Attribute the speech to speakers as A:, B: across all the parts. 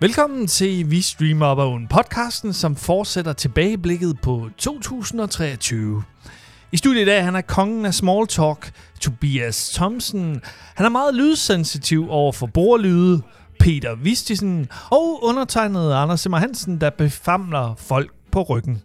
A: Velkommen til Vi Streamer Up Own, podcasten, som fortsætter tilbageblikket på 2023. I studiet i dag han er kongen af small talk, Tobias Thomsen. Han er meget lydsensitiv over for borlyde, Peter Vistisen og undertegnet Anders Simmer Hansen, der befamler folk på ryggen.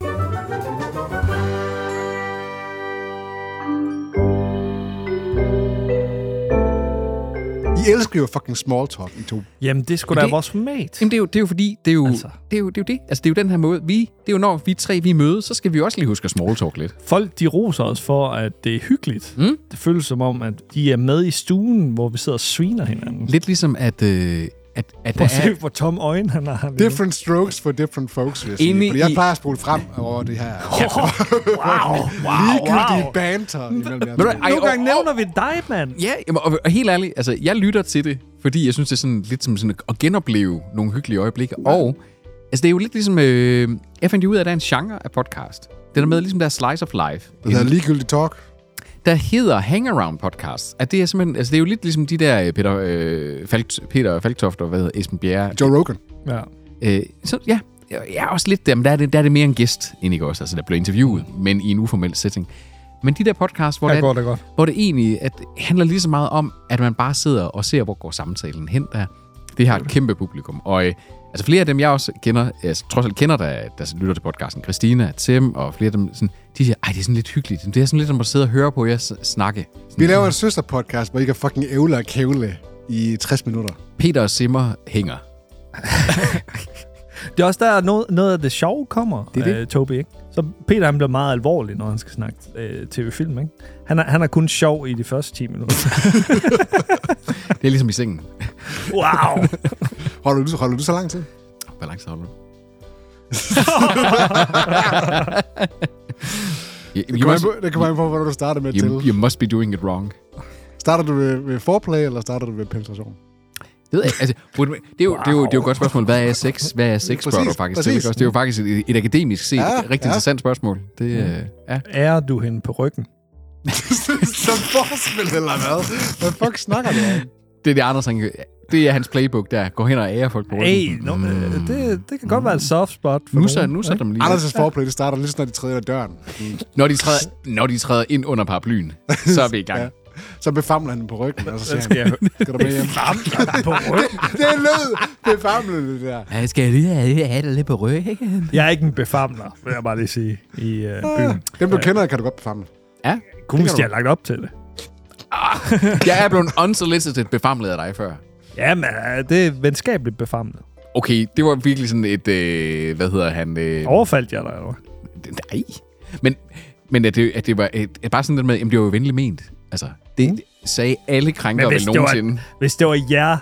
B: I elsker jo fucking small talk, I to.
A: Jamen, det skulle
C: Men
A: da
C: det-
A: vores format.
C: Jamen, det er jo, det er jo fordi, det er jo,
A: Altså.
C: altså. det, er jo, det er jo det. Altså, det er jo den her måde. Vi, det er jo når vi tre, vi mødes, så skal vi også lige huske at small talk lidt.
A: Folk, de roser os for, at det er hyggeligt. Mm. Det føles som om, at de er med i stuen, hvor vi sidder og sviner hinanden.
C: Lidt ligesom, at, øh, at, at der
A: Prøv at se,
C: er...
A: hvor tom øjne han har. lige nu.
B: Different strokes for different folks, vil jeg sige.
C: Inde
B: Fordi jeg
C: i-
B: plejer at spole frem over det her
A: Wow,
B: ligegyldige banter imellem jer.
C: Ved
B: to.
C: du hvad? Ej,
A: Nogle gange
C: og-
A: nævner vi dig, mand.
C: Ja, jamen, og, og helt ærligt, altså, jeg lytter til det, fordi jeg synes, det er sådan, lidt som sådan at genopleve nogle hyggelige øjeblikke. Og altså, det er jo lidt ligesom... Øh, jeg fandt jo ud af, at der er en genre af podcast. Det der med ligesom der er slice of life.
B: Det hedder ligegyldig talk.
C: der hedder Hangaround Podcast. At det er simpelthen, altså det er jo lidt ligesom de der øh, Peter, øh, Falk, Peter Falktoft og hvad hedder Esben Bjerre.
B: Joe Rogan.
A: Ja.
C: Øh, så ja, jeg er også lidt der, men der er det, der er det mere en gæst end ikke også, altså der bliver interviewet, men i en uformel setting. Men de der podcasts, hvor, det, er,
A: det godt.
C: hvor det egentlig at, handler lige så meget om, at man bare sidder og ser, hvor går samtalen hen der. Det har et kæmpe publikum, og øh, altså flere af dem, jeg også kender, altså, trods alt kender, der, der lytter til podcasten, Christina, Tim og flere af dem, sådan, de siger, ej, det er sådan lidt hyggeligt. Det er sådan lidt som at sidde og høre på jer s- snakke.
B: Vi laver en søsterpodcast, hvor I kan fucking ævle og kævle i 60 minutter.
C: Peter og Simmer hænger.
A: Det er også der, noget, noget af det sjove kommer, det
C: Det
A: er
C: er
A: det. Øh, Toby, ikke? Så Peter, han bliver meget alvorlig, når han skal snakke øh, tv-film, ikke? Han er, han er kun sjov i de første 10 minutter.
C: Det er ligesom i sengen.
A: wow!
B: Holder du, holder du så lang tid?
C: Balanceholdet.
B: Det
C: you,
B: kommer, an
C: must,
B: på, det kommer an på, hvornår du starter med
C: you,
B: til.
C: you must be doing it wrong.
B: Starter du ved, ved foreplay, eller starter du ved penetration?
C: Det, ved jeg, ikke. altså, burde man- det, er jo, det, er jo, det er jo et godt spørgsmål. Hvad er sex? Hvad er sex, spørger du
B: Præcis,
C: faktisk.
B: præcis.
C: Præcis. Det er jo faktisk et, et akademisk set
B: Ja,
C: ja, rigtig
B: ja. Mm.
C: ja. interessant spørgsmål. Det, øh, ja.
A: Ærer du hende på ryggen?
B: Som forspil, eller hvad? Hvad fuck snakker du om?
C: det er det, Anders, han, det er hans playbook, der går hen og ærer folk på ryggen.
A: Hey, no, øh, det, det kan godt være et soft spot for
C: Nu så,
A: nogen,
C: nu så
A: ikke?
C: dem lige.
B: Anders' foreplay, det starter lige så snart de træder ind ad døren.
C: Når de, træder, når de træder ind under paraplyen, så er vi i gang.
B: Ja. Så befamler han den på ryggen, og så siger
A: skal jeg-
B: han, skal du med hjem?
A: på ryggen.
B: Det lød befamlende, det der.
C: Ja. Skal jeg lige have det lidt på ryggen?
A: Jeg er ikke en befamler, vil jeg bare lige sige, i øh, byen.
B: Dem, du kender, kan du godt befamle.
C: Ja.
A: Kun hvis
C: Ah, kan
A: de
C: du.
A: har lagt op til det.
C: Jeg er blevet unsolicited befamlet af dig før.
A: Jamen, øh, det er venskabeligt befamlet.
C: Okay, det var virkelig sådan et, øh, hvad hedder han? Øh,
A: Overfaldt jeg dig, eller hvad?
C: Nej. Men, men at det, at det var et, at bare sådan det med, jamen, det var jo venligt ment. Altså, det sagde alle krænker vel nogensinde.
A: var, Mm. hvis det var jer,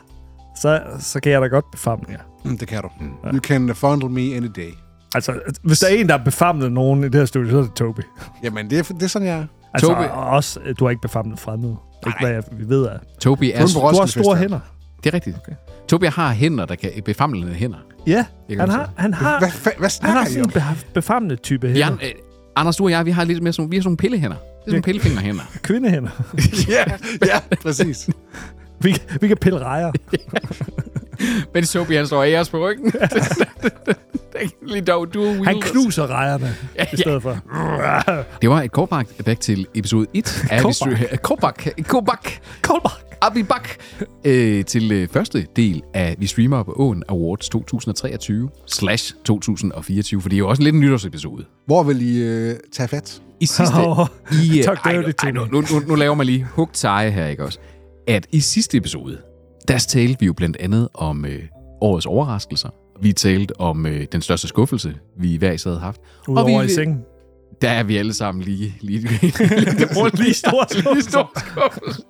A: så, så kan jeg da godt befamle jer.
B: Mm, det kan du. Mm. You can fondle me any day.
A: Altså, hvis der er en, der har befamlet nogen i det her studie, så er det Toby.
B: Jamen, det er, det er sådan, jeg er.
A: Altså,
C: Toby.
A: og også, øh, du har ikke befamlet fremmede. Det er ikke, hvad jeg vi ved af.
C: Tobi er...
B: Kun
A: Du
B: på
A: har
B: Roskilde
A: store
B: Festival.
A: hænder.
C: Det er rigtigt. Okay. Tobi har hænder, der kan befamlende hænder.
A: Ja,
C: kan
A: han
C: godt
A: har, han har,
B: Hvad, fa- hvad
A: han
B: snakker
A: har
B: I
A: sådan
B: om?
A: en beh- befamlet type hænder.
C: Jan, øh, Anders, du og jeg, vi har lidt mere sådan, vi har sådan nogle pillehænder. Det er sådan nogle pillefingerhænder.
A: Kvindehænder.
B: ja, ja, præcis.
A: vi, vi kan pille rejer.
C: Men Tobi, han står af os på ryggen. det, er lige dog, du er
A: Han knuser rejerne i stedet for.
C: Det var et callback back til episode 1. af
A: Callback.
C: District- Callback. Callback. Callback. Abibak. Øh, til øh, første del af Vi Streamer på Åen Awards 2023 slash 2024, for det er jo også lidt en nytårsepisode.
B: Hvor vil I øh, tage fat?
C: I sidste...
A: Åh,
C: I, øh,
A: tak,
C: ej,
A: Dirty
C: ej, nu,
A: Timmy.
C: nu, nu, nu laver man lige hook tie her, ikke også? At i sidste episode, der talte vi jo blandt andet om øh, årets overraskelser. Vi talte om øh, den største skuffelse, vi hver især havde haft.
A: Udover
C: vi,
A: i sengen.
C: der er vi alle sammen lige... lige, lige det bruger
A: Lige store
C: lige
A: skuffelser.
C: store skuffelser.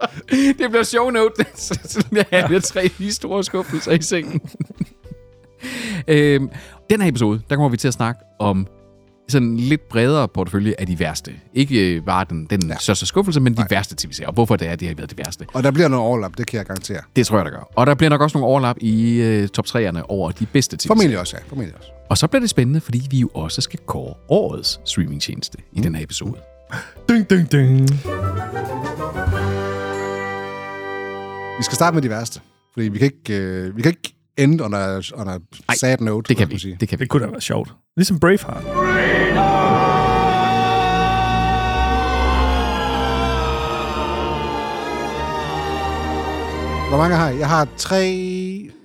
C: Det bliver show note. Sådan er det tre lige store skuffelser i sengen. øhm, den her episode, der kommer vi til at snakke om sådan en lidt bredere portefølje af de værste. Ikke øh, bare den, den ja. største skuffelse, men de værste tv-serier. Og hvorfor det er, det har været det værste.
B: Og der bliver noget overlap, det kan jeg garantere.
C: Det tror jeg, der gør. Og der bliver nok også nogle overlap i øh, top 3'erne over de bedste tv-serier.
B: Formentlig også, ja. Formentlig også.
C: Og så bliver det spændende, fordi vi jo også skal kåre årets streamingtjeneste i den her episode.
A: Ding, ding, ding.
B: Vi skal starte med de værste. Fordi vi kan ikke, øh, vi kan ikke end on a, on a sad note.
C: Det
B: hvad
C: kan
B: man
C: vi
B: sige.
C: ikke. Det kan vi
A: Det kunne da være sjovt. Ligesom Braveheart.
B: Hvor mange har I? Jeg har tre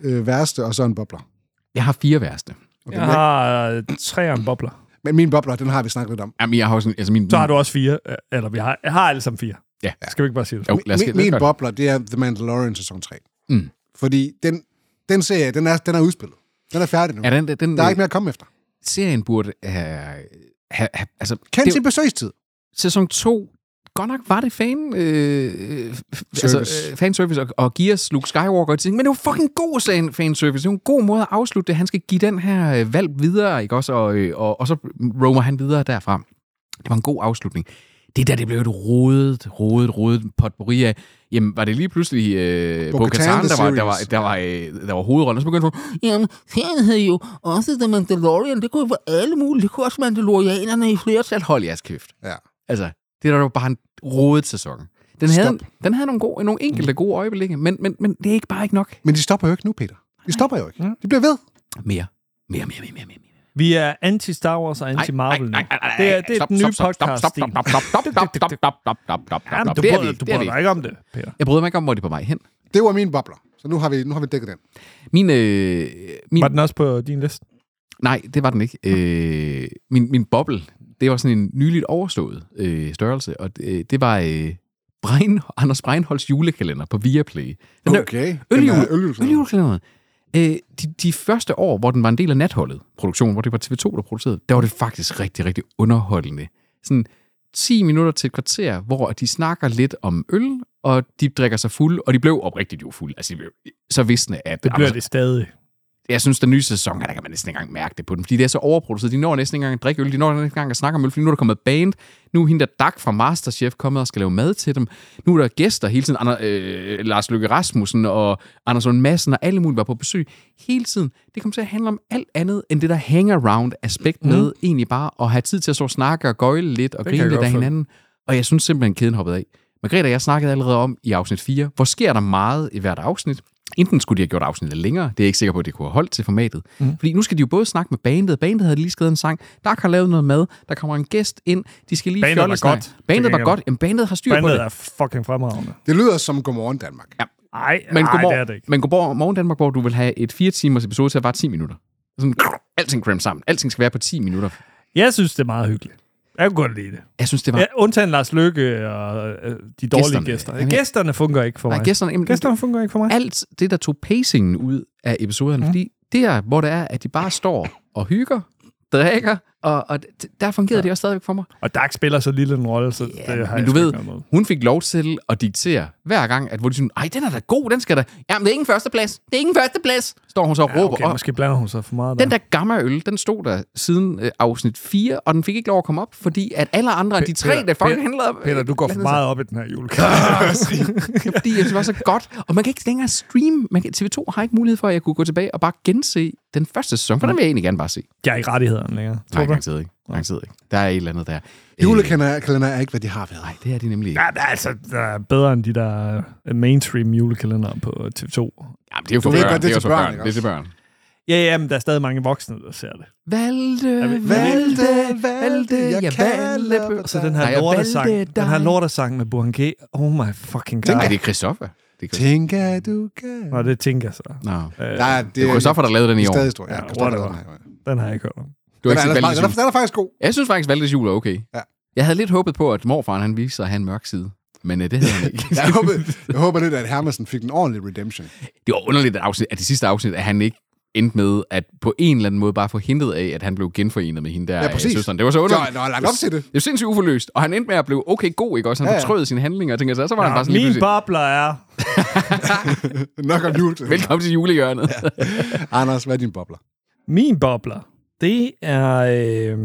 B: øh, værste og så en bobler.
C: ikke. Jeg har fire værste.
B: Okay,
A: Jeg har øh, tre om bobler.
B: men, men min bobler, den har vi snakket lidt om.
C: Jamen, jeg har også... en- Altså, min,
A: Så har du også fire. øh, Eller vi har, jeg har alle sammen fire.
C: Ja.
A: Skal vi ikke bare sige det?
C: Jo, lad os
B: min, min bobler, det er The Mandalorian sæson 3.
C: Mm.
B: Fordi den, den serie, den er, den er udspillet. Den er færdig nu.
C: er den, den, den
B: Der er ikke mere at komme efter.
C: serien burde have... have, have altså,
B: Kend
C: det-
B: sin besøgstid.
C: sæson 2, godt nok var det fan, øh, øh, altså,
B: Service.
C: øh, fanservice og, og Gears Luke Skywalker og ting, men det var fucking god san- fanservice. Det var en god måde at afslutte det. Han skal give den her øh, valg videre, ikke også? Og, øh, og, og så roamer han videre derfra. Det var en god afslutning. Det der, det blev et rodet, rodet, rodet potpourri af. Jamen, var det lige pludselig øh,
B: Bo-Katan,
C: Bo-Katan,
B: the
C: der var, der var,
B: series.
C: der var, øh, der var hovedrollen, og så begyndte hun,
D: Jamen, serien hed jo også The Mandalorian. Det kunne jo være alle mulige. Det kunne også Mandalorianerne i flere
C: flertal, hold jeres kæft.
B: Ja.
C: Altså, det der var bare en rodet sæson. Den
B: Stop.
C: havde, den havde nogle, gode, nogle enkelte
A: Mm.
C: gode øjeblikke, men, men, men det er ikke bare ikke nok.
B: Men de stopper jo ikke nu, Peter. De stopper jo ikke. De bliver ved.
C: Mere. Mere, mere, mere, mere, mere. mere.
A: Vi er anti-Star Wars og
C: Nej,
A: anti-Marvel nu.
C: nej, nej, nej, nej,
A: Det er,
C: nej,
A: det er
C: stop,
A: den nye
C: stop, stop,
A: podcast.
C: stop, stop, stop, stop, stop, stop, stop, stop, stop, stop, stop, stop.
A: Jamen, du
C: Det er
A: bryder
C: vi,
A: du
C: det er
A: bryder
C: vi.
A: dig ikke om det, Peter.
C: Jeg bryder mig ikke om, hvor de er på vej hen.
B: Det var min bobler. Så nu har vi, nu har vi dækket den.
C: Min, øh, min,
A: Var den også på din liste?
C: Nej, det var den ikke. Øh, min, min boble, det var sådan en nyligt overstået øh, størrelse, og det, øh, det var øh, Brein, Anders Breinholds julekalender på Viaplay. Den der
B: Okay.
C: Øljule-
B: Øljul.
C: Øljulekalenderen. Øh, de, de første år, hvor den var en del af natholdet, produktionen, hvor det var TV2, der producerede, der var det faktisk rigtig, rigtig underholdende. Sådan 10 minutter til et kvarter, hvor de snakker lidt om øl, og de drikker sig fuld, og de blev oprigtigt jo fuld. Altså, de blev så visne, at altså,
A: Det bliver det stadig.
C: jeg synes, den nye sæson, der kan man næsten ikke engang mærke det på den, fordi det er så overproduceret. De når næsten ikke engang at drikke øl, de når næsten ikke engang at snakke om øl, fordi nu er der kommet band. Nu er hende der Dak fra Masterchef kommet og skal lave mad til dem. Nu er der gæster hele tiden. Ander, øh, Lars Løkke Rasmussen og Anders Lund Madsen og alle mulige var på besøg hele tiden. Det kommer til at handle om alt andet end det der hangaround-aspekt med egentlig bare at have tid til at stå og snakke og gøjle lidt og
A: Mhm. Det kan
C: grine
A: jeg
C: lidt
A: godt
C: af
A: forstå.
C: hinanden. Og jeg synes simpelthen, kæden hoppede af. Margrethe og jeg snakkede allerede om i afsnit 4, hvor sker der meget i hvert afsnit. Enten skulle de have gjort afsnittet længere, det er jeg ikke sikker på, at det kunne have holdt til formatet.
A: Mhm.
C: Mm. Fordi nu skal de jo både snakke med bandet, bandet havde lige skrevet en sang, der har lavet noget mad, der kommer en gæst ind, de skal lige
A: Bandet var
C: fjollesnak.
A: godt.
C: Bandet var
A: Til
C: godt. Jamen, bandet har styr på
A: Bandet
C: det.
A: er fucking fremragende.
B: Det lyder som Godmorgen Danmark.
A: Nej,
C: Men
A: nej, det er
C: godmorgen,
A: det ikke.
C: men godmorgen morgen Danmark, hvor du vil have et 4 timers episode til at vare 10 minutter. Sådan, alting kremt sammen. Alting skal være på 10 minutter.
A: Jeg synes, det er meget hyggeligt. Jeg kunne godt lide det.
C: Jeg synes, det var...
A: Ja, undtagen Lars Lykke og øh, de dårlige
C: Gæsterne.
A: gæster.
C: Jamen, jeg-
A: Gæsterne fungerer ikke for mig.
C: Nej, gæsterne, jamen,
A: Gæsterne fungerer ikke for mig.
C: alt det, der tog pacingen ud af episoderne, mm. fordi det er, hvor det er, at de bare står og hygger, drikker, og, og d- der fungerede ja. det også stadigvæk for mig.
A: Og Dark spiller så lille en rolle, så yeah, det har
C: Men
A: jeg
C: du
A: sgu
C: ved,
A: ikke noget imod.
C: hun fik lov til at diktere hver gang, at hvor de synes, ej, den er da god, den skal da... Jamen, det er ingen førsteplads. Det er ingen førsteplads, står hun så og
A: Ja,
C: råber.
A: okay,
C: og,
A: måske blander hun sig for meget
C: den der gamle øl, den stod der siden øh, afsnit 4, og den fik ikke lov at komme op, fordi at alle andre af de tre,
A: Peter,
C: der fucking
A: Peter,
C: handlede om... øh,
A: Peter, du går for
C: blandede sig.
A: meget op i den her julekalender.
C: fordi jeg synes, det var så godt. Og man kan ikke længere streame. Man kan, TV2 har ikke mulighed for, at jeg kunne gå tilbage og bare gense den første sæson, for den vil jeg egentlig gerne bare se.
A: jeg har ikke rettighederne længere. Tror
C: Nej,
A: du?
C: garanteret ikke. Garanteret ikke. Der er et eller andet der. Øh,
B: Julekalender er ikke, hvad de har været.
C: Nej, det er de nemlig ikke.
A: Ja, det er altså der er bedre end de der øh, mainstream julekalender på TV2.
C: Jamen, det er jo for
B: ved
C: børn.
B: godt,
C: Det er jo for børn.
B: ikke
C: Det er til børn.
A: Ja, ja, men der er stadig mange voksne, der ser det.
C: Valte,
A: vi-
C: Valte, Valte,
B: jeg
C: jeg
B: kalder på
C: Valte.
B: dig.
A: Og så den her
C: Nej, jeg
A: lortesang,
C: valgte
A: den her
C: dig.
A: lortesang med Burhan G. Oh my fucking god.
C: Nej, det er Christoffer. Det er Christoffer.
B: Tænker du kan...
A: Nå, det tænker jeg så. Øh,
C: Nå.
B: Der er,
C: Det er Christoffer, der lavede den i
B: i
C: år.
B: stadig stor. Ja,
A: Ja,
B: Christoffer
A: whatever.
B: lavede den her.
A: Den har jeg ikke hørt om.
C: Du har
B: Den
C: ikke
B: er,
C: set
B: ellers
C: Valtes
B: faktisk- den, er,
C: jul.
B: den er faktisk god.
C: Jeg synes faktisk, Valtes jul er okay.
B: Ja.
C: Jeg havde lidt håbet på, at morfaren han viste sig at have en mørk side. Men øh, det havde han ikke.
B: Jeg håber, jeg håber lidt, at Hermansen fik en ordentlig redemption.
C: det var underligt, at, afsnit, at det sidste afsnit, at han ikke endte med at på en eller anden måde bare få hintet af, at han blev genforenet med hende der
B: Ja,
C: øh,
B: præcis.
C: søsteren. Det var så
B: Så
C: underligt.
B: der var lagt op til det.
C: Det er sindssygt uforløst. Og han endte med at blive okay god, ikke? Også han
B: Ja,
C: ja,
B: ja.
C: fortrød sine handlinger og tænker sig, så var ja, han
A: Nå,
C: bare sådan lige
A: min
C: pludselig,
A: bobler er...
B: Nok om jul. til.
C: velkommen til julehjørnet. Ja.
B: Anders, hvad er din bobler?
A: Min bobler, det er øh,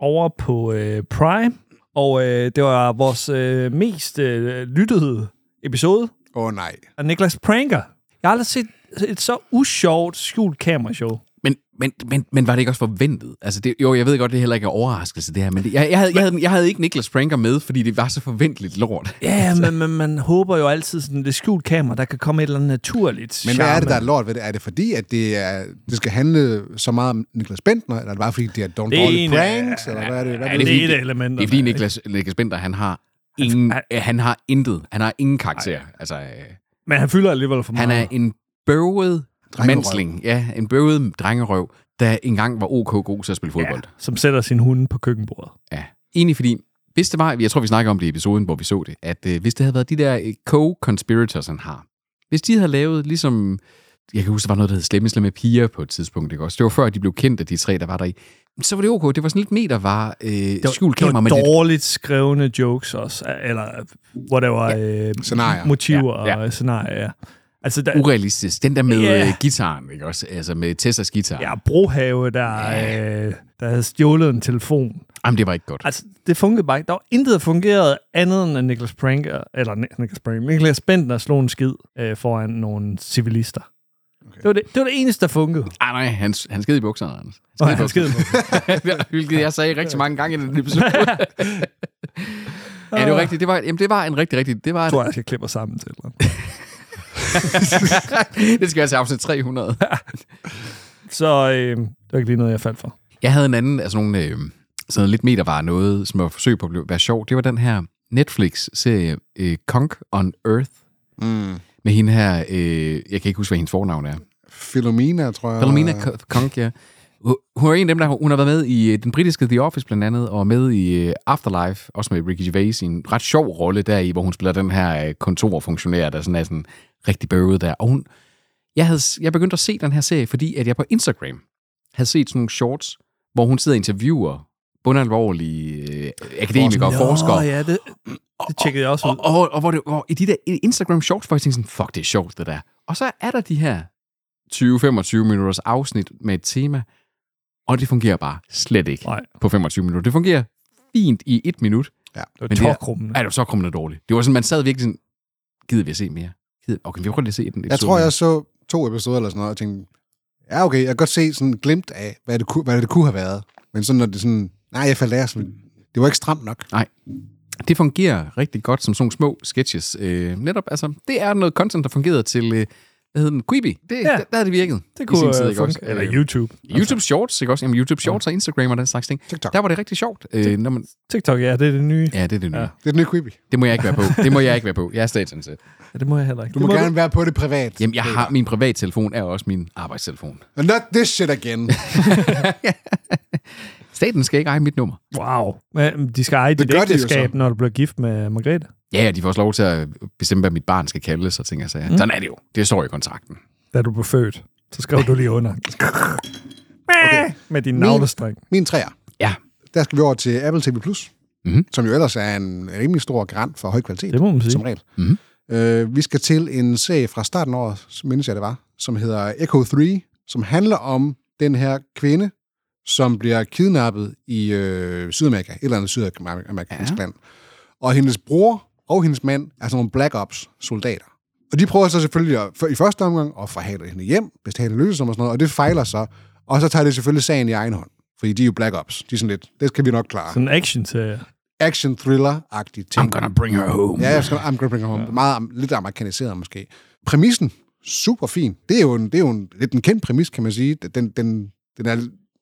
A: over på øh, Prime, og øh, det var vores øh, mest øh, lyttede episode
B: Åh oh, nej.
A: af Niklas Pranker. Jeg har aldrig set et så usjovt skjult kamerashow.
C: Men, men, men, men var det ikke også forventet? Altså det, jo, jeg ved godt, det heller ikke er overraskelse, det her, men det, jeg, jeg, havde, jeg, havde, jeg havde ikke Niklas Pranker med, fordi det var så forventeligt lort.
A: Ja, altså. men, men man håber jo altid sådan det skjult kamera, der kan komme et eller andet naturligt.
B: Men hvad er det, der er
A: charme.
B: lort ved det? Er det fordi, at det, er, det skal handle så meget om Niklas Bentner, eller er det bare fordi, det er Don't
A: Det er
B: Dolly
A: en-
B: Pranks, eller hvad er det? Hvad
A: Ja,
B: er
A: det
B: det?
A: er et
C: det-
A: af elementerne.
C: Det er fordi Niklas, Niklas Bender, han har, ingen, øh, han har intet. Han har ingen karakter. Altså, øh,
A: Men han fylder alligevel for meget.
C: han er en bøvet
B: Drengerøv.
C: mandsling. Ja, en bøvet drengerøv, der engang var ok god til at spille fodbold.
A: ja, som sætter sin hunde på køkkenbordet.
C: Ja. Egentlig fordi, hvis det var, jeg tror vi snakker om det i episoden, hvor vi så det, at øh, hvis det havde været de der øh, co-conspirators, han har, hvis de havde lavet ligesom, jeg kan huske, der var noget, der hed Slemme Slemme Piger på et tidspunkt, ikke også? Det var før, de blev kendt af de tre, der var der i. Så var det ok, det var sådan lidt meter var øh, skjult
A: det
C: kamera,
A: var
C: men lidt
A: dårligt skrevne jokes også, eller hvor der var øh,
B: Scenarier.
A: motiver ja,
C: Ja, ja.
A: ja. og scenarier. Altså, der,
C: urealistisk. Den der med
A: Ja.
C: yeah. gitaren, ikke også? Altså med Tessas guitar.
A: ja, Brohave, der, øh, der havde stjålet en telefon.
C: Jamen, det var ikke godt.
A: Altså, det fungerede bare ikke. Der var intet, der fungerede andet end at Niklas Pranker, eller Ni- Niklas Pranker, Niklas Bentner slog en skid øh, foran nogle civilister. Okay. Det, var det, det var det eneste, der fungerede.
C: Ej, nej, han, han sked i bukserne, Anders.
A: Og
C: i
A: han skid
C: bukserne. Hvilket jeg sagde rigtig mange gange i den episode. ja, det var rigtigt. Det var, jamen, det var en rigtig, rigtig... Det var
A: Jeg
C: en
A: tror, jeg skal klippe os sammen til. Eller?
C: det skal være til afsnit 300.
A: Så øh, det var ikke lige noget, jeg faldt for.
C: Jeg havde en anden af sådan nogle, øh, sådan noget lidt meter var noget, som var et forsøg på at blive- være sjov. Det var den her Netflix-serie øh, Kong on Earth.
B: Mm.
C: Med hende her, øh, jeg kan ikke huske, hvad hendes fornavn er.
B: Philomena, tror jeg.
C: Philomena Ko- Konk, ja. Hun- Hun er en af dem, der hun har været med i øh, den britiske The Office blandt andet, og med i øh, Afterlife, også med Ricky Gervais, i en ret sjov rolle deri, hvor hun spiller den her øh, kontorfunktionær, der sådan er sådan rigtig bøvet der. Og hun, jeg, havde, s- jeg begyndte at se den her serie, fordi at jeg på Instagram havde set sådan nogle shorts, hvor hun sidder og interviewer bundalvorlige øh, akademikere og
A: Nå,
C: forskere.
A: ja, det, det tjekkede jeg også ud.
C: Og, og, og hvor, det, hvor i de der Instagram shorts, hvor jeg tænkte sådan, fuck, det er sjovt, det der. Og så er der de her 20-25 minutters afsnit med et tema, og det fungerer bare slet ikke
A: Nej.
C: på 25 minutter. Det fungerer fint i et minut.
A: Det var
C: Men det er-
A: tårkrummende.
C: Ej, det var så kommet dårligt. Det var sådan, man sad virkelig sådan, gider vi at se mere? Gider, okay, vi prøver lige at se den.
B: Jeg tror, jeg så to episoder eller sådan noget, og tænkte, ja okay, jeg kan godt se sådan glemt af, hvad det, kunne, hvad det kunne have været. Men sådan, når det sådan, nej, jeg faldt af, sådan, det var ikke stramt nok.
C: Det fungerer rigtig godt som sådan nogle små sketches. Øh, netop, altså, det er noget content, der fungerede til, øh, hvad hedder den, Quibi. Det, ja. der, der, havde det virket.
A: det
C: i sin
A: kunne
C: tid,
A: øh,
C: ikke også?
A: funke. Eller YouTube.
C: YouTube Shorts, ikke også? Jamen, YouTube Shorts og Instagram og den slags ting.
B: TikTok.
C: Der var det rigtig sjovt. Øh, når man,
A: Altså, TikTok, ja, det er det nye.
C: ja, det er det nye. Ja.
A: Ja.
B: Det er den nye creepy.
C: Det må jeg ikke være på. Det må jeg ikke være på. Jeg er statsansat.
A: Ja, det må jeg heller ikke.
B: Du
A: det
B: må gerne være på det privat.
C: Jamen, jeg har, min privattelefon er også min arbejdstelefon.
B: And not this shit again.
C: Staten skal ikke eje mit nummer.
A: Wow. Men de skal eje
B: Det
A: dit
B: gør de jo
A: ægteskab,
B: så.
A: når du bliver gift med Margrethe.
C: Ja, ja, de får også lov til at bestemme, hvad mit barn skal kaldes og ting og sager. Mm. Sådan er det jo. Det står i kontrakten.
A: Da du blev født, så skrev du lige under. okay. Med din navlestring.
B: Min træer.
C: Ja.
B: Der skal vi over til Apple TV+, Plus,
C: Mhm.
B: mm-hmm. som jo ellers er en rimelig stor garant for høj kvalitet.
A: Det må man sige.
B: Som regel.
C: Mhm.
B: Øh, vi skal til en serie fra starten af året, så mindes jeg det var, som hedder Echo 3, som handler om den her kvinde, som bliver kidnappet i øh, Sydamerika, et eller andet sydamerikansk
C: Ja.
B: ja. land. Og hendes bror og hendes mand er sådan nogle Black Ops-soldater. Og de prøver så selvfølgelig at, for, i første omgang at forhale hende hjem, bestale løsning og sådan noget, og det fejler så. Og så tager det selvfølgelig sagen i egen hånd, fordi de er jo Black Ops. De er sådan lidt, det skal vi nok klare.
A: Sådan en action-serie.
B: Action-thriller-agtig ting.
C: I'm gonna bring her home.
B: Ja, jeg skal I'm Gripping Home. Ja. Meget, am- lidt amerikaniseret måske. Præmissen, super fin. Det er jo, en, det er jo en, lidt en kendt præmis, kan man sige. Den, den, den er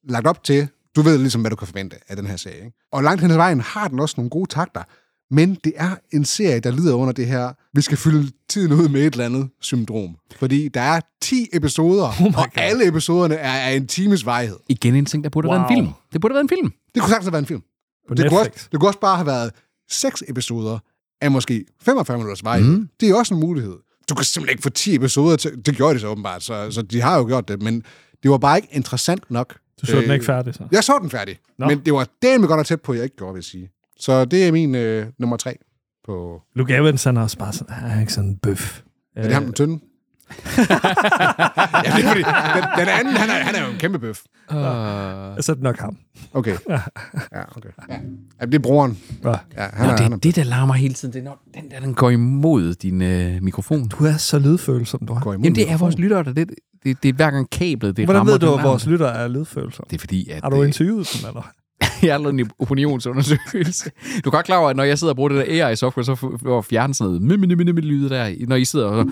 B: lagt op til, du ved ligesom, hvad du kan forvente af den her serie. Ikke? Og langt hen ad vejen har den også nogle gode takter. Men det er en serie, der lider under det her, vi skal fylde tiden ud med et eller andet syndrom. Fordi der er 10 episoder, oh og alle episoderne er af en times varighed.
C: Igen en ting, der burde have været en
A: Wow.
C: film. Det burde have været en film.
B: Det kunne sagtens have været en film.
A: På
B: Det kunne, også,
A: Netflix.
B: det kunne også bare have været seks episoder af måske 45 minutters vej. Mm. Det er også en mulighed. Du kan simpelthen ikke få 10 episoder til. Det gjorde de så åbenbart, så, så de har jo gjort det, men det var bare ikke interessant nok.
A: Du så den
B: Øh,
A: ikke færdig, så.
B: Jeg så den færdig,
A: Nå.
B: Nå. men det var dælme godt og tæt på, jeg ikke gjorde, vil jeg sige. Så det er min øh, nummer tre på...
A: Luke Evans, han er også bare sådan, han er ikke sådan en bøf.
C: Øh.
B: Er det ham den tynde? Ja, det er fordi, den, den anden, han er, han er jo en kæmpe bøf.
C: Uh,
A: Øh,
E: Så er det nok ham.
B: Okay. Ja, okay. Ja. Jamen, det er broren.
E: Ja.
B: Ja, han
C: Nå,
B: er, han er,
C: det, det, der larmer hele tiden, det er, når den der den går imod din øh, mikrofon.
E: Du er så lydfølsom, du har.
B: går imod
C: Jamen, det er
B: mikrofonen.
C: vores lyttere, der det, det, det er hver gang kablet, det
E: Hvordan
C: rammer
E: ved du,
C: den
E: at
C: larm.
E: vores lytter er lydfølsom?
C: Det er fordi, at øh,
E: Har du interviewet dem, eller?
C: jeg har lavet en opinionsundersøgelse. Du er godt klar over, at når jeg sidder og bruger det der AI-software, så får fjernet sådan noget mimme, mimme, mimme lyde der, når I sidder og...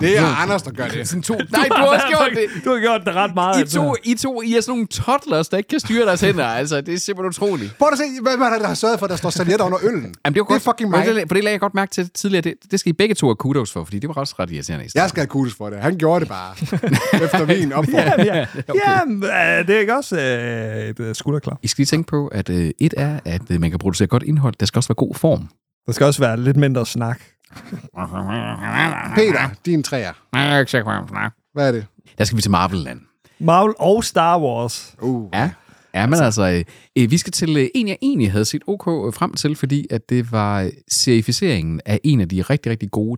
B: det er Anders, der gør det.
C: Sådan to, nej, du har også gjort det!
E: Du har gjort det ret meget.
C: I
E: altså.
C: to, I to, I er sådan nogle toddlers, der ikke kan styre deres hænder. Altså, det er simpelthen utroligt.
B: Prøv at se, hvad hvad er det, der har sørget for, at der står salietter under øllen?
C: Jamen, det, var
B: det
C: godt,
B: er fucking mig.
C: For det, for det lagde jeg godt mærke til tidligere. Det, det skal I begge to have kudos for, fordi det var også ret irriterende i starten.
B: Jeg skal have kudos for det. Han gjorde det bare. Efter vin op for.
E: ja, ja, men, øh, det er ikke også øh, et øh, skulderklap.
C: I skal lige tænke på, at øh, et er, at øh, man kan producere godt indhold. Der skal også være god form.
E: Der skal også være lidt mindre snak.
B: Peter, din træer. Hvad er det?
C: Der skal vi til Marvel-land.
E: Marvel og Star Wars.
B: Uh.
C: Ja. Ja, men altså, øh, øh, vi skal til øh, en, jeg egentlig havde set OK øh, frem til, fordi at det var øh, serificeringen af en af de rigtig, rigtig gode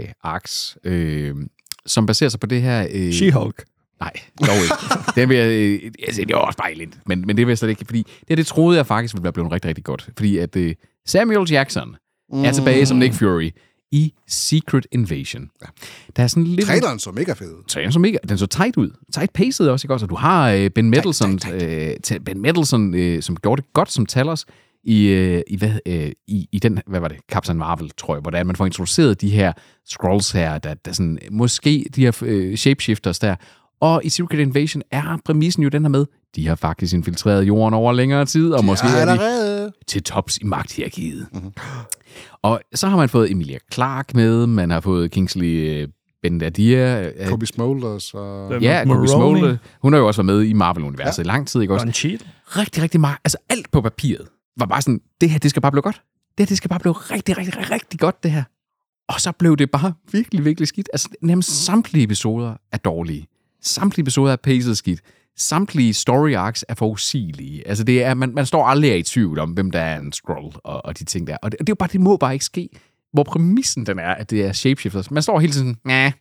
C: tegneserie-arcs, øh, som baserer sig på det her... Øh,
E: She-Hulk.
C: Nej, dog ikke. Den vil jeg, øh, altså, det var også bare lidt, men, men det vil jeg slet ikke, fordi det, her, det troede jeg faktisk ville være blevet rigtig, rigtig godt. Fordi at øh, Samuel Jackson mm. er tilbage som Nick Fury i Secret Invasion. Der er sådan lidt...
B: Traileren så mega fed. ud.
C: Traileren som ikke, den så tight ud. Tight paced også, ikke også? Og du har øh, Ben Mendelsohn, øh, til- ben Mendelsohn øh, som gjorde det godt som Talos i, øh, i, hvad, øh, i, i den, hvad var det, Captain Marvel, tror jeg, hvordan man får introduceret de her scrolls her, der, der sådan, måske de her øh, shapeshifters der. Og i Secret Invasion er præmissen jo den her med, de har faktisk infiltreret jorden over længere tid, og måske er de
B: Allerede.
C: til tops i magthierarkiet. Mm-hmm. Og så har man fået Emilia Clark med, man har fået Kingsley øh, Bendadia, øh,
B: Kobe Smulders og...
C: Ja, Cookie Smolde. Hun har jo også været med i Marvel-universet ja. i lang tid, ikke også?
E: Don Cheadle.
C: Rigtig, rigtig meget. Altså alt på papiret var bare sådan, det her, det skal bare blive godt. Det her, det skal bare blive rigtig, rigtig, rigtig godt, det her. Og så blev det bare virkelig, virkelig skidt. Altså nærmest samtlige episoder er dårlige. Samtlige episoder er paced skidt. Samtlige story arcs er forudsigelige. Altså det er, man, man står aldrig i tvivl om, hvem der er en scroll og, og de ting der. Og det, og det er jo bare, det må bare ikke ske. Hvor præmissen den er, at det er shapeshifters. Man står hele tiden sådan, næh,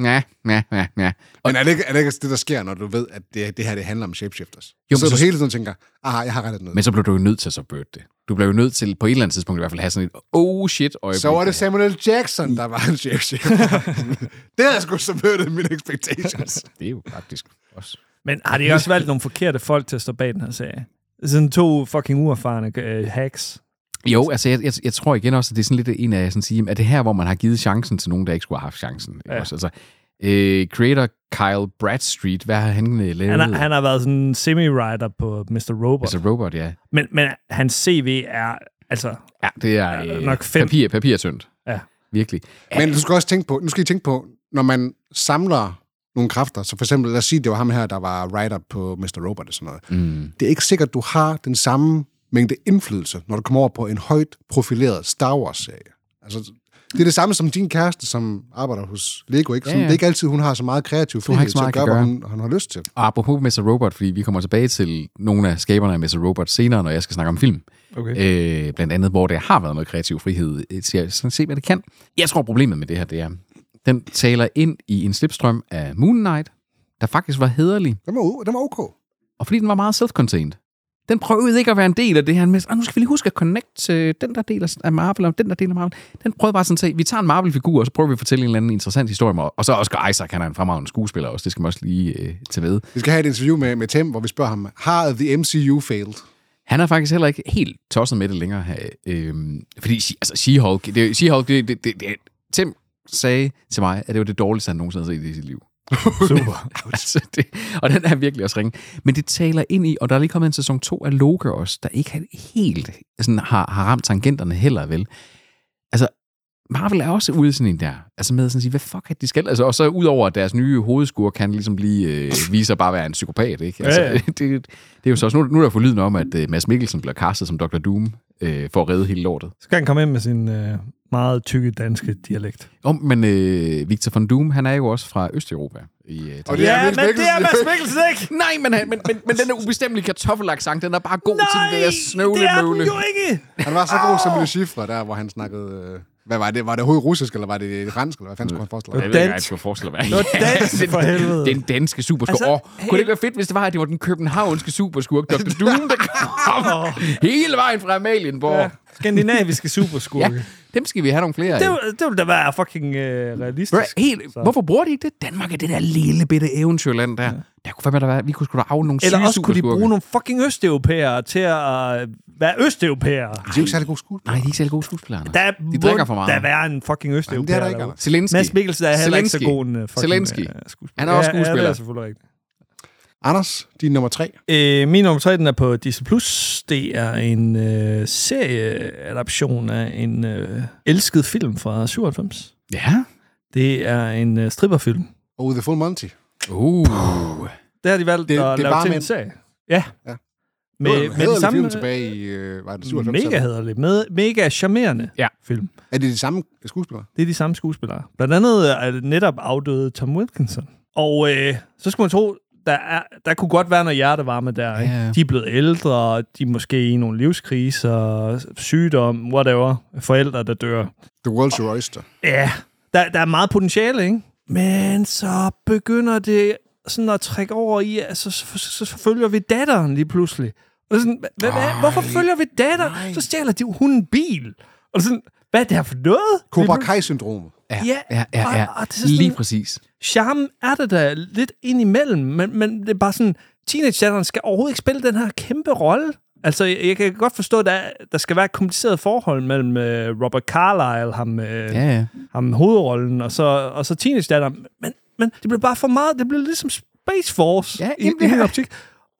C: næh, næh, næh, næh.
B: Men er det, ikke, er det ikke det, der sker, når du ved, at det, det her det handler om shapeshifters?
C: Jo,
B: Jo,
C: men
B: så, så
C: så-
B: du hele tiden tænker, aha, jeg har rettet noget.
C: Men så blev du jo nødt til at så bøde det. Du blev jo nødt til på et eller andet tidspunkt i hvert fald at have sådan et oh shit øjeblik.
B: Så var det Samuel Jackson, der var en shapeshifter. det havde sgu så mødt mine expectations.
C: Det er jo faktisk også.
E: Men har de også valgt nogle forkerte folk til at stå bag den her serie? Sådan to fucking uerfarne øh, hacks.
C: Jo, altså jeg, jeg, jeg, tror igen også, at det er sådan lidt en af sådan at sige, jamen, er det her, hvor man har givet chancen til nogen, der ikke skulle have haft chancen? Ja.
E: Ja.
C: Også, altså, øh, creator Kyle Bradstreet, hvad har han øh, lavet?
E: Han har, han har været sådan en semi-writer på Mr. Robot.
C: Altså Robot, ja.
E: Men, men hans CV er... Altså,
C: Ja, det er
E: Ja,
C: øh,
E: nok fem.
C: papir, papirtyndt.
E: Ja.
C: Virkelig.
B: Men du skal også tænke på, nu skal I tænke på, når man samler nogle kræfter, så for eksempel, lad os sige, det var ham her, der var writer på Mr. Robot og sådan noget.
C: Mm.
B: Det er ikke sikkert, du har den samme mængde indflydelse, når du kommer over på en højt profileret Star Wars-serie. Altså, det er det samme som din kæreste, som arbejder hos Lego, ikke?
C: Ja,
B: Sådan,
C: ja.
B: Det er ikke altid, hun har så meget kreativ
C: har ikke
B: frihed
C: så
B: til at
C: meget
B: gøre,
C: at
B: hvad
C: gøre.
B: hun, hun har lyst til.
C: Og apropos Mr. Robot, fordi vi kommer tilbage til nogle af skaberne af Mr. Robot senere, når jeg skal snakke om film. Okay. Øh, blandt andet, hvor der har været noget kreativ frihed øh, til at sådan se, hvad det kan. Jeg tror, problemet med det her, det er, den taler ind i en slipstrøm af Moon Knight, der faktisk var hederlig,
B: Den var, o- den var okay.
C: og fordi den var meget self-contained. Den prøvede ikke at være en del af det her, men "Ah, nu skal vi lige huske at connect til den der del af Marvel og den der del af Marvel. Den prøvede bare sådan at sige, vi tager en Marvel-figur, og så prøver vi at fortælle en eller anden interessant historie. om- Og så Oscar Isaac, han er en fremragende skuespiller også, det skal man også lige øh, tage ved.
B: Vi skal have et interview med, med Tim, hvor vi spørger ham, har the MCU failed?
C: Han er faktisk heller ikke helt tosset med det længere. Øhm, fordi She- altså, She-Hulk, det, She-Hulk det, det, det, det, Tim sagde til mig, at det var det dårligste, han nogensinde har set i sit liv.
E: super.
C: altså, det, og den er virkelig også ringe. Men det taler ind i, og der er lige kommet en sæson 2 af Loke også, der ikke har- helt sådan, har, har ramt tangenterne heller, vel? Altså, Marvel er også ude i sådan en der, altså med sådan at sige, hvad fuck er det, de skal? Altså, og så ud over, at deres nye hovedskurk kan ligesom lige øh, vise sig bare at være en psykopat, ikke? Altså,
E: Ja, ja.
C: Det, det, er jo så også, nu, nu er der for lyden om, at øh, Mads Mikkelsen bliver kastet som Dr. Doom øh, for at redde hele lortet.
E: Så kan han komme ind med sin øh, meget tykke danske dialekt.
C: Om, men øh, Victor von Doom, han er jo også fra Østeuropa. I, øh,
B: Og det er Mads Mikkelsen.
E: Mikkelsen ikke!
C: Nej, men, han- men, men, men den der ubestemmelige kartoffelaksang, den er bare god til det der
E: det er
C: snøvlemøvle.
E: den jo ikke!
B: Han var så god som Lille Chiffre, der hvor han snakkede... Øh, Hvad var det? Var det overhovedet russisk, eller var det fransk, eller hvad fanden skulle han forestille
C: Jeg
B: sig?
C: ved ikke, jeg
A: dansk.
C: skulle forestille mig.
A: Det var dansk, for helvede.
C: Den danske superskurk.
A: Altså,
C: Altså, oh, kunne det ikke være fedt, hvis det var, at det var den københavnske superskurk, Dr. Doom, der kom hele vejen fra Amalienborg?
A: Ja.
C: Ja.
A: Skandinaviske superskurke.
C: ja,
A: Ja.
C: dem skal vi have nogle flere af.
A: Det, vil- det ville da være fucking øh,
C: Bro,
A: realistisk.
C: helt,
A: Så-
C: hvorfor bruger de ikke det? Danmark er det der lille bitte eventyrland der. Ja. Der kunne fandme da være, vi kunne sgu da avle nogle
A: Eller
C: syge
A: også kunne de
C: superskurke.
A: bruge nogle fucking østeuropæere til at øh, være østeuropæere.
B: Det er jo ikke særlig god skud.
C: Nej, de er ikke særlig gode skuespillere. nej.
A: Der
C: de drikker for meget.
A: Der være en fucking
B: Jamen, det er
A: østeuropæer.
B: der ikke,
A: derude.
B: Anders.
C: Zelensky.
A: Mads Mikkelsen er heller ikke så
C: Zelensky.
A: god en øh, fucking
C: Zelensky.
A: øh, skuespiller.
C: Han er også
A: Ja, ja, det
C: skuespiller.
A: er selvfølgelig rigtigt.
B: Anders, din nummer tre.
A: Øh, min nummer 3, den er på Disney+. Plus. Det er en øh, serieadaption af en øh, elsket film fra 97.
C: Ja.
A: Det er en øh, stripperfilm.
B: Oh, The Full Monty.
C: Uh.
A: Der har de valgt det,
B: Det- det er
A: at lave
B: bare
A: til en
B: mænd.
A: serie. Ja.
B: Ja.
A: Med, med
B: de
A: de samme...
B: film tilbage i, øh, var det 97?
A: mega hederligt. Med, mega charmerende
C: Ja.
A: film.
B: Er det de samme skuespillere?
A: Det er de samme skuespillere. Blandt andet er det netop afdøde Tom Wilkinson. Og øh, så skulle man tro, der, er, der kunne godt være noget hjertevarme der. Ikke?
C: Ja.
A: De er blevet ældre, de er måske i nogle livskriser, sygdom, whatever. Forældre, der dør.
B: The World's Your Oyster.
A: Ja, der, der er meget potentiale, ikke? Men så begynder det sådan at trække over i, altså så, så, så følger vi datteren lige pludselig. Og det er sådan, hva, hva, hva, hvorfor følger vi datteren? Nej. Så stjæler de, hun en bil. Og det er sådan, hvad er det her for noget?
B: Cobra Kai-syndromet.
A: Ja,
C: ja, ja, ja.
A: og- og det er sådan-
C: Lige præcis.
A: charmen er der da lidt indimellem, men, men det er bare sådan, teenage skal overhovedet ikke spille den her kæmpe rolle. Altså, jeg, jeg kan godt forstå, at der, der skal være et kompliceret forhold mellem øh, Robert Carlyle, ham, øh,
C: Ja, ja.
A: ham hovedrollen, og så, og så teenage men, men det blev bare for meget, det blev ligesom Space Force
C: Ja,
A: i,
C: jamen,
A: i
C: ja.
A: min optik.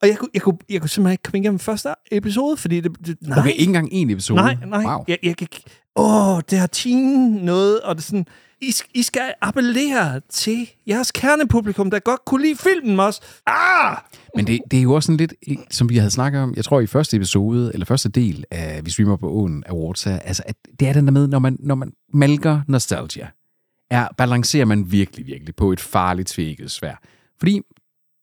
A: Og jeg kunne, jeg, kunne, jeg kunne simpelthen ikke komme igennem første episode, fordi det... det nej.
C: Okay, ikke engang en episode.
A: Nej, nej.
C: Wow.
A: Wow. Jeg, jeg, jeg, åh, det har teen noget, og det er sådan... I, sk- I skal appellere til jeres kernepublikum, der godt kunne lide filmen også. Ah!
C: Men det, det er jo også sådan lidt, eh, som vi havde snakket om, jeg tror i første episode, eller første del af Vi streamer på åen awards, her, altså at det er den der med, når man, når man malker nostalgia, er, balancerer man virkelig, virkelig på et farligt tvækket svær. Fordi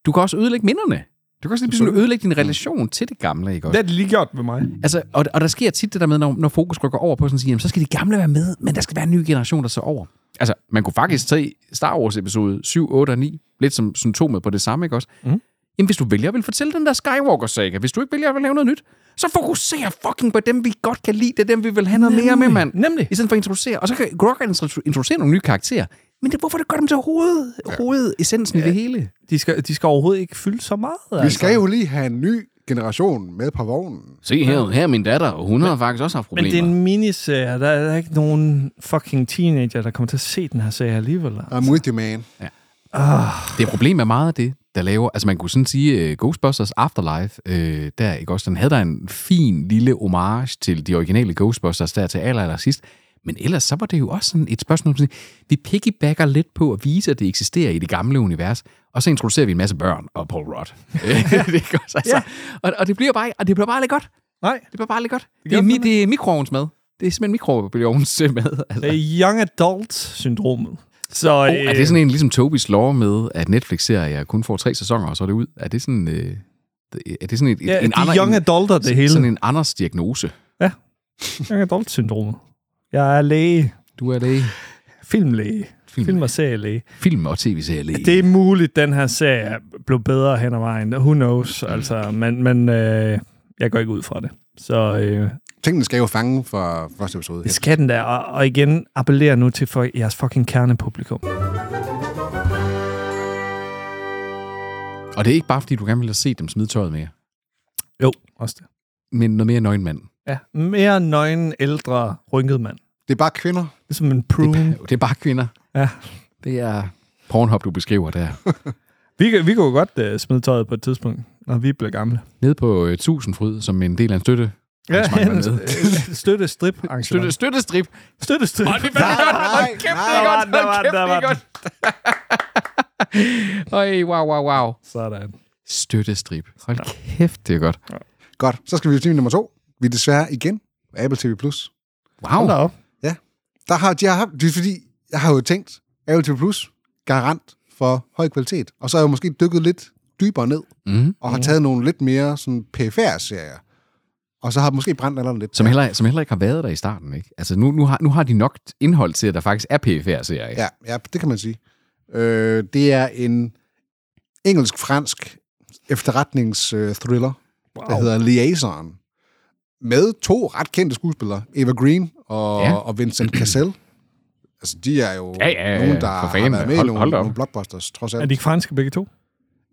C: du kan også ødelægge minderne. Du kan også lige pludselig ødelægge din relation til det gamle, ikke også?
A: har de lige gjort med mig.
C: Altså, og, og der sker tit det der med, når, når fokus rykker over på sådan at sige, jamen, så skal de gamle være med, men der skal være en ny generation, der så over. Altså, man kunne faktisk tage Star Wars episode 7, 8 og 9, lidt som symptomet på det samme, ikke også?
A: Mhm.
C: Mm. Jamen, hvis du vælger at vil fortælle den der Skywalker-saga, hvis du ikke vælger at vil lave noget nyt, så fokuser fucking på dem, vi godt kan lide, det er dem, vi vil have noget mere med, mand.
A: Nemlig.
C: I stedet for at introducere, og så kan Grok introdu- introducere nogle nye karakterer. Men det, hvorfor det gør dem til hoved, hovedessensen ja. i det hele?
A: De skal, de skal overhovedet ikke fylde så meget. altså.
B: Vi skal jo lige have en ny generation med på vognen.
C: Se her, her er min datter, og hun har faktisk også haft
A: Men det er en miniserie, der er der er ikke nogen fucking teenager, der kommer til at se den her serie alligevel. eller?
B: I'm with you, man.
C: Det er problemet med meget af det, der laver... Altså, man kunne sådan sige, uh, Ghostbusters Afterlife, uh, der, ikke også? Den havde der en fin lille homage til de originale Ghostbusters der til aller, aller sidst. Men ellers så var det jo også sådan et spørgsmål, om sådan, vi piggybacker lidt på at vise, at det eksisterer i det gamle univers, og så introducerer vi en masse børn og Paul Rudd. det, ikke også, altså. og, og, det bliver bare, og det bliver bare lidt godt.
A: Nej.
C: Det bliver bare lidt godt. Det,
A: gør
C: er, mi,
A: det.
C: det er mikroovens mad. Det er simpelthen mikroovens øh, mad. Altså.
A: Det er young adult-syndromet. Så, øh,
C: Oh, er det sådan en, ligesom Tobis lov med, at Netflix-serier kun får tre sæsoner, og så er det ud? Er det sådan, øh, er det sådan et, et-
A: ja, de
C: en,
A: er young
C: en,
A: adulter, det hele.
C: sådan en Anders diagnose?
A: Young adult-syndromet. Jeg er læge.
C: Du er det
A: Filmlæge.
C: Filmlæge.
A: Film og serielæge.
C: film- og tv-serie læge.
A: Det er muligt, den her serie blev bedre hen ad vejen. Who knows? Altså, men, men øh, jeg går ikke ud fra det. Så øh,
B: Tingene skal jo fange for første episode.
A: det skal den der. Og, og igen, appellerer nu til for jeres fucking kernepublikum.
C: Og det er ikke bare, fordi du gerne vil have set dem smide tøjet mere,
A: Jo, også det.
C: men noget mere nøgenmand.
A: Ja. Mere nøgen, ældre, rynket mand.
B: Det er bare kvinder.
A: Ligesom en prune.
C: Det er bare kvinder.
A: Ja.
C: Det er Pornhub, du beskriver der.
A: Vi, kan- vi kunne jo godt øh, smide tøjet på et tidspunkt, når vi bliver gamle.
C: Nede på øh, Tusindfryd, som en del af en støtte. Arrangement
A: en,
C: dernede.
A: øh, støtte strip
C: Støtte, støttestrip.
A: støtte strip.
C: Ej, det er fandme godt. Hold kæft, det er godt.
A: Der var
C: Hold
A: den,
C: kæft,
A: der
C: det
A: var
C: er godt. Ej, wow, wow, wow.
A: Sådan.
C: Støttestrip. Hold kæft, det er godt.
B: Godt, så skal vi til min nummer to. Vi er desværre igen på Apple TV+. Plus.
C: Wow.
A: op.
B: Der har, de har, haft- det er fordi, jeg har jo tænkt, Apple TV+, Plus, garant for høj kvalitet. Og så har jeg jo måske dykket lidt dybere ned,
C: Mm.
B: og har taget nogle lidt mere sådan PFR-serier. og så har måske brændt alderen lidt.
C: Som heller, som heller ikke har været der i starten, ikke? Altså, nu, nu, har, nu har de nok indhold til, at der faktisk er PFR-serier, ikke?
B: Ja, ja, det kan man sige. Øh, det er en engelsk-fransk efterretningsthriller, wow. der hedder Liaison, med to ret kendte skuespillere, Eva Green og,
C: Ja.
B: ja. og Vincent Cassel. Altså, de er jo
C: Ja, ja, ja,
B: nogen, der
C: for
B: har
C: fanden.
B: været med
C: Hold-
B: i nogle,
C: hold da op.
B: nogle blockbusters, trods
A: Er
B: alt.
A: de ikke franske begge to?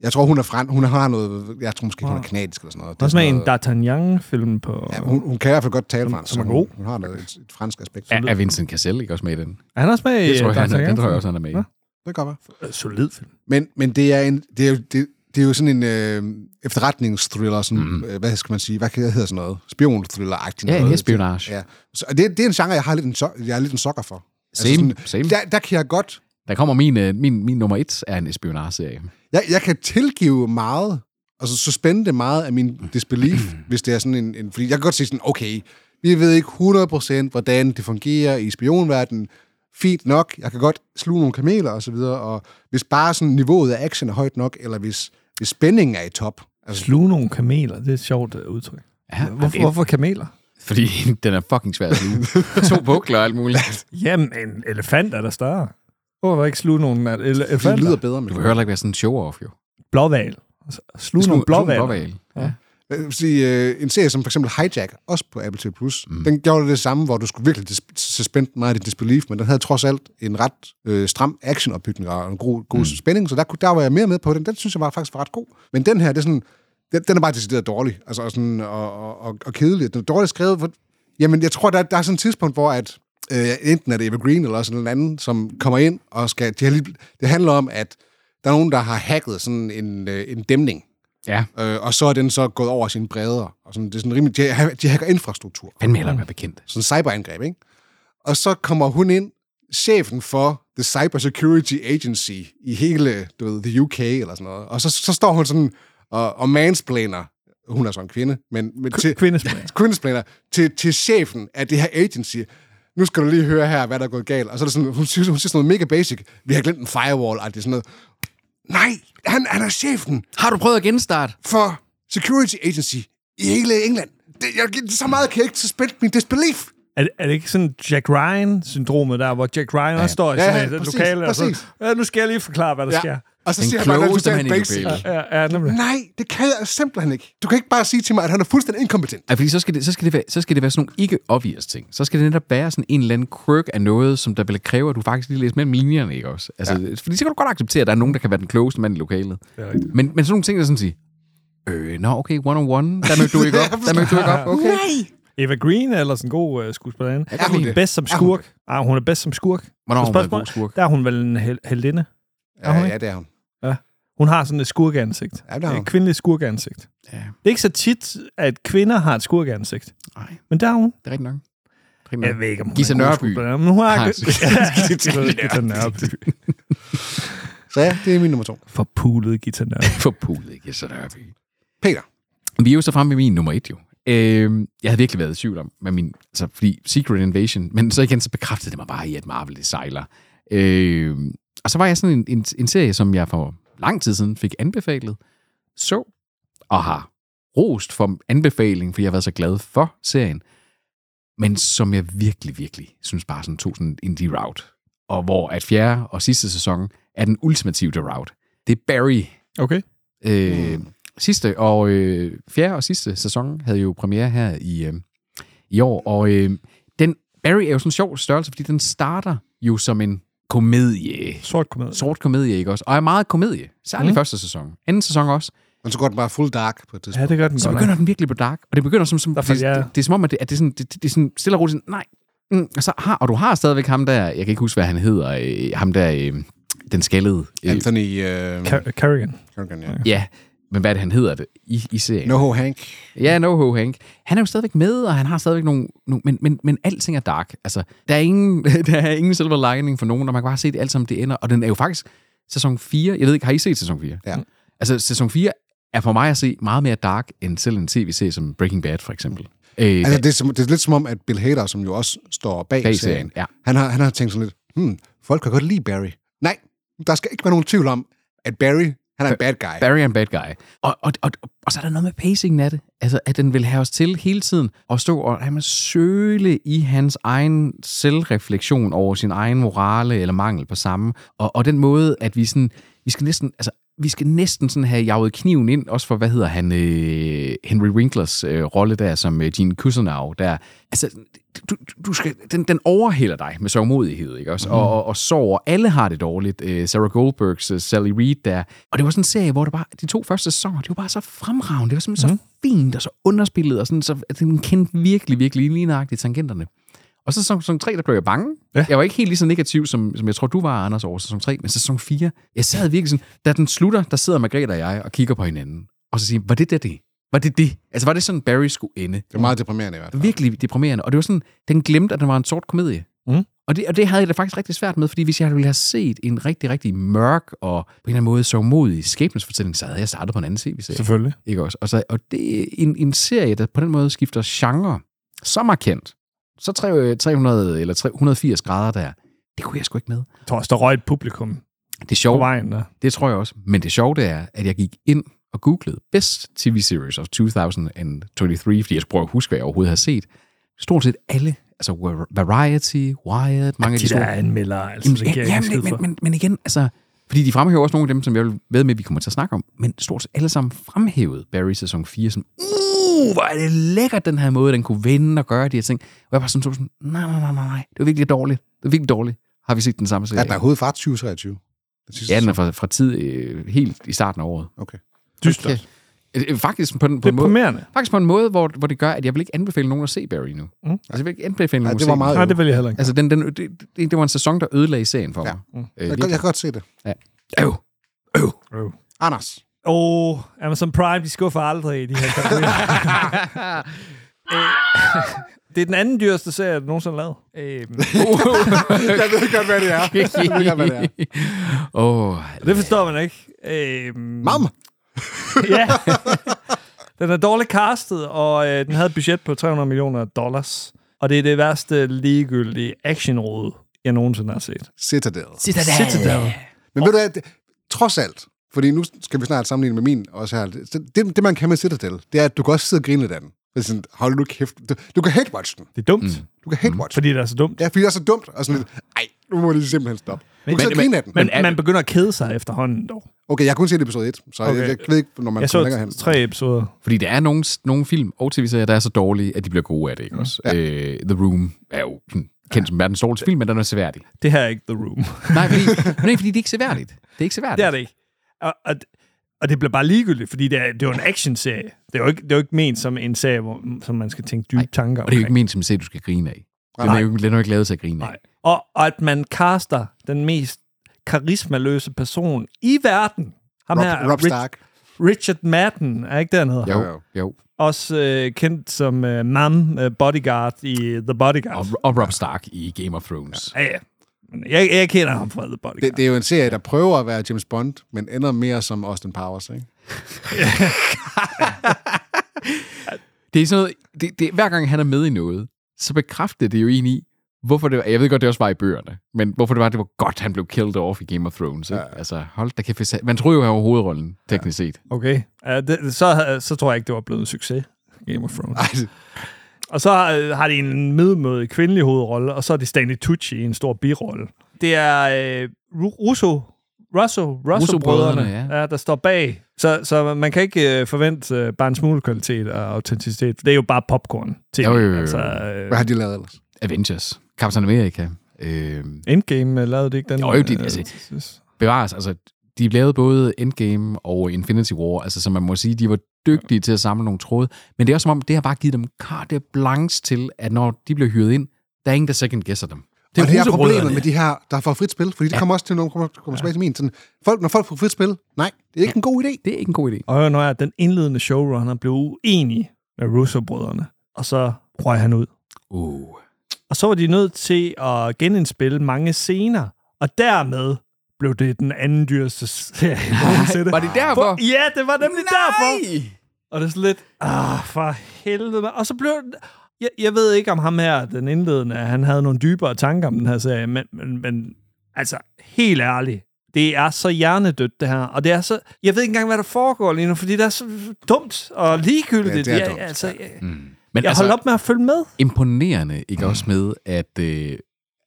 B: Jeg tror, hun er fran. Hun har noget... Jeg tror måske, hun er
A: Wow.
B: kanadisk eller sådan noget. Det
A: Ah. Der er sådan
B: sådan
A: en
C: Altså-
B: noget-
A: D'Artagnan-film på...
B: Ja, hun, hun kan i hvert fald godt tale
A: Som-
B: fransk.
A: som er
B: så
A: god.
B: hun, hun har noget, et, et fransk aspekt. Ja.
C: Er, er Vincent Cassel ikke også med i den?
B: Øh,
A: Er han også med i
C: Det tror jeg, han, er- den tror
A: D'Artagnan-film?
C: jeg også, han er med i.
A: Nå.
B: Det kan være.
A: Øh, Solid film.
B: Men, men det, er en, det, er jo, det, det er jo sådan en øh, efterretningsthriller, sådan,
A: Mm-hmm.
B: mm. øh, hvad skal man sige, hvad kan- hvad hedder sådan noget? Spionthriller-agtig
C: Ja,
B: noget.
C: espionage.
B: Ja. Så og det, det er en genre, jeg har lidt en, so- jeg er lidt en sokker for.
C: Same, same.
B: altså, Der, der kan jeg godt...
C: Der kommer min, øh, min, min nummer et er en espionage-serie.
B: Jeg, jeg kan tilgive meget, altså suspende meget af min disbelief, hvis det er sådan en, en... Fordi jeg kan godt sige sådan, okay, vi ved ikke 100% hvordan det fungerer i spionverdenen. Fint nok, jeg kan godt sluge nogle kameler og så videre, og hvis bare sådan niveauet af action er højt nok, eller hvis, hvis spændingen er i top. Altså,
A: Sluge nogle kameler, det er et sjovt øh, udtryk.
C: Ja,
A: Hvorfor,
C: det-
A: hvorfor kameler?
C: Fordi den er fucking svær at sluge. to bukler og alt muligt.
A: Jamen, en elefant er der større. Hvorfor ikke sluge nogle ele- elefanter?
B: det lyder bedre med
C: Du behøver heller ikke være sådan en show-off, jo.
A: Blåval. Altså, Sluge nogle
C: Slu- slu en
A: blåval.
C: blåhval.
B: Jeg vil sige, øh, en serie som for eksempel Hijack, også på Apple TV+, Plus, mm. den gjorde det samme, hvor du skulle virkelig dis- suspende meget af dit disbelief, men den havde trods alt en ret øh, stram actionopbygning og en god, god mm. spænding, så der, kunne- der var jeg mere med på den. Den synes jeg var faktisk var ret god. Men den her, det er sådan, den, den er bare decideret dårlig, altså og sådan, og, og, og, og kedelig. Den er dårligt skrevet. For, jamen, jeg tror, der, der er sådan et tidspunkt, hvor at, øh, enten er det Eva Green eller også en eller anden, som kommer ind og skal... De har lige, det handler om, at der er nogen, der har hacket sådan en, øh, en dæmning,
C: Ja,
B: Øh, og så er den så gået over sine bredder. Og sådan, det er sådan rimelig, de, ha- de hacker infrastruktur.
C: fandme heller være bekendt.
B: Sådan cyberangreb, ikke? Og så kommer hun ind, chefen for The Cyber Security Agency i hele, du ved, the UK eller sådan noget. Og så, så står hun sådan og, og mansplaner. Hun er så en kvinde, men, men til,
A: Kvindespring.
B: kvindesplaner til, til chefen af det her agency. Nu skal du lige høre her, hvad der er gået galt. Og så er det sådan, hun siger, hun siger sådan noget mega basic. Vi har glemt en firewall, og det er sådan noget. Nej, han, han er chefen
C: Har du prøvet at genstarte?
B: for Security Agency i hele England. Det, jeg, det, så meget kan jeg ikke suspende min disbelief.
A: Er, det- er det ikke sådan Jack Ryan-syndromet der, hvor Jack Ryan også står i
B: Ja,
A: sådan
B: ja,
A: et
B: præcis,
A: lokale? og så-
B: præcis.
A: Ja, nu skal jeg lige forklare, hvad der sker.
B: Og så
C: Den
B: siger han bare, at det er
C: klogeste
B: totalt
C: mand i
B: basic.
C: lokalet.
A: Ja, ja, nemlig.
B: Nej, det kan jeg simpelthen ikke. Du kan ikke bare sige til mig, at han er fuldstændig inkompetent.
C: Ja, fordi så skal, det, så, skal det være, så skal det være sådan nogle ikke obvious ting. Så skal det netop være sådan en eller anden quirk af noget, som der vil kræve, at du faktisk lige læser mellem linjerne, ikke også? Altså, ja. Fordi så kan du godt acceptere, at der er nogen, der kan være den klogeste mand i lokalet.
A: Det er rigtigt.
C: Men, men sådan nogle ting, der sådan sige, øh, nå okay, one-on-one, der mødte du ikke op, der mødte du ikke op, okay.
A: Eva Green er ellers en god uh, skuespillerinde.
B: Er hun det?
A: Bedst som
B: Er hun
A: skurk. Ah, hun er bedst som skurk.
C: Hvornår har hun været en
A: Spørgsmål.
C: god skurk?
A: Der er hun vel en hel- heldinde. Er hun
B: Ja,
A: ikke?
B: ja, det er hun.
A: Hun har sådan et skurkeansigt.
B: Ja, det har
A: Et
B: hun.
A: kvindeligt skurkeansigt.
C: Ja,
A: Det er ikke så tit, at kvinder har et skurkeansigt.
C: nej,
A: Men der er hun.
C: det er rigtigt nok. Det er rigtigt
A: Jeg
C: nok.
A: ved ikke, om hun
C: Gita
A: er en god
C: Nørby.
A: skuespiller, Men hun har...
C: Har
A: Ja,
C: en-
A: Gita Nørby.
B: Så ja, det er min nummer to.
A: Forpulet Gita Nørby.
C: Forpulet, ikke så nørby.
B: Peter.
C: Vi er jo så fremme ved min nummer et, jo. Øh, jeg havde virkelig været i tvivl om, hvad min, altså, fordi Secret Invasion, men så igen, så bekræftede det mig bare i, at Marvel det sejler. Øh, og så var jeg sådan en, en, en serie, som jeg for lang tid siden fik anbefalet, så og har rost for anbefalingen, fordi jeg har været så glad for serien, men som jeg virkelig, virkelig synes bare sådan tog sådan en route og hvor at fjerde og sidste sæson er den ultimative route. Det er Barry,
A: Okay.
C: Øh, sidste og øh, fjerde og sidste sæson havde jo premiere her i, øh, i år, og øh, den, Barry er jo sådan en sjov størrelse, fordi den starter jo som en komedie.
A: Sort komedie.
C: Sort komedie, ikke også? Og er meget komedie. Særligt mm. første sæson. Anden sæson også.
B: Men så går den bare full dark på et
A: Ja,
B: tidspunkt.
A: det gør den
C: Så
A: godt.
C: begynder den virkelig på dark. Og det begynder som... som
A: Der
C: det,
A: får
C: det,
A: jeg-
C: det, er som om, at det, at det, er sådan, det, det, det er sådan stille og roligt sådan, nej. Mm, og, så har, og du har stadigvæk ham der, jeg kan ikke huske, hvad han hedder, øh, ham der, øh, den skaldede. Øh,
B: Anthony... Øh,
A: Car- Carrigan.
B: Kerrigan, ja.
C: ja, men hvad er det, han hedder det i, i serien?
B: Noho Hank.
C: Ja, no ho, Hank. Han er jo stadigvæk med, og han har stadigvæk nogle... nogle men, men, men alting er dark. Altså, der er, ingen, der er ingen silver lining for nogen, og man kan bare se det alt sammen, det ender. Og den er jo faktisk sæson 4. Jeg ved ikke, har I set sæson 4?
B: Ja.
C: Altså, sæson 4 er for mig at se meget mere dark, end selv en tv-serie som Breaking Bad, for eksempel. Øh,
B: Altså, det er, som, det er lidt som om, at Bill Hader, som jo også står bag,
C: Bag
B: bag
C: serien,
B: serien,
C: ja.
B: han, har, han har tænkt sådan lidt, hmm, folk kan godt lide Barry. Nej, der skal ikke være nogen tvivl om, at Barry Han er en bad guy.
C: Barry and Bad Guy. Og, og, og, og så er der noget med pacingen af det. Altså, at den vil have os til hele tiden at stå og have med søle i hans egen selvreflektion over sin egen morale eller mangel på samme. Og, og den måde, at vi sådan, vi skal næsten, altså, vi skal næsten sådan have jaget kniven ind, også for, hvad hedder han, øh, Henry Winklers øh, rolle der, som øh, Gene Cousineau, der, altså, du, du skal, den, den overhælder dig med sørgmodighed, ikke også? Mm. Og, og, og sover. Alle har det dårligt. Øh, Sarah Goldbergs øh, Sally Reed der. Og det var sådan en serie, hvor det bare, de to første sæsoner, det var bare så fremragende. Det var simpelthen mm. så fint og så underspillet, og sådan, så at den kendte virkelig, virkelig lignagtigt tangenterne. Og så sæson, sæson 3, der blev jeg bange. Ja. Jeg var ikke helt lige så negativ, som, som jeg tror, du var, Anders, over sæson 3, men sæson 4, jeg sad virkelig sådan, da den slutter, der sidder Margrethe og jeg og kigger på hinanden, og så siger, var det der det? Var det det? Altså, var det sådan, Barry skulle ende?
B: Det er meget deprimerende i hvert fald.
C: virkelig deprimerende. Og det var sådan, den glemte, at den var en sort komedie.
A: Mm.
C: Og, det, og det havde jeg det faktisk rigtig svært med, fordi hvis jeg ville have set en rigtig, rigtig mørk og på en eller anden måde så modig skæbnesfortælling, så havde jeg startet på en anden tv-serie.
A: Selvfølgelig.
C: Ikke også? Og, så, og det er en, en serie, der på den måde skifter genre så markant, så tre- 300 eller 380 grader der, det kunne jeg sgu ikke med.
A: Jeg tror også, der røg et publikum
C: Det
A: på
C: sjove
A: vejen der.
C: det tror jeg også. Men det sjove det er, at jeg gik ind og googlede Best TV Series of 2023, fordi jeg skulle prøve at huske, hvad jeg overhovedet har set. Stort set alle, altså Var- Variety, Wired, mange af de,
A: De
C: store...
A: der anmelder, altså,
C: Jamen,
A: det giver
C: ja,
A: jeg
C: jamen,
A: ikke en skid for.
C: men, men, men igen, altså... Fordi de fremhæver også nogle af dem, som jeg vil ved med, at vi kommer til at snakke om. Men stort set alle sammen fremhævede Barry sæson 4 som, uh, hvor er det lækkert den her måde, den kunne vende og gøre de her ting. Og jeg bare sådan, så sådan nej, nej, nej, nej, nej, det var virkelig dårligt. Det var virkelig dårligt. Har vi set den samme serie?
B: Er den overhovedet fra 2023? Den sidste
C: Ja, den er
B: sæson?
C: fra, fra tid øh, helt i starten af året.
B: Okay.
A: Dyster.
C: Okay. Øh, Faktisk på, den, på, en måde,
A: Deprimerende.
C: faktisk på en måde, hvor, hvor det gør, at jeg vil ikke anbefale nogen at se Barry nu. Mm. Altså, jeg vil ikke anbefale nogen
B: Nej,
C: at
B: det
C: se
B: var
C: den.
B: meget...
A: Nej, det vil jeg heller ikke.
C: Altså, den, den, det, det, det var en sæson, der ødelagde serien for
B: Ja.
C: mig.
A: Mm.
C: Øh,
B: jeg, kan, jeg kan godt se det.
C: Øh, øh.
B: Anders.
A: Åh, oh, Amazon Prime, de skuffer aldrig i de her kategorier. Øh, det er den anden dyreste serie, der nogensinde er lavet. Øh,
B: jeg ved godt, hvad det er. Jeg ved godt, hvad det er.
C: Åh, altså,
A: det forstår man ikke. Øh,
B: Mam!
A: ja. Den er dårligt castet, og øh, den havde et budget på 300 millioner dollars. Og det er det værste ligegyldige actionråd, jeg nogensinde har set.
B: Citadel.
F: Citadel. Citadel.
B: Men ved du hvad, det, trods alt, fordi nu skal vi snart sammenligne med min også her. Så Det, det man kan med Citadel, det er, at du kan også sidde og grine lidt af den. Det er sådan, hold nu kæft. Du, du kan hate-watch den.
A: Det er dumt, mm.
B: Du kan hate-watch den.
A: fordi det er så dumt.
B: Ja, fordi det er så dumt. Og sådan lidt, ej, nu må det simpelthen stoppe. Du kan sidde og grine af den.
A: Men man begynder at kede sig efterhånden dog.
B: Okay, jeg har kun set episode 1, så okay.
A: Okay.
B: jeg, jeg ved ikke, når man
A: Jeg
B: kommer længere hen.
A: så tre episoder.
C: Fordi der er nogle, nogle film og tv-serier, der er så dårlige, at de bliver gode af det,
B: Mm.
C: ikke også? Ja. Øh, The Room er jo sådan kendt som verdens dårligste film, men den er seværdig.
A: Det her er ikke The Room.
C: Nej, fordi, nej, fordi det er ikke seværdigt. Det er ikke seværdigt.
A: det er det ikke. Og, og, og det bliver bare ligegyldigt, fordi det er, det er jo en actionserie. Det er jo ikke, det er jo ikke ment som en serie, hvor, som man skal tænke dybe
C: Nej,
A: Nej, tanker
C: Og det er jo ikke
A: omkring.
C: ment som en serie, du skal grine af. Den er
B: Nej.
C: jo ikke, den er jo ikke lavet til at grine af.
A: Nej. Og, og at man caster den mest karismaløse person i verden. Ham her,
B: Rob, Rob
A: Rich-
B: Stark.
A: Richard Madden, er ikke det, han hedder?
C: Jo,
B: Jo, jo.
C: jo.
A: Også øh, kendt som øh, Mam øh, Bodyguard i The Bodyguard.
C: Og, og Rob Stark i Game of Thrones.
A: Ja, ja. Men Jeg, jeg kender ham fra The Bodyguard.
B: Det, det er jo en serie, der prøver at være James Bond, men ender mere som Austin Powers, ikke?
C: Det er sådan noget, det, det, hver gang han er med i noget, så bekræfter det jo en i, hvorfor det var, jeg ved godt, det også var i bøgerne, men hvorfor det var, det var godt, han blev killed off i Game of Thrones. Ikke? Ja. Altså, hold da kæft, hvis han- man troede jo, han var hovedrollen, teknisk set.
A: Okay. Ja, det, så, så tror jeg ikke, det var blevet en succes. Game of Thrones.
B: Ej, det-
A: Og så øh, har de en medmødig kvindelig hovedrolle, og så er det Stanley Tucci i en stor birolle. Det er øh, Ru- Russo, Russo, Russo-brødrene,
C: Russo-brødrene,
A: ja. Ja, der står bag. Så, så man kan ikke øh, forvente øh, bare en smule kvalitet og autenticitet. Det er jo bare popcorn til
C: Jo, jo, jo, jo.
A: Altså, øh,
B: Hvad har de lavet ellers?
C: Avengers, Captain America, øh,
A: Endgame øh, lavede det ikke den?
C: Jo, jo, det-
A: øh,
C: altså-
A: s-
C: bevares, altså, de lavede både Endgame og Infinity War, altså, så man må sige, de var dygtige til at samle nogle tråde, men det er også som om, det har bare givet dem carte blanche til, at når de bliver hyret ind, der er ingen, der second guesser dem.
B: Det er, og det er
C: Rusebrødrene.
B: problemet med de her, der får frit spil, fordi det kommer også til, når kommer, kommer tilbage til min. Sådan, folk, når folk får frit spil, nej, det er ikke en god idé.
C: Det er ikke en god idé.
A: Og hør nu er, at den indledende showrunner blev uenig med Russo-brødrene, og så røg han ud.
C: Uh.
A: Og så var de nødt til at genindspille mange scener, og dermed blev det den anden dyreste serie. nogensinde.
C: Var det derfor?
A: For- Ja, det var nemlig Nej! derfor. Og det er sådan lidt, ah, for helvede. mand." Og så blev den- jeg, jeg ved ikke om ham her, den indledende, han havde nogle dybere tanker om den her serie, men, men, men altså, helt ærligt, Det er så hjernedødt, det her. Og det er så... Jeg ved ikke engang, hvad der foregår lige nu, fordi det er så dumt og ligegyldigt.
B: Ja, Mm. Altså- det er
A: jeg,
B: dumt,
A: altså, jeg,
C: Men altså,
A: jeg holder op med at følge med.
C: imponerende, ikke også med, at øh,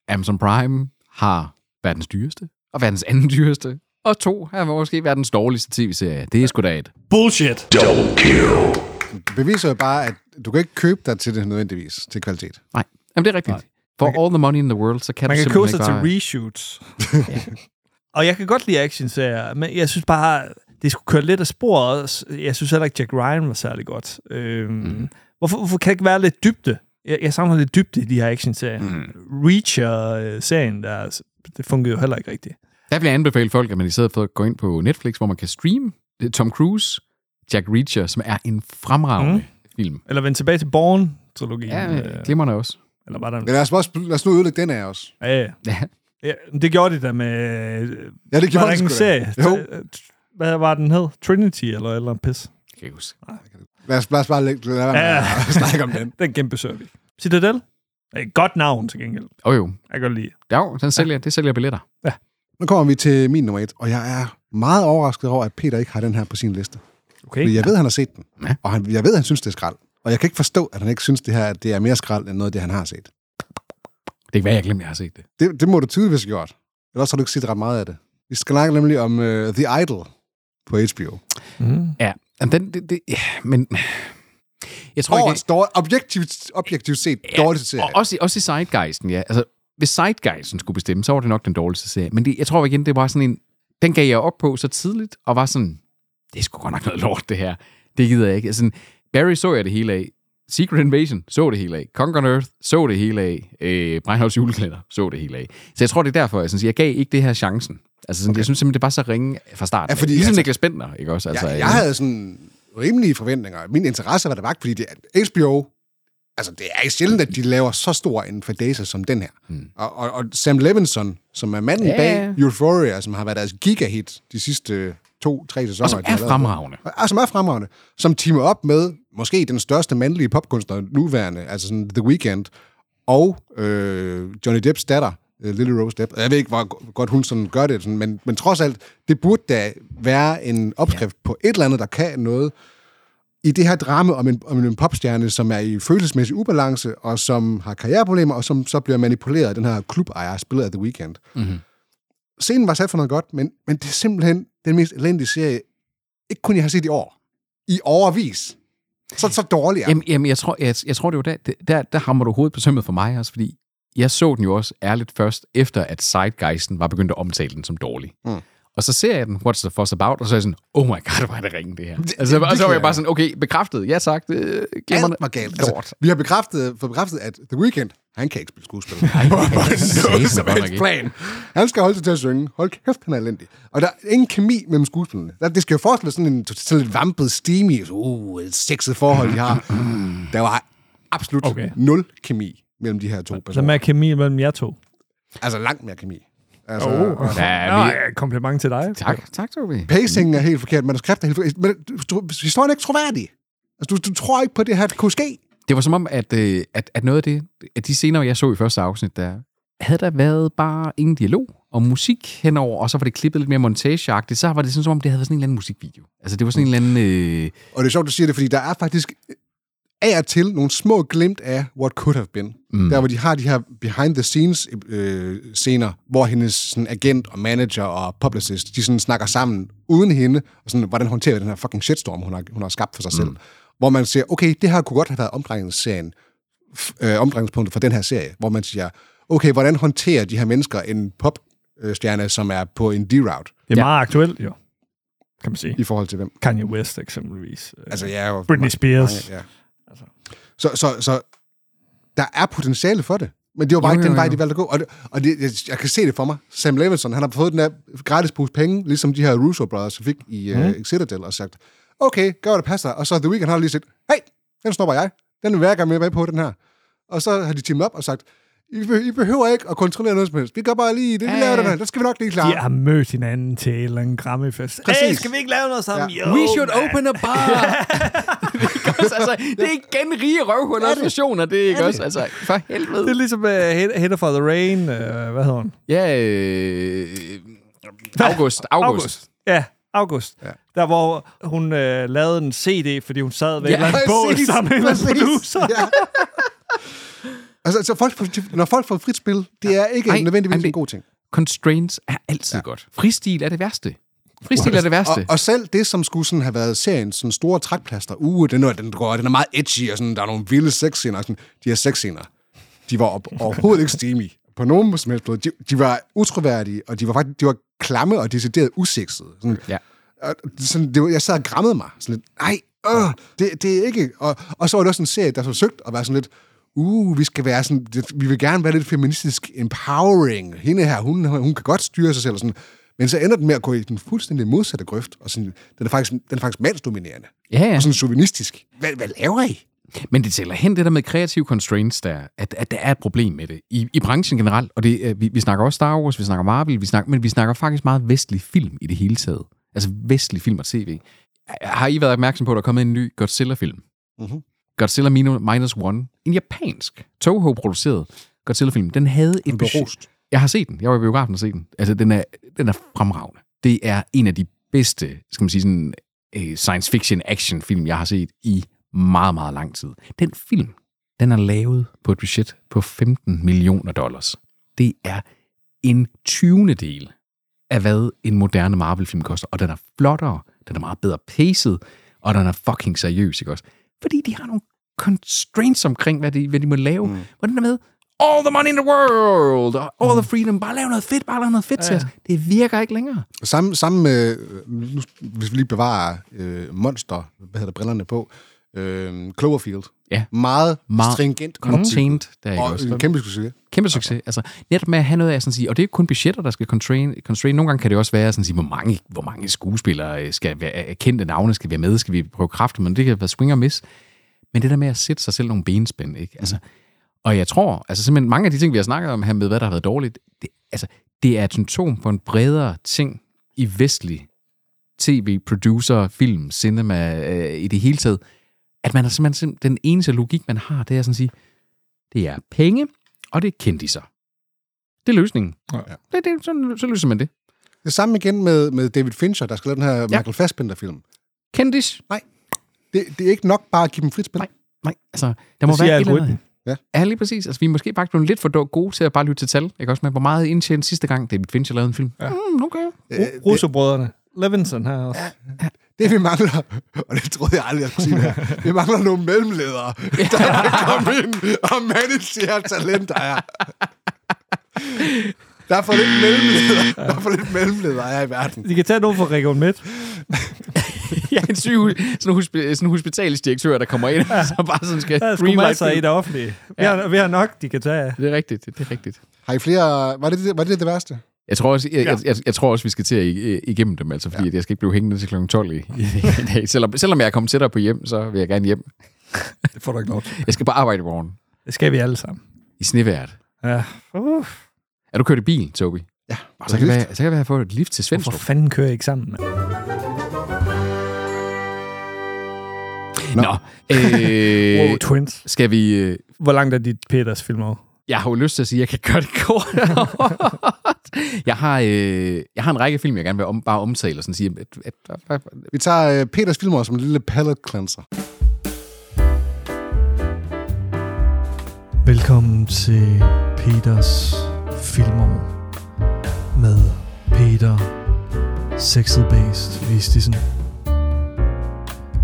C: Amazon Prime har verdens dyreste, og verdens anden dyreste, og to har måske verdens dårligste tv-serie. Det er sgu da et.
E: Bullshit.
B: Det beviser jo bare, at du kan ikke købe dig til det nødvendigvis, til kvalitet.
C: Nej, Jamen, det er rigtigt. For all the money in the world, så kan
A: Man
C: du
A: kan købe sig
C: simpelthen
A: til
C: ikke bare...
A: reshoots. og jeg kan godt lide actionserier, men jeg synes bare, det skulle køre lidt af sporet. også. Jeg synes heller ikke, Jack Ryan var særlig godt. Øhm,
B: Mhm.
A: mm. hvorfor, hvorfor kan det ikke være lidt dybde? Jeg, jeg savner lidt dybde i de her actionserier.
B: Mhm.
A: Mm. Reacher-serien, der, altså, det fungerede jo heller ikke rigtigt.
C: Der bliver anbefalet folk, at man i stedet for går ind på Netflix, hvor man kan streame øh, Tom Cruise, Jack Reacher, som er en fremragende mm. film.
A: Eller vende tilbage til Born-trilogien.
C: Ja,
A: øh,
C: øh, glimrende også.
A: eller var der en...
B: Men lad os, også, lad os nu ødelægge den af os.
A: Ja, ja. ja,
C: Ja.
A: det gjorde de da med... øh,
B: Ja, det
A: Var
B: gjorde
A: der ikke
B: det
A: en
B: sgu da.
A: serie?
B: Jo,
A: Hvad var den hed? Trinity eller et eller andet pis?
C: Kan jeg huske.
B: lad os, lad os bare lægge, lad være med
A: Ja.
B: at snakke om den.
A: Den genbesøger vi. Citadel? Er et godt navn til gengæld.
C: Åh jo,
A: Jeg kan godt lide.
C: jo den sælger, det sælger billetter.
B: Nu kommer vi til min nummer et, og jeg er meget overrasket over, at Peter ikke har den her på sin liste.
A: Okay.
B: Fordi jeg ved, han har set den.
C: Ja.
B: Og han, jeg ved, han synes, det er skrald. Og jeg kan ikke forstå, at han ikke synes, det her at det er mere skrald, end noget af det, han har set.
C: Det kan være, jeg glemte, jeg har set det.
B: Det, det må du tydeligvis have gjort. Ellers har du ikke set ret meget af det. Vi skal snakke nemlig om uh, The Idol på HBO.
A: Mm.
C: Ja, Jamen, den, det, det, ja, men... Jeg tror ikke...
B: Årets dår, objektivt, objektivt set ja. dårligste serie.
C: Og også, i- også i Sidegeisten, ja. Altså, hvis Sidegeisten skulle bestemme, så var det nok den dårligste serie. Men det, jeg tror igen, det var sådan en... Den gav jeg op på så tidligt, og var sådan... Det er sgu godt nok noget lort, det her. Det gider jeg ikke. Altså, Barry så jeg det hele af. Secret Invasion så det hele af. Conquer Earth så det hele af. Øh, Breinholds julekalender så det hele af. Så jeg tror, det er derfor, jeg, synes, jeg gav ikke det her chancen. Altså, sådan, okay. jeg synes simpelthen, det var så ringe fra starten.
B: Ja,
C: Ja,
B: fordi,
C: fordi,
B: altså-
C: ligesom altså, Niklas Bentner, ikke også? Altså,
B: jeg,
C: øh,
B: jeg havde sådan rimelige forventninger. Min interesse var der vagt, fordi det, HBO, altså det er sjældent, at de laver så stor en fadese som den her. Mm. Og, og, og Sam Levinson, som er manden
C: Ja.
B: yeah. bag Euphoria, som har været deres gigahit de sidste to-tre sæsoner.
C: og som
B: de har
C: er
B: lavet.
C: fremragende.
B: Og som er fremragende, som teamer op med måske den største mandlige popkunstner nuværende, altså sådan The Weeknd, og øh, Johnny Depps datter, øh, Lily Rose Depp. Jeg ved ikke, hvor go- godt hun sådan gør det, sådan, men, men trods alt, det burde da være en opskrift ja. på et eller andet, der kan noget i det her drama om en, om en popstjerne, som er i følelsesmæssig ubalance, og som har karriereproblemer, og som så bliver manipuleret af den her klubejer, spillet af The Weeknd.
C: Mhm.
B: Scenen var sat for noget godt, men, men det er simpelthen den mest elendige serie, ikke kun jeg har set i år. I overvis. Så, så dårlig er
C: Jamen, jamen jeg, tror, jeg, jeg tror, det var der, det- der, der hammer du hovedet på sømmet for mig også, fordi jeg så den jo også ærligt først, efter at Sidegeisten var begyndt at omtale den som dårlig.
B: Mm.
C: Og så ser jeg den, What's the Fuss About, og så er jeg sådan, oh my god, hvor er det ringe, det her. Det, altså,
B: det
C: og så
B: kan
C: var
B: jeg
C: jeg bare sådan, okay, bekræftet, ja tak, det glemmer
B: Alt var galt.
C: Altså,
B: Altså, vi har bekræftet, fået bekræftet, at The Weeknd, han kan ikke spille skuespil. Nej,
C: satme godt nok ikke.
B: plan. Han skal holde sig til at synge. Hold kæft, han er elendig. Og der er ingen kemi mellem skuespillerne. Der, det skal jo forestille sådan en sådan lidt vampet, steamy, så, uh, et sexet forhold, de har. Der var absolut okay.
A: Okay.
B: nul kemi mellem de her to
A: Så
B: personer.
A: med kemi mellem jer to.
B: Altså langt mere kemi. Altså,
C: Ja,
A: Nå,
C: men-
A: ja, kompliment til dig.
C: tak, tak, Tobi.
B: Pacingen er helt forkert, manuskript er helt forkert. Men du- historien er ikke troværdig. Altså, du, du tror ikke på, at det her kunne ske.
C: Det var som om, at, øh, at, at noget af det, at de scener, jeg så i første afsnit, der havde der været bare ingen dialog og musik henover, og så var det klippet lidt mere montageagtigt, så var det sådan, som om det havde været sådan en eller anden musikvideo. Altså, det var sådan en
B: Mm.
C: eller anden... Øh,
B: Og det er sjovt, du siger det, fordi der er faktisk øh, af og til nogle små glimt af what could have been. Mm. Der, hvor de har de her behind-the-scenes-scener, øh, scener, hvor hendes sådan, agent og manager og publicist, de sådan, snakker sammen uden hende, og sådan, hvordan håndterer vi den her fucking shitstorm, hun har, hun har skabt for sig mm. selv. Hvor man siger, okay, det her kunne godt have været omdrejningsserien, f- øh, omdrejningspunktet for den her serie, hvor man siger, okay, hvordan håndterer de her mennesker en popstjerne, øh, som er på en D-route
A: Det er ja. meget aktuelt, jo. Kan man sige.
B: i forhold til hvem?
A: Kanye West eksempelvis.
B: Altså, jeg er jo...
A: Britney Spears.
B: Ja. Så, så, så der er potentiale for det. Men det var bare
C: Jo,
B: ikke den
C: jo,
B: vej,
C: jo.
B: de valgte at gå. Og, det, og det, jeg, jeg kan se det for mig. Sam Levinson, han har fået den der gratis pose penge, ligesom de her Russo Brothers fik i mm. uh,
C: Mhm.
B: Citadel, og sagt, okay, gør hvad der passer. Og så The Weeknd har lige sagt, hey, den snupper jeg. Den vil jeg gerne med på, den her. Og så har de teamet op og sagt, I, be- I behøver ikke at kontrollere noget som helst. Vi gør bare lige det, vi
C: Ja,
B: laver
C: ja,
B: den
C: ja.
B: her. Der skal vi nok lige klare.
A: De har mødt hinanden til en eller anden Grammy-fest. Hey,
B: Præcis.
A: skal vi ikke lave noget sammen?
B: Ja.
A: Jo, Oh, man.
C: a bar! ikke også? Altså, det er igen rige røvhuller versioner, det er ikke også? Altså, for
A: Det øh,
C: helvede.
A: er ligesom uh, Head for the Rain. Uh, hvad hedder hun?
C: Ja, øh, August, august.
A: Ja, August.
B: Ja.
A: Ja. Der, hvor hun øh, lavede en CD, fordi hun sad ved
C: Ja,
A: ja, et eller andet bål
B: Præcis,
A: sammen med en eller anden
B: præcis.
A: producer.
B: Ja. altså, altså folk, får- når folk får frit spil, det er ikke
C: Ej,
B: nødvendigvis
C: ej,
B: en
C: det-
B: god ting.
C: Constraints er altid ja. godt. Fristil er det værste. Fristil er det værste.
B: Og, og selv det, som skulle sådan have været seriens sådan store trækplaster, uge, den, er- den, går, den er meget edgy, og sådan, der er nogle vilde sexscener. og Sådan, de her sexscener, de var op, overhovedet ikke steamy på nogen som helst måde. De, de var utroværdige, og de var faktisk de var klamme og decideret usexede. Sådan,
C: Ja.
B: og, sådan, det var, jeg sad og grammede mig. Sådan lidt, nej, øh, det, det er ikke... Og, og så var det også en serie, der forsøgte at være sådan lidt, uh, vi skal være sådan, det, vi vil gerne være lidt feministisk empowering. Hende her, hun, hun kan godt styre sig selv og sådan. Men så ender den med at gå i den fuldstændig modsatte grøft, og sådan, den er faktisk, den er faktisk mandsdominerende.
C: Ja, ja.
B: Og sådan chauvinistisk. Hvad, hvad laver I?
C: Men det tæller hen det der med kreative constraints, der, at, at der er et problem med det i, i branchen generelt. Og det, øh, vi, vi snakker også Star Wars, vi snakker Marvel, vi snakker, men vi snakker faktisk meget vestlig film i det hele taget. Altså vestlig film og tv. Har I været opmærksom på, at der er kommet en ny Godzilla-film?
B: Mhm.
C: Godzilla Minu- Minus One. En japansk, Toho-produceret Godzilla-film. Den havde et
B: Den blev
C: budget-
B: rost.
C: Jeg har set den. Jeg var i biografen og set den. Altså, den er, den er fremragende. Det er en af de bedste, skal man sige, sådan, øh, science fiction action film, jeg har set i meget, meget lang tid. Den film, den er lavet på et budget på 15 millioner dollars. Det er en 20. del af, hvad en moderne Marvel-film koster. Og den er flottere, den er meget bedre paced, og den er fucking seriøs, ikke også? Fordi de har nogle constraints omkring, hvad de, hvad de må lave. Mm. Hvordan er med, all the money in the world, og all the freedom, bare lav noget fedt, bare lav noget fedt Mm. ja. til os. Det virker ikke længere.
B: Samme, samme med, øh, nu, hvis vi lige bevarer øh, monster, hvad hedder det, brillerne på, øh, Cloverfield.
C: Ja.
B: Meget,
C: Meget
B: meget stringent koncept.
C: Contained, der er ikke
B: Og
C: også.
B: en kæmpe succes.
C: Kæmpe succes. Okay. Altså, netop med at have noget af sådan at sige, og det er ikke kun budgetter, der skal constrain. constrain. Nogle gange kan det også være sådan at sige, hvor mange, hvor mange skuespillere øh, skal være, øh, kendte navne skal være med, skal vi prøve kræfter, men det kan være swing og miss. Men det der med at sætte sig selv nogle benspænd, ikke? Altså, og jeg tror, altså simpelthen mange af de ting, vi har snakket om her med, hvad der har været dårligt, det, altså, det er et symptom på en bredere ting i vestlig tv, producer, film, cinema, øh, i det hele taget, at man er simpelthen, sim- den eneste logik, man har, det er sådan at sige, det er penge, og det er kendiser. Det er løsningen. Ja. Det, det, så, så løser man det.
B: Det samme igen med, med David Fincher, der skal lave den her ja. Michael Fassbender-film.
C: Kendis.
B: Det, det er ikke nok bare at give dem frit spil.
C: Nej. Nej, altså, der må
A: siger
C: være et eller andet.
A: algoritmen.
B: Ja.
C: ja, lige præcis. Altså, vi er måske faktisk blevet lidt for gode til at bare lytte til tal. Ikke også med, hvor meget indtjent sidste gang David Fincher lavede en film. Ja. Mm, okay.
A: Ru- Russobrødrene. Levinson her også. Ja.
B: Øh, Det vi mangler, og det troede jeg aldrig, jeg skulle sige det her, vi mangler nogle mellemledere, der kan komme ind og manager talenter her. Der er for lidt mellemledere, der er for lidt mellemledere her i verden.
A: De kan tage nogen fra Region Midt.
C: ja, en syge, sådan en, husp- sådan en hospitalsdirektør, der kommer ind, og så bare sådan skal
A: Der er sgu
C: greenlight
A: masser i
C: film.
A: det offentlige. Vi har, vi har nok, de kan tage af.
C: Det er rigtigt, det er rigtigt.
B: Har I flere... Var det det, var det, det værste?
C: Jeg tror, også, jeg, jeg, jeg, jeg tror også, vi skal til at i- igennem dem, altså, fordi ja. jeg skal ikke blive hængende til kl. 12 i, i, i dag. Selvom, selvom jeg er kommet tættere på hjem, så vil jeg gerne hjem.
A: Det får du ikke lov til.
C: Jeg skal bare arbejde i morgen.
A: Det skal vi alle sammen.
C: I sneværet.
A: Ja. Uh,
C: Er du kørt i bil, Tobi? Ja. Så kan, det være, så kan det være, at jeg får et lift til
A: hvor
C: Svendstrup.
A: fanden kører jeg ikke sammen? mand?
C: Nå. Nå. Øh,
A: Wow, twins.
C: skal vi... Øh,
A: Hvor langt er dit Peters film over?
C: jeg har jo lyst til at sige, at jeg kan gøre det kort. jeg, har, øh, jeg har en række film, jeg gerne vil om, bare omtale og sådan sige, at, at, at,
B: Vi tager øh, Peters filmer som en lille palette cleanser.
E: Velkommen til Peters Filmår med Peter Sexet Based Vistisen.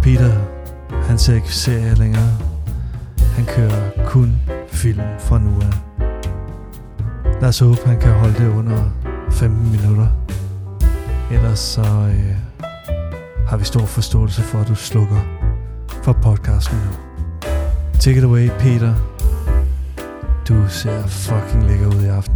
E: Peter, han ser ikke serier længere. Han kører kun film fra nu af. Lad os håbe, han kan holde det under 15 minutter. Ellers så øh, har vi stor forståelse for, at du slukker for podcasten nu. Take it away, Peter. Du ser fucking lækker ud i aften.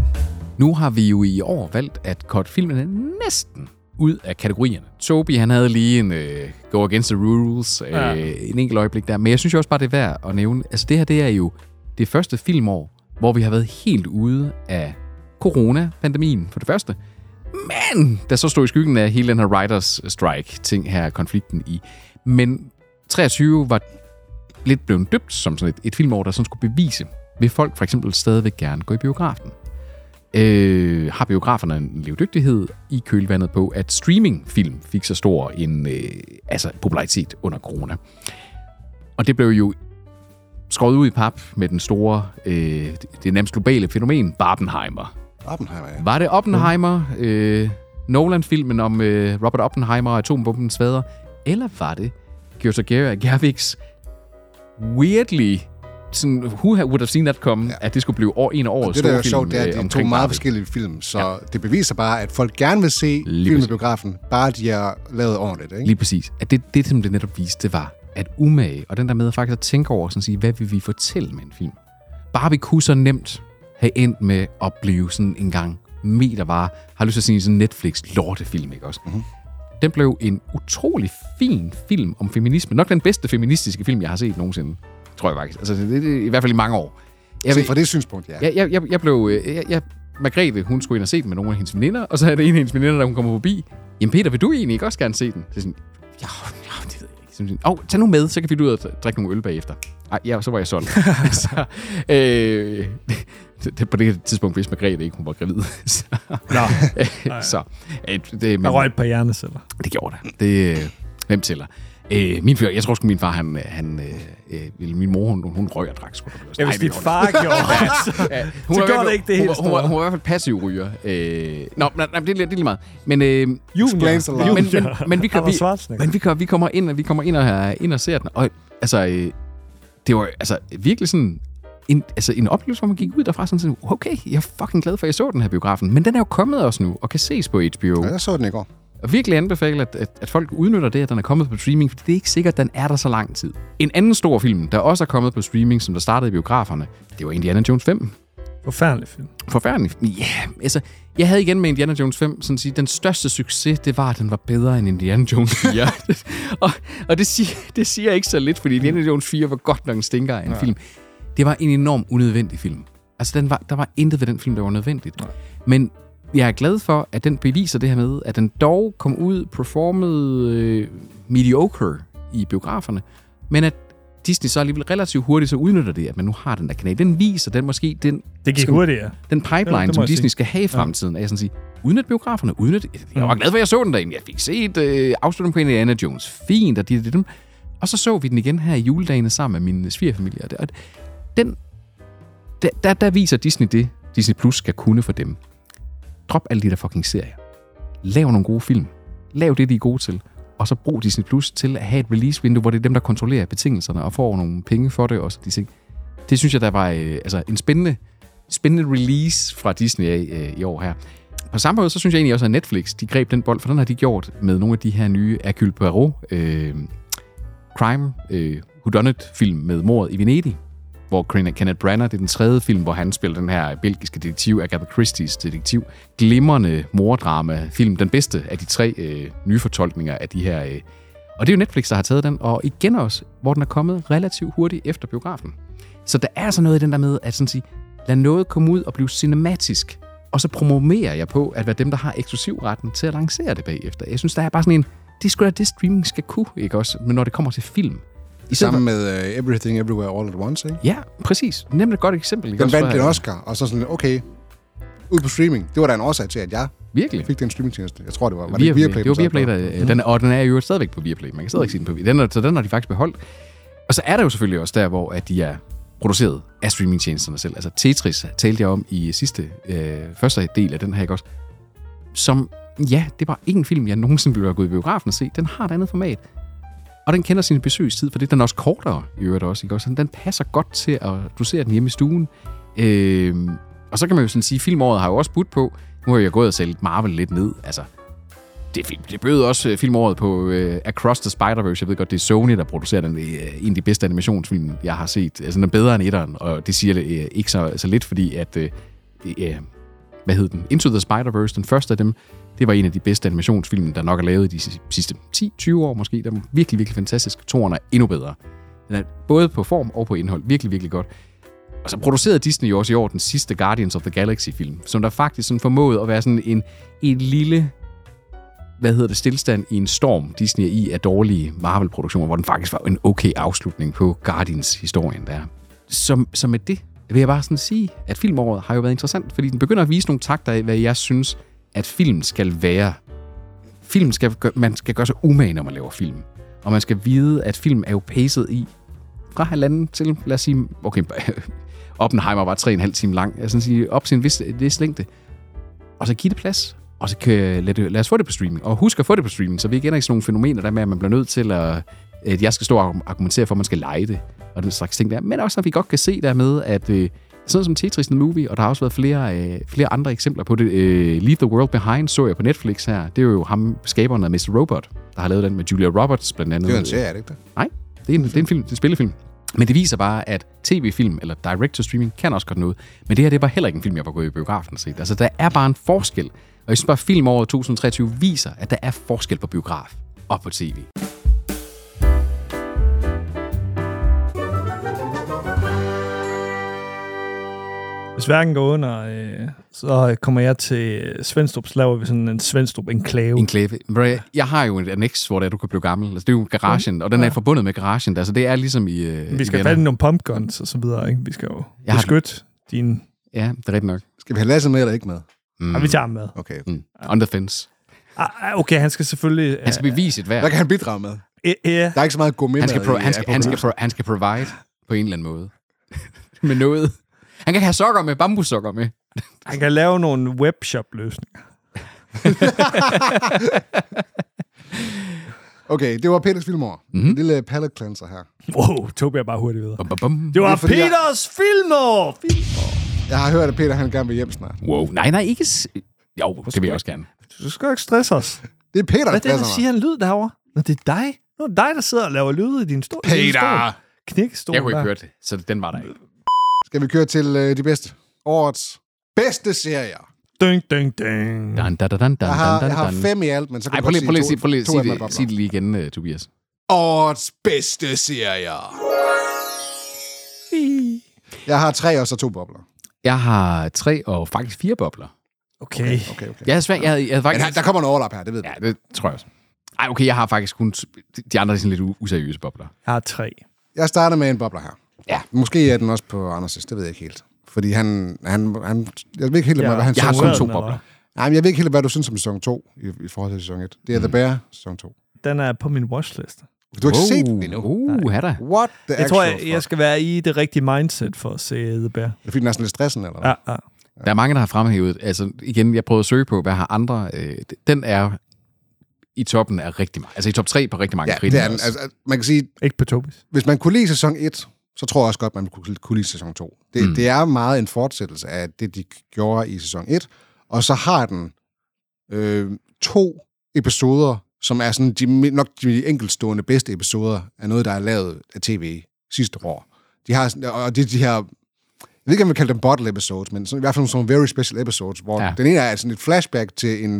C: Nu har vi jo i år valgt at korte filmene næsten ud af kategorierne. Tobi, han havde lige en øh, go against the rules, øh, ja.
A: Ja.
C: en enkelt øjeblik der. Men jeg synes jo også bare, det er værd at nævne. Altså det her, det er jo det første filmår, hvor vi har været helt ude af corona-pandemien for det første. Men der så stod i skyggen af hele den her writers strike-ting her, konflikten i. Men 23 var lidt blevet døbt som sådan et, et filmår, der sådan skulle bevise, vil folk for eksempel stadigvæk gerne gå i biografen? øh, har biograferne en levedygtighed i kølvandet på, at streamingfilm fik så stor en øh, altså popularitet under corona. Og det blev jo skåret ud i pap med den store, øh, det nærmest globale fænomen, Barbenheimer.
B: Oppenheimer, ja.
C: Var det Oppenheimer, øh, Nolan-filmen om øh, Robert Oppenheimer og atombombens fader, eller var det Gjørs Gervigs weirdly sådan, who ha- would have seen that come, ja. at det skulle blive år, en af årets
B: Det, der er jo
C: store film
B: sjovt, det er, at
C: øh,
B: det er to
C: omkring
B: meget
C: Barbie.
B: forskellige film, så ja. det beviser bare, at folk gerne vil se film i
C: præcis.
B: biografen, bare de er lavet ordentligt, ikke?
C: Lige præcis. At det, det, som det netop viste, det var, at umage, og den der med faktisk at tænke over, sådan at sige, hvad vil vi fortælle med en film? Barbie kunne så nemt have endt med at blive sådan en gang metervare, har lyst til at sige sådan en Netflix-lortefilm, ikke også? Mm-hmm. Den blev en utrolig fin film om feminisme. Nok den bedste feministiske film, jeg har set nogensinde, tror jeg faktisk. Altså, det, det, det, i hvert fald i mange år. Jeg,
B: Set fra det synspunkt, ja.
C: jeg, jeg, jeg, jeg blev... øh, Jeg, jeg, Margrethe, hun skulle ind og se den med nogle af hendes veninder, og så er der en af hendes veninder, der hun kommer forbi. Jamen Peter, vil du egentlig ikke også gerne se den? Så sådan, ja, ja det ved jeg ikke. Så sådan, Åh, oh, tag nu med, så kan vi ud og drikke nogle øl bagefter. Ej, ja, så var jeg solgt. så, øh, det- det, på det tidspunkt vidste Margrethe ikke, hun var gravid. så,
A: Nå,
C: øh, så øh, det,
A: der
C: men,
A: røg et par hjerneceller.
C: det gjorde der. Det, øh, hvem tæller? Øh, min fyr, jeg tror sgu, min far, han, øh, han øh, øh, eller min mor, hun, hun røg og drak. Sgu, da.
A: Ja,
C: Ej,
A: hvis
C: det
A: dit
C: gjorde
A: far gjorde det, så...
C: Ja, hun
A: Altså, Så
C: var i
A: gør
C: hvert fald-
A: det ikke det
C: hun,
A: helt
C: var- hun, var-
A: store.
C: hun var i hvert fald passiv ryger. Øh, nå, nej, nej, det, er lige- det er lige meget. Men, øh, men,
B: Explains a lot.
C: men, men, vi, kan,
A: Arnold
C: vi,
A: Schwarzenegger.
C: men vi, kan, vi kommer ind, og vi kommer ind og, ind og ser den. Og altså, øh, det var altså virkelig sådan en, altså en oplevelse, hvor man gik ud derfra sådan, sådan, okay, jeg er fucking glad for, at jeg så den her biografen. Men den er jo kommet også nu, og kan ses på HBO.
B: Ja, jeg så den i går.
C: Og virkelig anbefale, at, at, at folk udnytter det, at den er kommet på streaming, for det er ikke sikkert, at den er der så lang tid. En anden stor film, der også er kommet på streaming, som der startede i biograferne, det var Indiana Jones 5
A: Forfærdelig film.
C: forfærdelig. film. Ja, altså, jeg havde igen med Indiana Jones 5, sådan at sige, den største succes, det var, at den var bedre end Indiana Jones 4. og og det, siger, det siger ikke så lidt, fordi Indiana Jones 4 var godt nok en stinker af en ja. film. Det var en enorm unødvendig film. Altså, den var, der var intet ved den film, der var nødvendigt. Men jeg er glad for, at den beviser det her med, at den dog kom ud, performede øh, mediocre i biograferne, men at Disney så alligevel relativt hurtigt så udnytter det, at man nu har den der kanal. Den viser den måske den
A: Det gik
C: Skal-
A: hurtigere.
C: den pipeline,
A: Ja,
C: ja,
A: det må
C: som
A: jeg
C: Disney
A: sige.
C: skal have i fremtiden, ja. er sådan at sige, udnyt biograferne, udnyt... Jeg var glad for, at jeg så den derinde. Jeg fik set øh, afslutningen på Indiana Jones. Fint, og dit, dit, dit. Og så så vi den igen her i juledagene sammen med min svigerfamilie. Og det- Og den... Der, der, der viser Disney det, Disney Plus skal kunne for dem. Drop alle de der fucking serier. Lav nogle gode film. Lav det, de er gode til. Og så brug Disney Plus til at have et release-vindue, hvor det er dem, der kontrollerer betingelserne og får nogle penge for det og sådan de ting. Det synes jeg, der var øh, altså, en spændende spændende release fra Disney af øh, i år her. På samme måde, så synes jeg egentlig også, at Netflix, de greb den bold, for den har de gjort med nogle af de her nye Hercule Poirot øh, crime øh, whodunit-film med mordet i Venedig, hvor Ken- Kenneth Branagh, det er den tredje film, hvor han spiller den her belgiske detektiv, Agatha Christie's detektiv. Glimrende mordrama-film, den bedste af de tre øh, nye fortolkninger af de her... Øh. Og det er jo Netflix, der har taget den, og igen også, hvor den er kommet relativt hurtigt efter biografen. Så der er altså noget i den der med, at sådan sige, lad noget komme ud og blive cinematisk, og så promoverer jeg på at være dem, der har eksklusivretten til at lancere det bagefter. Jeg synes, der er bare sådan en, det skulle det, streaming skal kunne, ikke også? Men når det kommer til film. I stedet
B: Sammen med uh, Everything Everywhere All at Once, ikke?
C: for- Ja, præcis. Nemlig et godt eksempel. Ikke
B: Den vandt
C: for-
B: en Oscar, og så sådan, okay, ud på streaming. Det var da en årsag til, at jeg
C: Virkelig.
B: fik den streamingtjeneste. Jeg tror, det var, var
C: Viaplay.
B: det Viaplay?
C: Det var
B: den sad på?
C: Viaplay, der, øh, den, er- og den er jo stadigvæk på Viaplay. Man kan stadig ikke se den på Vi- den er, Så den har de faktisk beholdt. Og så er der jo selvfølgelig også der, hvor at de er produceret af streamingtjenesterne selv. Altså Tetris talte jeg om i sidste, øh, første del af den her, ikke også? Som, ja, det var ikke en film, jeg nogensinde ville være gået i biografen og se. Den har et andet format. Og den kender sin besøgstid, for det er den også kortere i øvrigt også. Ikke? også? Den passer godt til, at du ser den hjemme i stuen. Øh, og så kan man jo sådan sige, at filmåret har jo også budt på, nu har jeg gået og sælgt Marvel lidt ned. Altså, det, fik- det bød også øh, filmåret på øh, Across the Spider-Verse. Jeg ved godt, det er Sony, der producerer den, øh, en af de bedste animationsfilm, jeg har set. Altså, den er bedre end etteren, og det siger øh, ikke så, så lidt, fordi at... Øh, øh, hvad hed den? Into the Spider-Verse, den første af dem, det var en af de bedste animationsfilm, der nok er lavet i de si- sidste 10-20 år måske. Den er virkelig, virkelig fantastisk. Toren er endnu bedre. Den er både på form og på indhold. Virkelig, virkelig godt. Og så producerede Disney jo også i år den sidste Guardians of the Galaxy-film, som der faktisk sådan formåede at være sådan en, en lille hvad hedder det, stillstand i en storm, Disney er i af dårlige Marvel-produktioner, hvor den faktisk var en okay afslutning på Guardians-historien der. Så, så med det vil jeg bare sådan sige, at filmåret har jo været interessant, fordi den begynder at vise nogle takter af, hvad jeg synes, at film skal være. Film skal, gø- man skal gøre sig umage, når man laver film. Og man skal vide, at film er jo paced i fra halvanden til, lad os sige, okay, Oppenheimer var tre og en halv time lang, jeg sådan sige, op til en vis, vis længde. Og så give det plads, og så kan, lad, det, lad os få det på streaming. Og husk at få det på streaming, så vi ikke ender i sådan nogle fænomener, der med, at man bliver nødt til at, at jeg skal stå og argumentere for, at man skal lege det, og den slags ting der. Men også, at vi godt kan se der med, at øh, sådan som Tetris The Movie, og der har også været flere, øh, flere andre eksempler på det. Øh, Leave the World Behind så jeg på Netflix her. Det er jo ham, skaberen af Mr. Robot, der har lavet den med Julia Roberts blandt andet.
B: Det er jo en serie, er det ikke det?
C: Nej, det er en, det er en film, det er en spillefilm. Men det viser bare, at tv-film eller direct-to-streaming kan også godt noget. Men det her, det var heller ikke en film, jeg var gået i biografen og set. Altså, der er bare en forskel. Og jeg synes bare, at filmåret 2023 viser, at der er forskel på biograf og på tv.
A: Hvis verden går under, øh, så kommer jeg til øh, Svendstrup, så laver vi sådan en Svendstrup-enklave.
C: En klæve. Ved du hvad, Jeg har jo et annex, hvor det er, du kan blive gammel. Altså, det er jo garagen, og den er forbundet med garagen. Altså, det er ligesom i... øh,
A: Vi skal
C: i
A: have
C: Venner.
A: fat i nogle pumpguns og så videre, ikke? Vi skal jo
C: Jeg har Mm.
A: beskytte din...
C: Ja, det er rigtigt nok.
B: Skal vi have Lasse med eller ikke med?
C: Mm.
A: Ah, vi tager ham med.
B: Okay.
C: Mm. On the fence.
A: Ah, ah, okay, han skal selvfølgelig...
C: Han skal bevise et værd.
B: Hvad kan han bidrage med?
A: Ja, ja.
B: Der er ikke så meget gourmet
C: Han skal, pro- han, skal, han, skal pro- han skal provide på en eller anden måde. med noget. Han kan have sokker med, bambussokker med.
A: Han kan lave nogle webshop-løsninger.
B: Okay, det var Peters filmår.
C: Mhm.
B: En lille palette cleanser her.
A: Wow, tog jeg bare hurtigt videre.
C: Bum, bum, bum.
A: Det var
B: fordi, jeg-
A: Peters jeg... filmer! filmer!
B: Jeg har hørt, at Peter han gerne vil hjem snart.
C: Wow. Nej, nej, ikke... S- jo, det vil jeg også gerne.
A: Du skal jo ikke stresse os.
B: Det er Peter,
A: Hvad er det,
B: passer
A: der
B: mig.
A: siger en lyd derovre? Nå, det er dig. Nu er det dig, der sidder og laver lyde i din stol.
C: Peter!
A: Knækstol.
C: Jeg kunne ikke høre det, så den var der ikke.
B: Skal vi køre til øh, de bedste? Årets bedste serier.
A: Ding, ding, ding.
C: Dan, da, da, dan, dan,
B: Jeg har,
C: dan,
B: jeg har
C: dan, dan.
B: fem i alt, men så kan
C: Ej,
B: du
C: prøv lige, prøv
B: godt
C: lige, sig, prøv lige,
B: to,
C: sig,
B: af dem er
C: det,
B: bobler.
C: sig det lige igen, uh, Tobias.
B: Årets bedste serier. Jeg har tre og så to bobler.
C: Jeg har tre og faktisk fire bobler.
A: Okay.
B: Okay, okay.
C: Jeg havde svært, jeg havde, jeg
B: Men
C: havde faktisk...
B: her, der kommer en overlap her, det ved jeg.
C: Ja, det tror jeg også. Ej, okay, jeg har faktisk kun... t- De andre er sådan lidt u- useriøse bobler.
A: Jeg har tre.
B: Jeg starter med en bobler her.
C: Ja.
B: Måske er den også på Anders' det ved jeg ikke helt. Fordi han, han, han jeg ved ikke helt, ja. hvad han
C: Jeg har
B: synes.
C: kun
A: Censureret
C: to
A: den, eller
C: bobler.
B: Nej, men jeg ved ikke helt, hvad du synes om sæson 2 i, i forhold til sæson 1. Det er mm. The Bear, sæson 2.
A: Den er på min watchlist.
B: Du har ikke set den endnu.
C: Uh, her der.
B: What the
A: Jeg
B: actual
A: tror, jeg,
B: fuck?
A: jeg skal være i det rigtige mindset for at se The Bear. Ah,
B: Det er fordi, den er sådan lidt stressen, eller hvad?
A: Ja, ja.
C: Der er mange, der har fremhævet, altså igen, jeg prøvede at søge på, hvad har andre, øh, d- den er i toppen af rigtig mange, altså i top 3 på rigtig mange
B: ja det er den. Altså, man kan sige,
A: Ikke på Tobis.
B: hvis man kunne lide sæson 1, så tror jeg også godt, man kunne, kunne lide sæson 2. Det,
C: Mm.
B: mm. det er meget en fortsættelse af det, de gjorde i sæson 1. Og så har den øh, to episoder, som er sådan de, mi- nok de enkeltstående bedste episoder af noget, der er lavet af tv sidste år. De har, sådan- og det er de her, jeg ved ikke, om vi kalder dem bottle episodes, men sådan, i hvert fald nogle sådan very special episodes, hvor
C: Ja.
B: ja. den ene er sådan et flashback til en,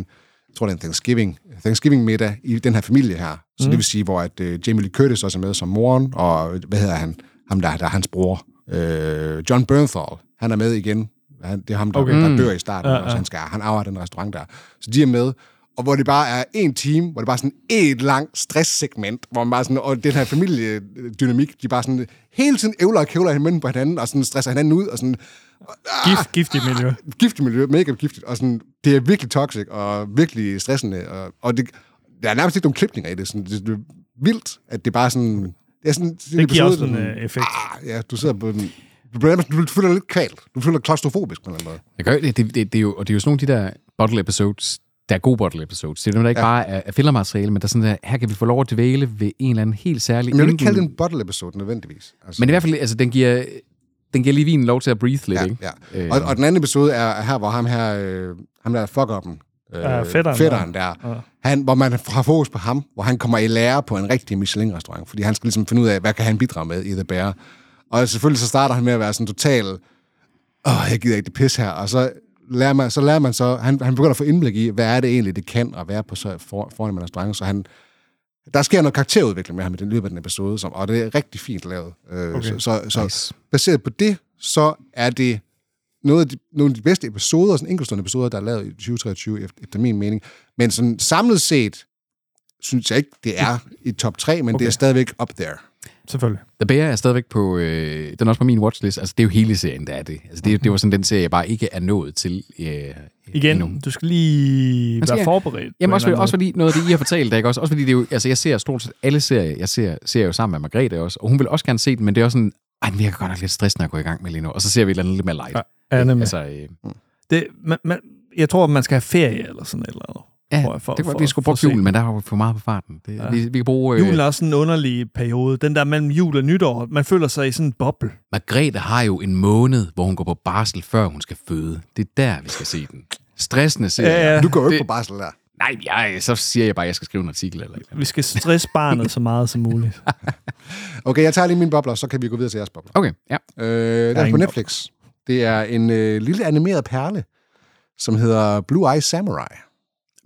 B: jeg tror det er en Thanksgiving, Thanksgiving middag i den her familie her. Så mm. det vil sige, hvor at, øh, Jamie Lee Curtis også er med som moren, og øh, hvad hedder han? Ham der, der er hans bror. Øh, John Bernthal, han er med igen. Han, det er ham, der, okay. der dør i starten, ja, ja. han skal, han arver den restaurant der. Så de er med, og hvor det bare er en time, hvor det bare er sådan et langt stresssegment, hvor man bare sådan, og den her familiedynamik, de bare sådan hele tiden ævler og kævler hinanden på hinanden, og sådan stresser hinanden ud, og sådan,
C: Ah.
A: Gift, gift i miljø.
B: giftigt miljø, mega giftigt, og sådan, det er virkelig toxic, og virkelig stressende, og, og det, der er nærmest ikke nogen klipninger i det, sådan, det, det er vildt, at det bare sådan, det er sådan, en
A: Det giver
B: episode,
A: også en
B: der
A: øh, effekt.
C: ah.
B: sådan, ja, du sidder på den, du, bliver nærmest- du føler dig lidt kvalt, du føler dig klaustrofobisk på en eller anden måde.
C: Jeg gør, det, det, det, det, er jo, og det er jo sådan nogle af de der bottle episodes, der er gode bottle episodes. Det er dem, der ikke ja. bare er, er filmmateriale, men der er sådan der, her kan vi få lov at dvæle ved en eller anden helt særlig...
B: Men jeg vil ikke
C: enkelt-
B: kalde det en bottle-episode nødvendigvis. Altså,
C: Men i hvert fald, altså den giver, den giver lige vinen lov til at breathe lidt, ikke? Øh,
B: ja, ja. Og, og den anden episode er er her, hvor ham her, øh, ham der fucker dem, øh,
A: Ja, fætteren
B: fætteren der, der. Han, hvor man har fokus på ham, hvor han kommer i lære på en rigtig Michelin-restaurant, fordi han skal ligesom finde ud af, hvad kan han bidrage med i The Bear. Og selvfølgelig så starter han med at være sådan total, åh, jeg gider ikke det pis her, og så lærer man så, lærer man så han, han begynder at få indblik i, hvad er det egentlig, det kan at være på så for, foran en restaurant, så han, der sker noget karakterudvikling med ham i den løbet af den episode, som, og det er rigtig fint lavet. Øh, okay. Så, så, så nice. baseret på det, så er det noget af de, nogle af de bedste episoder, sådan enkeltstående episoder, der er lavet i 2023, efter, efter min mening. Men sådan samlet set, synes jeg ikke, det er i top 3, men okay. det er stadigvæk up there.
A: selvfølgelig.
C: The Bear er stadigvæk på, øh, den er også på min watchlist. Altså, det er jo hele serien, der er det. Altså, det, det var sådan den serie, jeg bare ikke er nået til øh,
A: Igen,
C: endnu.
A: du skal lige
C: Altså,
A: være
C: ja.
A: forberedt. på en
C: Jamen også,
A: eller
C: fordi, også
A: anden
C: fordi noget af det, I har fortalt, ikke? Også, også fordi det er jo, altså, jeg ser stort set alle serier, jeg ser, ser jo sammen med Margrethe også, og hun vil også gerne se den, men det er også sådan, ej, den virker godt nok lidt stressende at gå i gang med lige nu, og så ser vi et eller andet lidt mere light.
A: Ja, måde. Ja, nemlig.
C: altså, øh,
A: det, man, man, jeg tror, man skal have ferie eller sådan et eller andet.
C: ja,
A: Tror jeg, for-
C: det var,
A: for-
C: vi skulle
A: for
C: bruge
A: at se
C: julen, men der var for meget på farten. Det,
A: Ja.
C: ja. vi, vi kan bruge... Øh,
A: Julen er også sådan en underlig periode. Den der mellem jul og nytår, man føler sig i sådan en boble.
C: Margrethe har jo en måned, hvor hun går på barsel, før hun skal føde. Det er der, vi skal se den. Stressende serie.
A: Ja, ja.
B: Du går jo ikke
C: Det-
B: på barsel der.
C: Nej, jeg, så siger jeg bare, at jeg skal skrive en artikel eller et eller andet.
A: Vi skal stresse barnet så meget som muligt.
B: Okay, jeg tager lige min bobler, så kan vi gå videre til jeres bobler.
C: Okay, ja.
B: Øh, den er på
A: ingen
B: Netflix. Det er en øh, lille animeret perle, som hedder Blue Eye Samurai,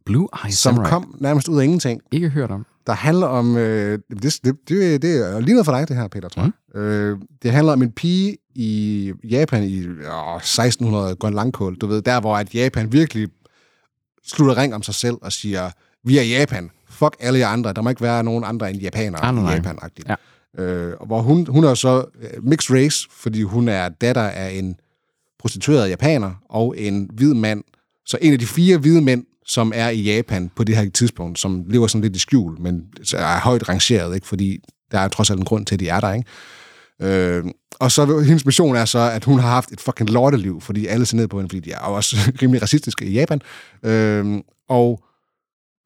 C: Blue Eye
B: som
C: Samurai.
B: kom nærmest ud af ingenting,
C: Ikke hørt om.
B: der handler om... Øh, det, det, det, det er lige noget for dig, det her, Peter, tror jeg.
C: Mm.
B: Øh, det handler om en pige i Japan i åh, 1600 Guanlangkål, du ved, der hvor at Japan virkelig slutter ring om sig selv og siger, vi er Japan, fuck alle jer andre, der må ikke være nogen andre end japanere
C: Ah, nej, nej.
B: i Japan -agtigt. Ja. Øh, og hvor hun, hun er så øh, mixed race, fordi hun er datter af en prostitueret japaner og en hvid mand. Så en af de fire hvide mænd, som er i Japan på det her tidspunkt, som lever sådan lidt i skjul, men er højt rangeret, ikke? fordi der er trods alt en grund til, at de er der. Ikke? Øh, og så hendes mission er så, at hun har haft et fucking lorteliv, fordi alle ser ned på hende, fordi de er jo også rimelig racistiske i Japan. Øh, og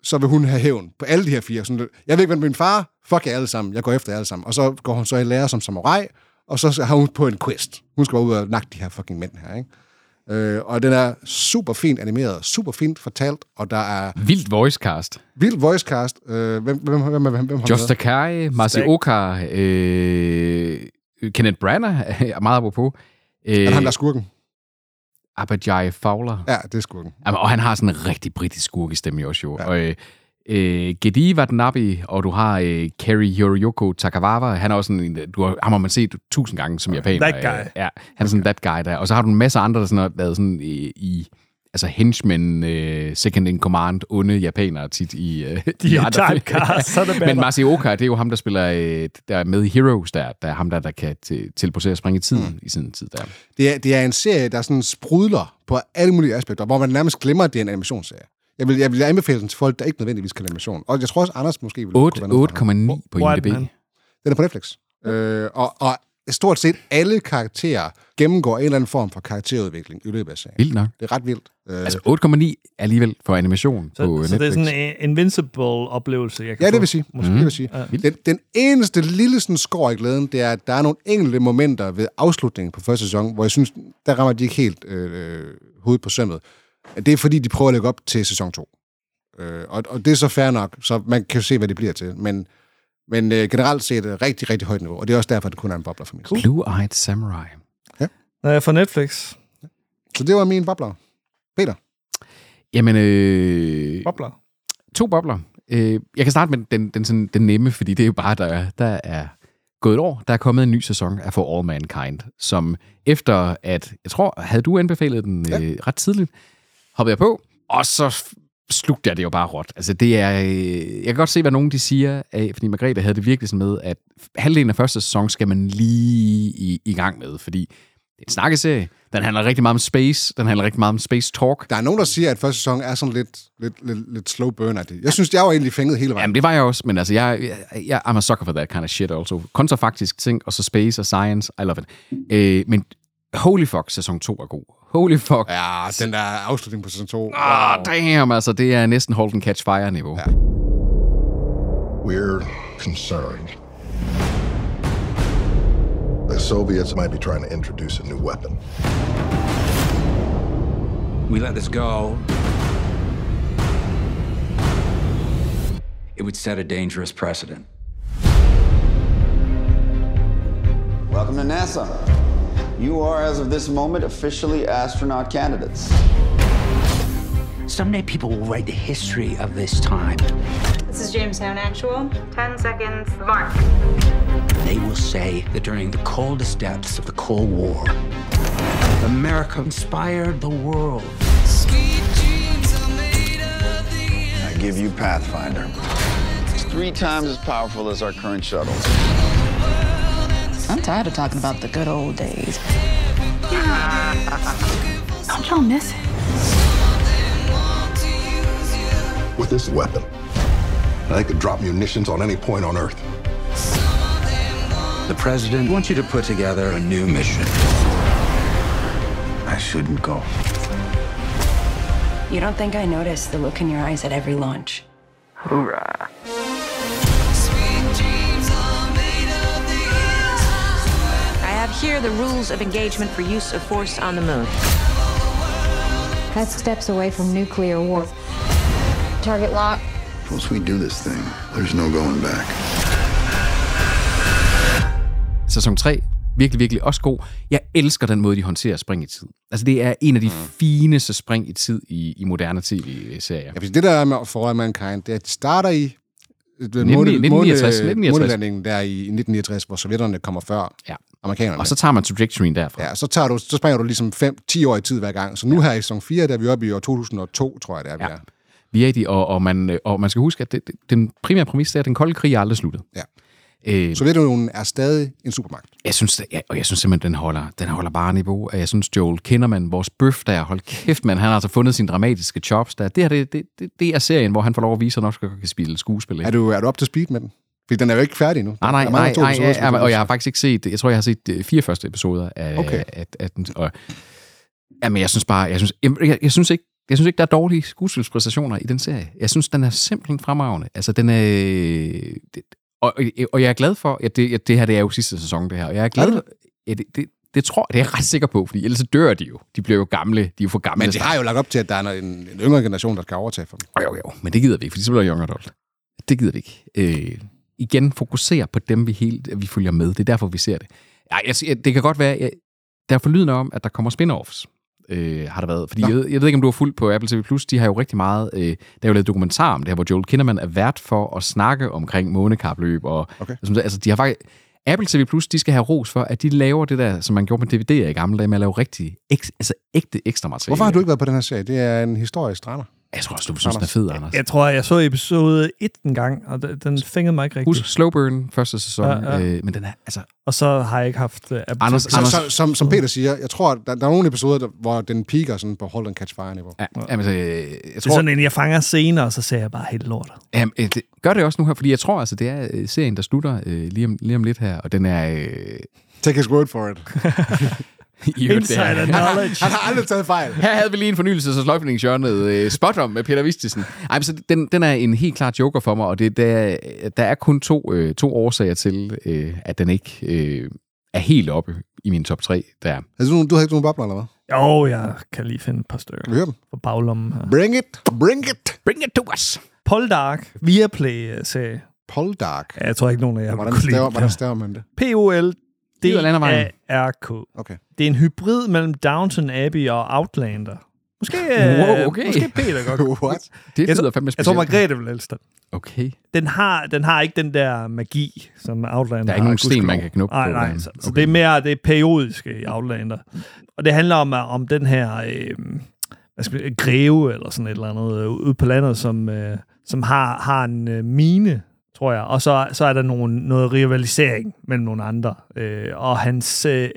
B: så vil hun have hævn på alle de her fire. Sådan, jeg ved ikke, hvem min far, fuck jer alle sammen, jeg går efter jer alle sammen. Og så går hun så i lære som samurai, og så har hun på en quest. Hun skal bare ud og nakke de her fucking mænd her, ikke? Øh, og den er super fint animeret, super fint fortalt, og der er
C: Vildt voicecast.
B: vild voicecast. Øh, hvem, hvem, hvem, hvem, hvem, hvem har
C: Josh
B: med?
C: Takai, Masioka, øh, Kenneth Branagh, er meget apropos.
B: Er
C: Øh,
B: det ham, der er skurken?
C: Abajai Fowler.
B: Ja, det er skurken.
C: Jamen, og han har sådan en rigtig britisk skurkestemme jo også, jo. Ja. Og, øh, øh, Gedi Watanabe, og du har øh, Kerry Yoriyoko Takawawa. Han er også sådan en, du har, ham har man set tusind gange som japaner.
A: That guy.
C: Øh, Ja, han er sådan that guy der. Og så har du en masse andre, der sådan har været sådan i, i altså henchmen, øh, second in command, onde japanere tit i... Øh,
A: De
C: i
A: er
C: andre-
A: typecast, så er det
C: Men
A: bedre.
C: Masioka, det er jo ham, der spiller øh, der er med i Heroes, der, der er ham, der, der kan til- teleportere og springe i tiden mm. i sin tid der.
B: Det er, det er en serie, der sådan sprudler på alle mulige aspekter, hvor man nærmest glemmer, at det er en animationsserie. Jeg vil, jeg vil anbefale den til folk, der ikke nødvendigvis kan lide animation. Og jeg tror også, Anders måske vil
C: 8,
B: kunne være noget for ham.
C: 8,9 på
A: Hvor er
C: IMDb.
A: den henne?
B: Den er på Netflix. Øh, og, og stort set alle karakterer gennemgår en eller anden form for karakterudvikling i løbet af serien.
C: Vildt nok.
B: Det er ret vildt. Øh,
C: Altså 8,9 alligevel for animation
A: Så,
C: på øh,
A: så det er
C: Netflix.
A: sådan en Invincible-oplevelse, jeg kan
B: ja,
A: få.
B: det vil sige. Måske. Det vil sige. Den, den eneste lille sådan, skår i glæden, det er, at der er nogle enkelte momenter ved afslutningen på første sæson, hvor jeg synes, der rammer de ikke helt øh, øh, hovedet på sømmet. Det er fordi, de prøver at lægge op til sæson 2. Øh, og, og det er så fair nok, så man kan jo se, hvad det bliver til. Men, men øh, generelt set er rigtig, rigtig højt niveau, og det er også derfor, det kun er en bobler for mig. Cool.
C: Blue-Eyed Samurai.
A: Når jeg får Netflix.
B: Så det var min bobler.
C: Jamen, øh,
A: Bobler.
C: to bobler. Øh, jeg kan starte med den, den, sådan, den nemme, fordi det er jo bare, der, er- der er gået et år. Der er kommet en ny sæson af For All Mankind, som efter at, jeg tror, havde du anbefalet den ja. øh, ret tidligt, hoppede jeg på, og så f- slugte jeg det jo bare råt. Altså, det er... Øh, jeg kan godt se, hvad nogen de siger, af, fordi Margrethe havde det virkelig sådan med, at halvdelen af første sæson skal man lige i, i gang med, fordi det er en snakkeserie. Den handler rigtig meget om space. Den handler rigtig meget om space talk.
B: Der er nogen, der siger, at første sæson er sådan lidt, lidt, lidt, lidt slow burner. Jeg synes, jeg var egentlig fænget hele vejen.
C: Jamen, det var jeg også, men altså, jeg, jeg, jeg I'm a sucker for that kind of shit also. Kontrafaktisk ting, og så space og science. I love it. Øh, men holy fuck, sæson 2 er god. Holy fuck. Ja.
B: Ja, den der afslutning på sæson 2.
C: Oh, damn, altså, det er næsten hold and catch fire niveau. Ja.
G: We're concerned. The Soviets might be trying to introduce a new weapon.
H: we let this go, it would set a dangerous precedent.
I: Welcome to NASA. You are, as of this moment, officially astronaut candidates.
H: Someday people will write the history of this time.
J: This is Jamestown Actual. 10 seconds, mark.
H: They will say that during the coldest depths of the Cold War, America inspired the world.
I: I give you Pathfinder. It's three times as powerful as our current shuttles.
K: I'm tired of talking about the good old days. Don't y'all miss it?
G: With this weapon, they could drop munitions on any point on Earth.
H: The president wants you to put together a new mission. I shouldn't go.
L: You don't think I noticed the look in your eyes at every launch?
H: Hoorah.
M: I have here the rules of engagement for use of force on the moon.
N: That's steps away from nuclear war. Target lock.
G: Once we do this thing, there's no going back.
C: Sæson 3, virkelig, virkelig også god. Jeg elsker den måde, de håndterer spring i tid. Altså, det er en af de fineste spring i tid i, i moderne tv-serier.
B: Ja, fordi det der er med Foran Mankind, det er, at de starter i øh, måne-
C: 1969,
B: måne-
C: 1969.
B: månelandingen der i 1969, hvor sovjetterne kommer før
C: ja.
B: amerikanerne.
C: Og så tager man trajectoryen derfra.
B: Ja, så, tager du, så springer du ligesom 5-10 år i tid hver gang. Så nu her i sæson 4, der er vi oppe i år 2002, tror jeg, det er, vi ja. er.
C: Vi er i de, og, og, man, øh, og man skal huske, at det, det, den primære præmis det er, at den kolde krig er aldrig sluttet.
B: Ja.
C: Øh,
B: Sovjetunionen er stadig en supermagt.
C: Jeg synes, det, ja, og jeg synes simpelthen, den holder, den holder bare niveau. Og Jeg synes, Joel kender man vores bøf der. Hold kæft, man. Han har altså fundet sine dramatiske chops der. Det her, det, det, det, det er serien, hvor han får lov at vise, at han også godt kan spille skuespil. ikke?
B: Er du, er du op til speed med den? Fordi den er jo ikke færdig nu.
C: Nej, nej,
B: Der er mange
C: nej,
B: to
C: nej,
B: episoder,
C: nej
B: som
C: ja,
B: skal
C: og jeg
B: laves.
C: har faktisk ikke set, jeg tror, jeg har set øh, fire første episoder af,
B: Okay.
C: af, af den. Og, jamen, jeg synes bare, jeg synes, jeg, jeg, jeg synes ikke, jeg synes ikke, der er dårlige skuespilspræstationer i den serie. Jeg synes, den er simpelthen fremragende. Altså, den er... Det, og, og jeg er glad for, at det, at det her det er jo sidste sæson, det her. Og jeg er glad for, ja, det, det, det, tror jeg, det er jeg ret sikker på, fordi ellers så dør de jo. De bliver jo gamle. De er jo for gamle.
B: Men de har jo lagt op til, at der er en, en yngre generation, der skal overtage for dem.
C: Jo, jo, jo, men det gider vi ikke, fordi så bliver jeg young adult. Det gider vi ikke. Øh, igen, fokusere på dem, vi, helt, vi følger med. Det er derfor, vi ser det. Ej, jeg, siger- det kan godt være, jeg, der er forlydende om, at der kommer spin-offs. Øh, har der været. Fordi jeg, ved- jeg ved ikke, om du har fulgt på Apple TV+, Plus. de har jo rigtig meget, øh, der er jo lavet dokumentar om det her, hvor Joel Kinnaman er vært for at snakke omkring månekapløb. Og, okay. altså, de har faktisk, Apple TV+, Plus, de skal have ros for, at de laver det der, som man gjorde med DVD'er i gamle dage, med at lave rigtig, ek, altså ægte ekstra materiale.
B: Hvorfor har du ikke været på den her serie? Det er en historisk drama.
C: Jeg tror også, du synes, den er fed, Anders.
A: Jeg tror, jeg så episode 1 en gang, og den- den fængede mig ikke rigtigt.
C: Husk Slowburn første sæson, ja,
A: Ja,
C: ja.
A: ja.
C: Øh, men den er altså...
A: Og så har jeg ikke haft... Uh,
C: Anders-
B: Så, Anders. Så, som, som Peter siger, jeg tror, at der, der er nogle episoder, der, hvor den piker sådan på hold and catch fire niveau.
C: Ja, jamen, øh, jeg tror,
A: Det er sådan en, jeg fanger senere, og så ser jeg bare helt lort.
C: Jamen, øh, det, gør det også nu her, fordi jeg tror altså, det er øh, serien, der slutter øh, lige, om, lige om lidt her, og den er... Øh,
B: Take his word for it.
C: i øvrigt, det er-
A: Insider knowledge.
B: Han har aldrig taget fejl.
C: Her havde vi lige en fornyelse, så sløjfningsjørnet øh, spot om med Peter Vistisen. Ej, men så den, den er en helt klar joker for mig, og det, der, der er kun to, øh, to årsager til, øh, at den ikke øh, er helt oppe i min top 3 der.
B: Altså, du, du har ikke nogen bobler, eller hvad?
A: Jo, jeg kan lige finde et par stykker.
B: Kan vi høre dem?
A: På baglommen her.
B: Bring it, bring it.
C: Bring it to us!
A: Poldark, Viaplay-serie.
B: Poldark?
A: Ja, jeg tror ikke, nogen af jer
B: Hvordan
A: kunne lide
B: staver,
A: den.
B: hvordan staver man det?
C: Ud af landevejen.
A: P-O-L-D-A-R-K.
B: Okay.
A: Det er en hybrid mellem Downton Abbey og Outlander. Måske,
C: Wow,
A: øh,
C: okay.
A: måske Peter godt. kunne-
B: What?
A: Jeg
C: Det lyder
A: tror,
C: fandme
A: jeg tror,
C: specielt.
A: Margrethe vil elske den.
C: Okay.
A: Den har, den har ikke den der magi, som Outlander
C: Der er
A: har,
C: ikke nogen
A: gudskelov.
C: sten, man kan knuppe
A: nej,
C: på,
A: Nej,
C: men-
A: så, så
C: okay.
A: det er mere det er periodiske i Outlander. Og det handler om, om den her øh, hvad skal vi, greve eller sådan et eller andet øh, ude på landet, som, øh, som har, har en øh, mine, tror jeg. Og så, så er der nogen, noget rivalisering mellem nogle andre. Øh, og hans... Øh,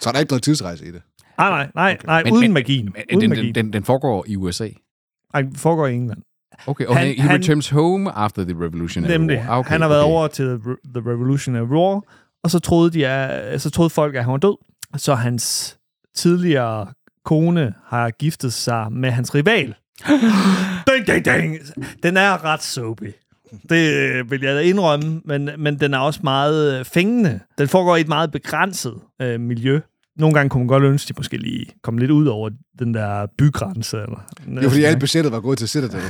B: Så er der ikke noget tidsrejse i det.
A: nej, nej, nej, nej
C: Men-
A: uden
C: men-
A: magien.
C: Den,
A: uden
C: den,
A: magien.
C: den, den foregår i USA.
A: Ej, den foregår i England.
C: Okay, og han,
A: Han-
C: he
A: han-
C: returns home after the Revolutionary
A: Nemlig.
C: War. Ah, Okay,
A: han har været
C: okay.
A: over til The Revolutionary War, og så troede, de, at, så troede folk, at han var død. Så hans tidligere kone har giftet sig med hans rival. ding, ding, ding. Den er ret soapy. Det øh, vil jeg da indrømme, men, men den er også meget øh, fængende. Den foregår i et meget begrænset øh, miljø. Nogle gange kunne man godt ønske, at de måske lige kom lidt ud over den der bygrænse. Eller,
B: Det er fordi, alt budgettet var gået til Citadel.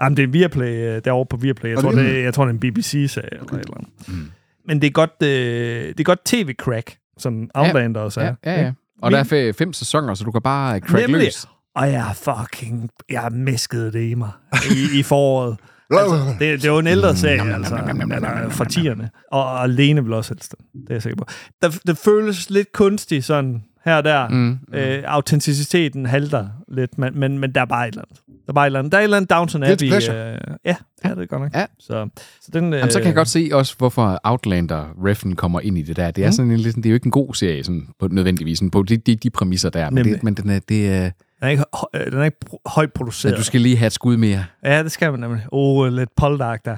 A: Jamen, det er Viaplay, øh, derovre på Viaplay. Jeg,
B: Og
A: tror,
B: det-
A: det, er- jeg tror, det er en BBC-sag eller et eller andet.
C: Mm.
A: Men det er godt, øh, det er godt tv-crack, som Outlander også er.
C: Ja, ja, ja. Og der er fe- fem sæsoner, så du kan bare crack
A: Nemlig.
C: løs.
A: Og jeg er fucking... Jeg har misket det i mig i, i foråret. Altså, det, det er jo en
C: Mm.
A: ældre sag, altså, eller fra tierne. Og, og Lene vil også helst den. Det er jeg sikker på. Der, det føles lidt kunstigt, sådan her og der. Mm,
C: Mm,
A: mm. Øh, autenticiteten halter lidt, men, men, men der er bare et eller andet. Der er bare et eller andet, der er et eller andet Downton
C: Guilty
A: Abbey.
C: pleasure.
A: øh, ja, ja, det er godt nok.
C: Ja.
A: Så, så, den,
C: Jamen, så kan jeg
A: øh,
C: godt se også, hvorfor Outlander-reffen kommer ind i det der. Det er,
A: Mm.
C: sådan en, lidt sådan- det er jo ikke en god serie, sådan, på, nødvendigvis, sådan, på de, de, de præmisser der. Men,
A: Nemlig.
C: det, men den er, det er,
A: Den er ikke, hø- øh, den er ikke pro- højt produceret.
C: at du skal lige have et skud mere.
A: Ja, det skal man nemlig. Oh, lidt poldark der.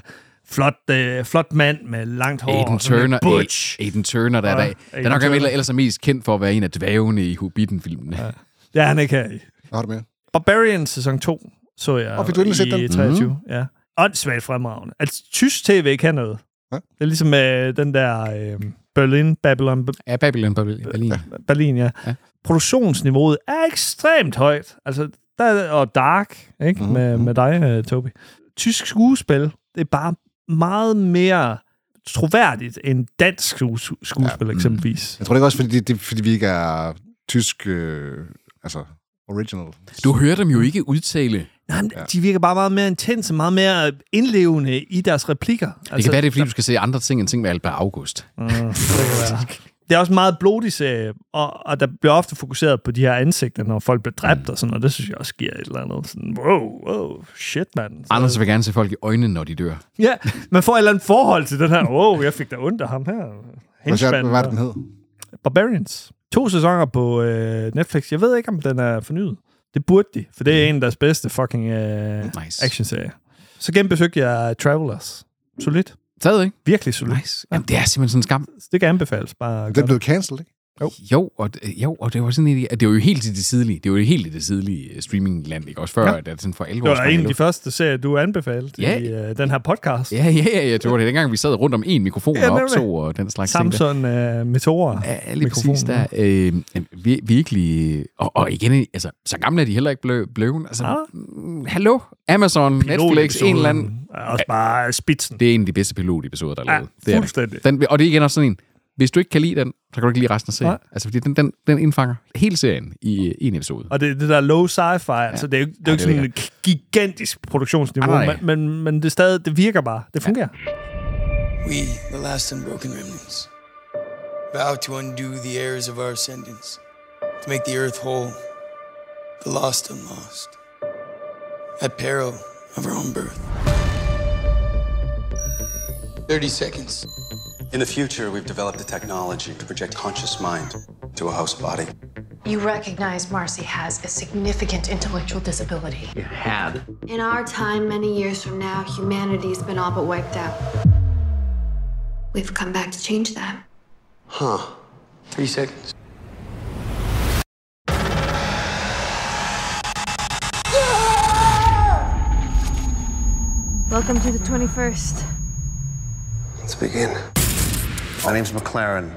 A: Flot, øh, flot mand med langt hår.
C: Aiden
A: og sådan lidt
C: Turner,
A: Butch.
C: A- Aiden Turner, der er,
A: Ja,
C: der, der er
A: Aiden
C: nok ham,
A: Turner.
C: ellers er mest kendt for at være en af dværgene i Hobbiten-filmene. Ja.
A: Ja, han ikke her i.
B: Hvad har du mere?
A: Barbarian sæson 2 så jeg
B: Og fik du endelig set
A: i
B: den?
A: 23.
C: Mhm.
A: Mm. Ja. Åndssvagt fremragende. Altså, tysk tv kan noget. Ja. Det er ligesom øh, den der øh, Berlin, Babylon... B-
C: ja, Babylon,
A: Øh,
C: Babylon, Berlin.
A: Berlin, ja. ja. Produktionsniveauet er ekstremt højt. Altså, der, er- og Dark, ikke?
C: Mhm,
A: Mm. Med, med dig, øh, Toby. Tysk skuespil, det er bare meget mere troværdigt end dansk skues- skuespil, ja.
C: Mhm.
A: eksempelvis.
B: Jeg tror det ikke også, fordi, det, det, er fordi vi ikke er tysk, øh, altså original.
C: Du hører dem jo ikke udtale.
A: Nej, men de virker bare meget mere intense, meget mere indlevende i deres replikker. Altså,
C: Det kan være, det er, fordi du skal se andre ting end ting med Albert August.
A: Mm, det, kan være. det er også en meget blodig serie, og, og der bliver ofte fokuseret på de her ansigter, når folk bliver dræbt
C: Mm.
A: og sådan, og det synes jeg også giver et eller andet sådan, wow, wow, shit, mand. Så-
C: Anders vil gerne se folk i øjnene, når de dør.
A: Ja, man får et eller andet forhold til den her, wow, jeg fik da ondt af ham her.
B: Hvad
A: Henchman
B: var det,
A: og-
B: den hed?
A: Barbarians. To sæsoner på øh, Netflix. Jeg ved ikke, om den er fornyet. Det burde de, for
C: Mm.
A: det er en af deres bedste fucking øh, nice. actionserier. Så genbesøgte jeg Travelers. Solidt.
C: Taget, ikke?
A: Virkelig solidt.
C: Nice. Jamen, det er simpelthen sådan en skam.
A: Det kan anbefales. Bare
B: Den blev cancelled, ikke?
A: Jo.
C: Jo, og, d- jo, og det var sådan en, det var jo helt i det tidlige, det var jo helt i det tidlige øh, streamingland, ikke? Også før,
A: Ja.
C: ja. at det sådan for
A: Det
C: alvor
A: var
C: sprang
A: en
C: i
A: af de
C: luften.
A: første serier, du anbefalte
C: Ja.
A: yeah. i øh, den her podcast.
C: Ja, ja, ja, ja, det var det. Dengang vi sad rundt om en mikrofon
A: Ja,
C: ja, og
A: nemlig.
C: optog og den slags ting. der.
A: Samson øh, Meteor.
C: Ja, lige præcis der. Øh, vi- virkelig, og, og igen, altså, så gamle er de heller ikke blø, blevet. Altså,
A: Ah.
C: mm, hallo? Amazon, Netflix, en eller anden.
A: Også bare spidsen.
C: Det er en af de bedste pilotepisoder, der er
A: Ja,
C: lavet. Det er det.
A: fuldstændig.
C: Den, og det er igen også sådan en, hvis du ikke kan lide den, så kan du ikke lide resten af serien.
A: Nej.
C: Altså, fordi den, den, den indfanger hele serien i en episode.
A: Og det, det der low sci-fi, ja. altså, det er jo, det er jo ikke
C: det er
A: sådan et gigantisk produktionsniveau,
C: Nej.
A: men, men, men det, er stadig, det virker bare. Det fungerer.
O: We, the last unbroken remnants, vow to undo the errors of our ascendants, to make the earth whole, the lost unlost, at peril of our own birth.
P: 30 seconds. In the future, we've developed a technology to project conscious mind to a host body.
K: You recognize Marcy has a significant intellectual disability.
H: It had.
K: In our time, many years from now, humanity's been all but wiped out. We've come back to change that.
P: Huh. 30 seconds.
K: Welcome to the 21st.
P: Let's begin. My name's McLaren.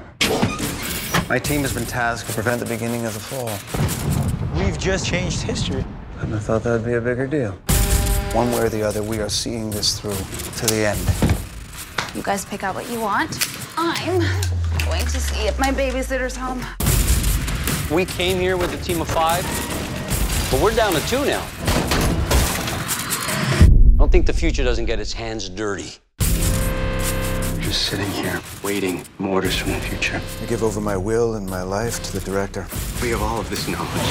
P: My team has been tasked to prevent the beginning of the fall.
Q: We've just changed history.
P: I never thought that'd be a bigger deal. One way or the other, we are seeing this through to the end.
K: You guys pick out what you want. I'm going to see if my babysitter's home.
Q: We came here with a team of five, but we're down to two now. I don't think the future doesn't get its hands dirty.
P: Just sitting here, waiting orders from the future. I give over my will and my life to the director. We have all of this knowledge,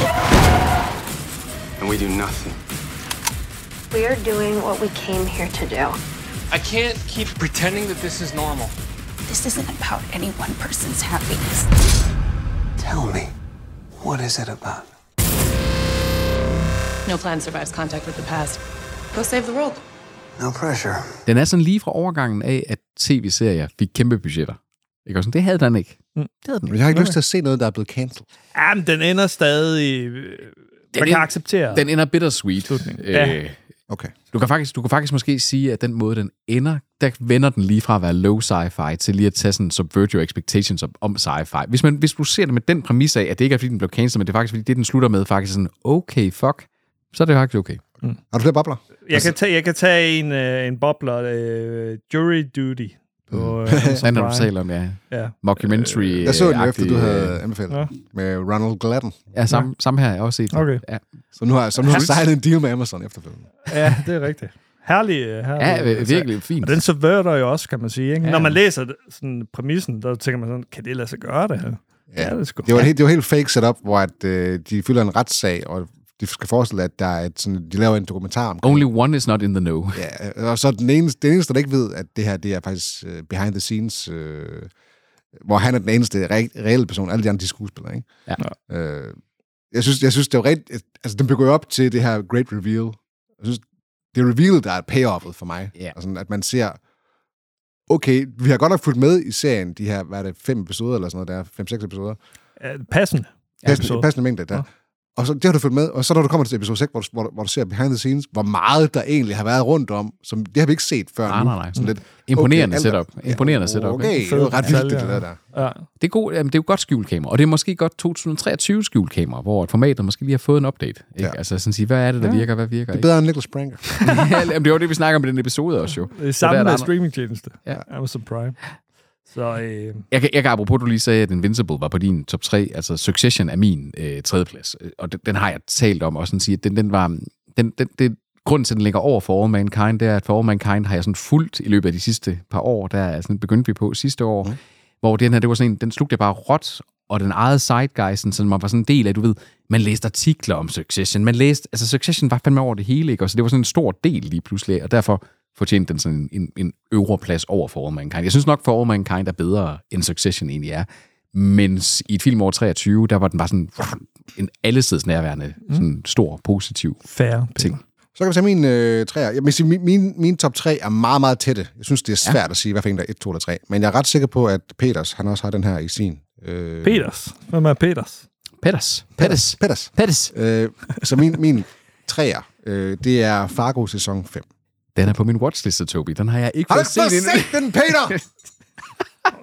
P: and we do nothing.
K: We're doing what we came here to do.
R: I can't keep pretending that this is normal.
K: This isn't about any one person's happiness.
P: Tell me, what is it about?
S: No plan survives contact with the past. Go save the world.
P: No pressure.
C: Den er sådan lige fra overgangen af, at tv-serier fik kæmpe budgetter. Ikke også? sådan, Det havde den ikke.
A: Mm.
C: Det havde den
B: Men jeg har ikke lyst til at se noget, der er blevet cancelled.
A: Ja, men den ender stadig... øh, Man kan
C: ind-
A: acceptere.
C: Den ender bittersweet. Øh,
A: Ja.
B: Okay.
C: Du kan, faktisk, du kan faktisk måske sige, at den måde, den ender, der vender den lige fra at være low sci-fi til lige at tage sådan subvert your expectations om, om sci-fi. Hvis, man, hvis du ser det med den præmis af, at det ikke er, fordi den blev cancelled, men det er faktisk, fordi det, den slutter med, faktisk er sådan, okay, fuck, så er det faktisk okay.
A: Mm.
B: Har du flere bobler?
A: Jeg, kan tage, jeg kan tage en, øh, en bobler. Øh, jury Duty. På, øh, Amazon
C: Den, du
A: Prime.
C: taler om, ja.
A: Ja.
C: Mockumentary.
B: Øh, Jeg så den jo efter,
C: agtig,
B: du havde
C: øh,
B: anbefalet
A: Ja.
B: ja. med Ronald Gladden.
C: Ja, samme, samme her. Jeg har også set den.
A: Okay.
C: Ja.
B: Så nu har, så nu har jeg
C: Hans-
B: signet en deal med Amazon efterfølgende.
A: Ja, det er rigtigt. Herlig, øh, herlig.
C: Ja, øh,
B: altså,
C: virkelig fint.
A: Og den subverter jo også, kan man sige. Ikke?
C: Ja.
A: Ja. Når man læser det- sådan, præmissen, der tænker man sådan, kan det lade sig gøre det her? Ja, det er sgu.
B: Det var, et helt, det var et helt fake setup, hvor at, øh, de fylder en retssag, og de skal forestille, at der er et, sådan, de laver en dokumentar om.
C: Only one is not in the know.
B: Ja, og så den eneste, den eneste, der ikke ved, at det her det er faktisk øh, behind the scenes, øh, hvor han er den eneste re- reelle person. Alle de andre, de er skuespillere, ikke?
C: Ja.
B: Øh, jeg, synes, jeg synes, det var rigtig... Altså, den bygger jo op til det her great reveal. Jeg synes, det er revealet, der er payoffet for mig.
C: Ja.
B: Altså, at man ser, okay, vi har godt nok fulgt med i serien, de her, hvad er det, fem episoder eller sådan noget der, fem-seks episoder.
A: Øh, Passende.
B: Passende, passende mængde der. Ja. Og så, det har du fulgt med, og så når du kommer til episode 6, hvor du, hvor, du- hvor du ser behind the scenes, hvor meget der egentlig har været rundt om, som det har vi ikke set før
C: Nej,
B: nu.
C: nej, nej.
B: Sådan lidt,
C: Imponerende
B: alt er-
C: setup. Imponerende
B: ja,
C: setup,
B: Okay,
C: ikke?
B: det er jo ret
C: Fed
B: vildt, det
C: detalje.
B: der. der.
A: Ja.
C: Det, er god, jamen, det er jo godt skjulkamera, og det er måske godt 2023 skjulkamera, hvor at formatet måske lige har fået en update. Ikke? Ja. Altså sådan at sige, hvad er det, der
B: Ja.
C: virker, hvad virker
B: Det er
C: ikke?
B: bedre end Nicholas Spranker.
C: ja, jamen, det var det, vi snakker om i den episode også jo.
A: Det er
C: Så der
A: samme
C: er der
A: med
C: andre-
A: streamingtjeneste.
C: Ja.
A: Amazon Prime. Så øh,
C: Jeg kan, jeg kan apropos, du lige sagde, at Invincible var på din top 3. Altså, Succession er min øh, tredjeplads. Øh, Og den, den har jeg talt om, og sådan sige, at den, den var... Den, den, det, grunden til, at den ligger over for All Mankind, det er, at for All Mankind har jeg sådan fulgt i løbet af de sidste par år. Der er sådan, begyndte vi på sidste år, mm. hvor den her, det var sådan en, den slugte jeg bare råt, og den ejede sidegeisen, så man var sådan en del af, du ved, man læste artikler om Succession. Man læste, altså Succession var fandme over det hele, ikke? Og så det var sådan en stor del lige pludselig, og derfor fortjente den sådan en, en øvreplads over for All Mankind. Jeg synes nok, for All Mankind er bedre, end Succession egentlig er. Mens i et film over 23, der var den bare sådan en allesteds nærværende,
B: Mm.
C: sådan stor, positiv
A: Færre
C: ting.
B: Så kan vi tage min øh, træer. Jeg vil sige, min, min, mine top tre er meget, meget tætte. Jeg synes, det er svært ja. at sige, hvad for en der er 1, 2 eller 3. Men jeg er ret sikker på, at Peters, han også har den her i sin. Øh,
A: Peters. Hvem er Peters?
C: Peters.
B: Peters. Peters.
C: Peters.
B: Øh, så min, min træer, øh, det er Fargo sæson 5.
C: Den er på min watchliste, Tobi. Den har jeg ikke
B: Har du
C: fået
B: ikke fået
C: set endnu.
B: set den, Peter?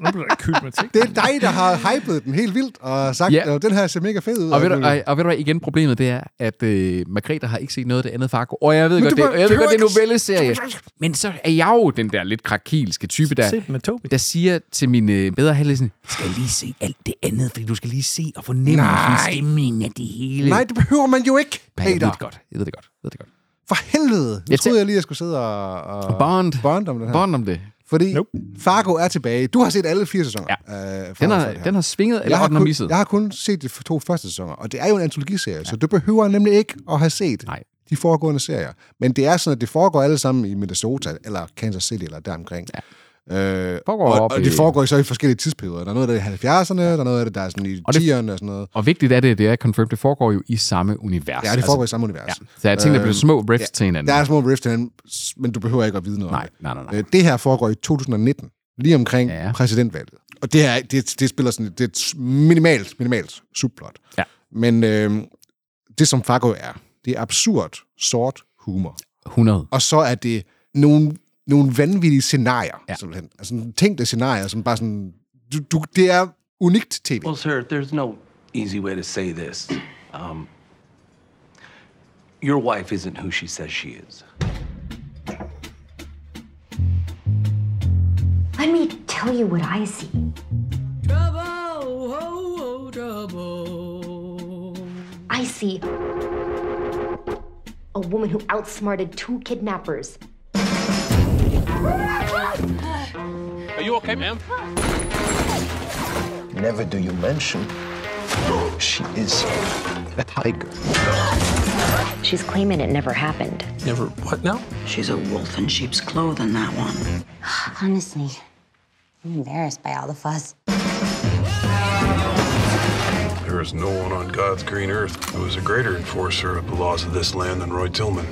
A: nu bliver der købt med ting.
B: Det er dig, der har hypet den helt vildt og sagt,
C: Ja.
B: yeah. den her ser mega fed ud. Øh,
C: Og ved, du,
B: alt
C: og,
B: muligt.
C: og ved du hvad, igen problemet det er, at øh, Margrethe har ikke set noget af det andet Fargo. Og jeg ved
B: Men
C: godt,
B: du
C: det,
B: må-
C: og jeg ved
B: du
C: godt, det
B: må
C: er en
B: ikke-
C: novelleserie. Men så er jeg jo den der lidt krakilske type, der,
A: Sæt med Tobi.
C: der siger til min øh, bedre halvdel, sådan, skal lige se alt det andet, fordi du skal lige se og fornemme
B: Nej.
C: sådan stemningen af det hele.
B: Nej, det behøver man jo ikke,
C: Ja, jeg ved det
B: Peter.
C: godt. Jeg ved det godt. Jeg ved det godt.
B: For helvede. Nu
C: Jeg
B: troede jeg lige, jeg skulle sidde og... og
C: Bond.
B: Bond om den her.
C: Bond om det.
B: Fordi nope. Fargo er tilbage. Du har set alle fire sæsoner. Øh, Ja.
C: Den har, den har svinget, eller
B: jeg har,
C: har den har
B: kun,
C: misset?
B: jeg har kun set de to første sæsoner, og det er jo en antologiserie, ja. så du behøver nemlig ikke at have set
C: Nej.
B: de foregående serier. Men det er sådan, at det foregår alle sammen i Minnesota, eller Kansas City, eller deromkring. Ja. Øh,
C: Foregår
B: og,
C: op
B: og det
C: i-
B: foregår så i forskellige tidsperioder. Der er noget af det i 70'erne, der er noget af det, der er sådan i
C: Og det-
B: 10'erne og sådan noget.
C: Og vigtigt er det, det er confirmed, det foregår jo i samme univers.
B: Ja, det foregår i samme univers.
C: Altså, Ja. Så jeg tænker, der bliver små riffs til hinanden.
B: Der er små rift til hinanden, s- men du behøver ikke at vide noget
C: Nej,
B: om det.
C: nej, nej, nej.
B: Øh, Det her foregår i 2019, lige omkring ja. præsidentvalget. Og det her, det, det spiller sådan, det er et s- minimalt, minimalt subplot.
C: Ja.
B: Men øh, det, som Fargo er, det er absurd, sort humor.
C: 100.
B: Og så er det nogle, nogle vanvittige scenarier, ja. simpelthen. Altså nogle tænkte scenarier, som bare sådan, du, du, det er unikt tv.
T: Well, sir, there's no easy way to say this. Um, your wife isn't who she says she is.
N: Let me tell you what I see.
S: Trouble, oh, oh, trouble.
N: I see a woman who outsmarted two kidnappers.
R: Are you okay, ma'am?
P: Never do you mention she is a tiger.
N: She's claiming it never happened.
Q: Never what now?
U: She's a wolf in sheep's clothing, that one.
N: Honestly, I'm embarrassed by all the fuss.
G: There is no one on God's green earth who is a greater enforcer of the laws of this land than Roy Tillman.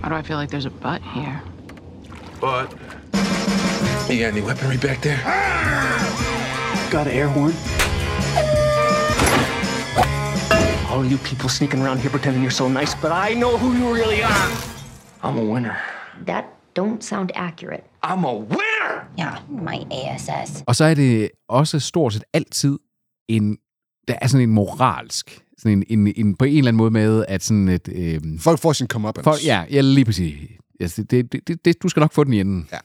S: Why do I feel like there's a butt here?
G: But. You got any weaponry back there?
T: Got an air horn? All you people sneaking around here pretending you're so nice, but I know who you really are. I'm a winner.
N: That don't sound accurate.
T: I'm a winner!
N: Yeah, my ASS.
C: Og så er det også stort set altid en, der er sådan en moralsk, sådan en, en, en på en eller anden måde med, at sådan et... Øh,
B: Folk får sin come up.
C: folk, ja, ja, lige præcis. Altså, det, det, det, det, du skal nok få den i enden.
B: Ja.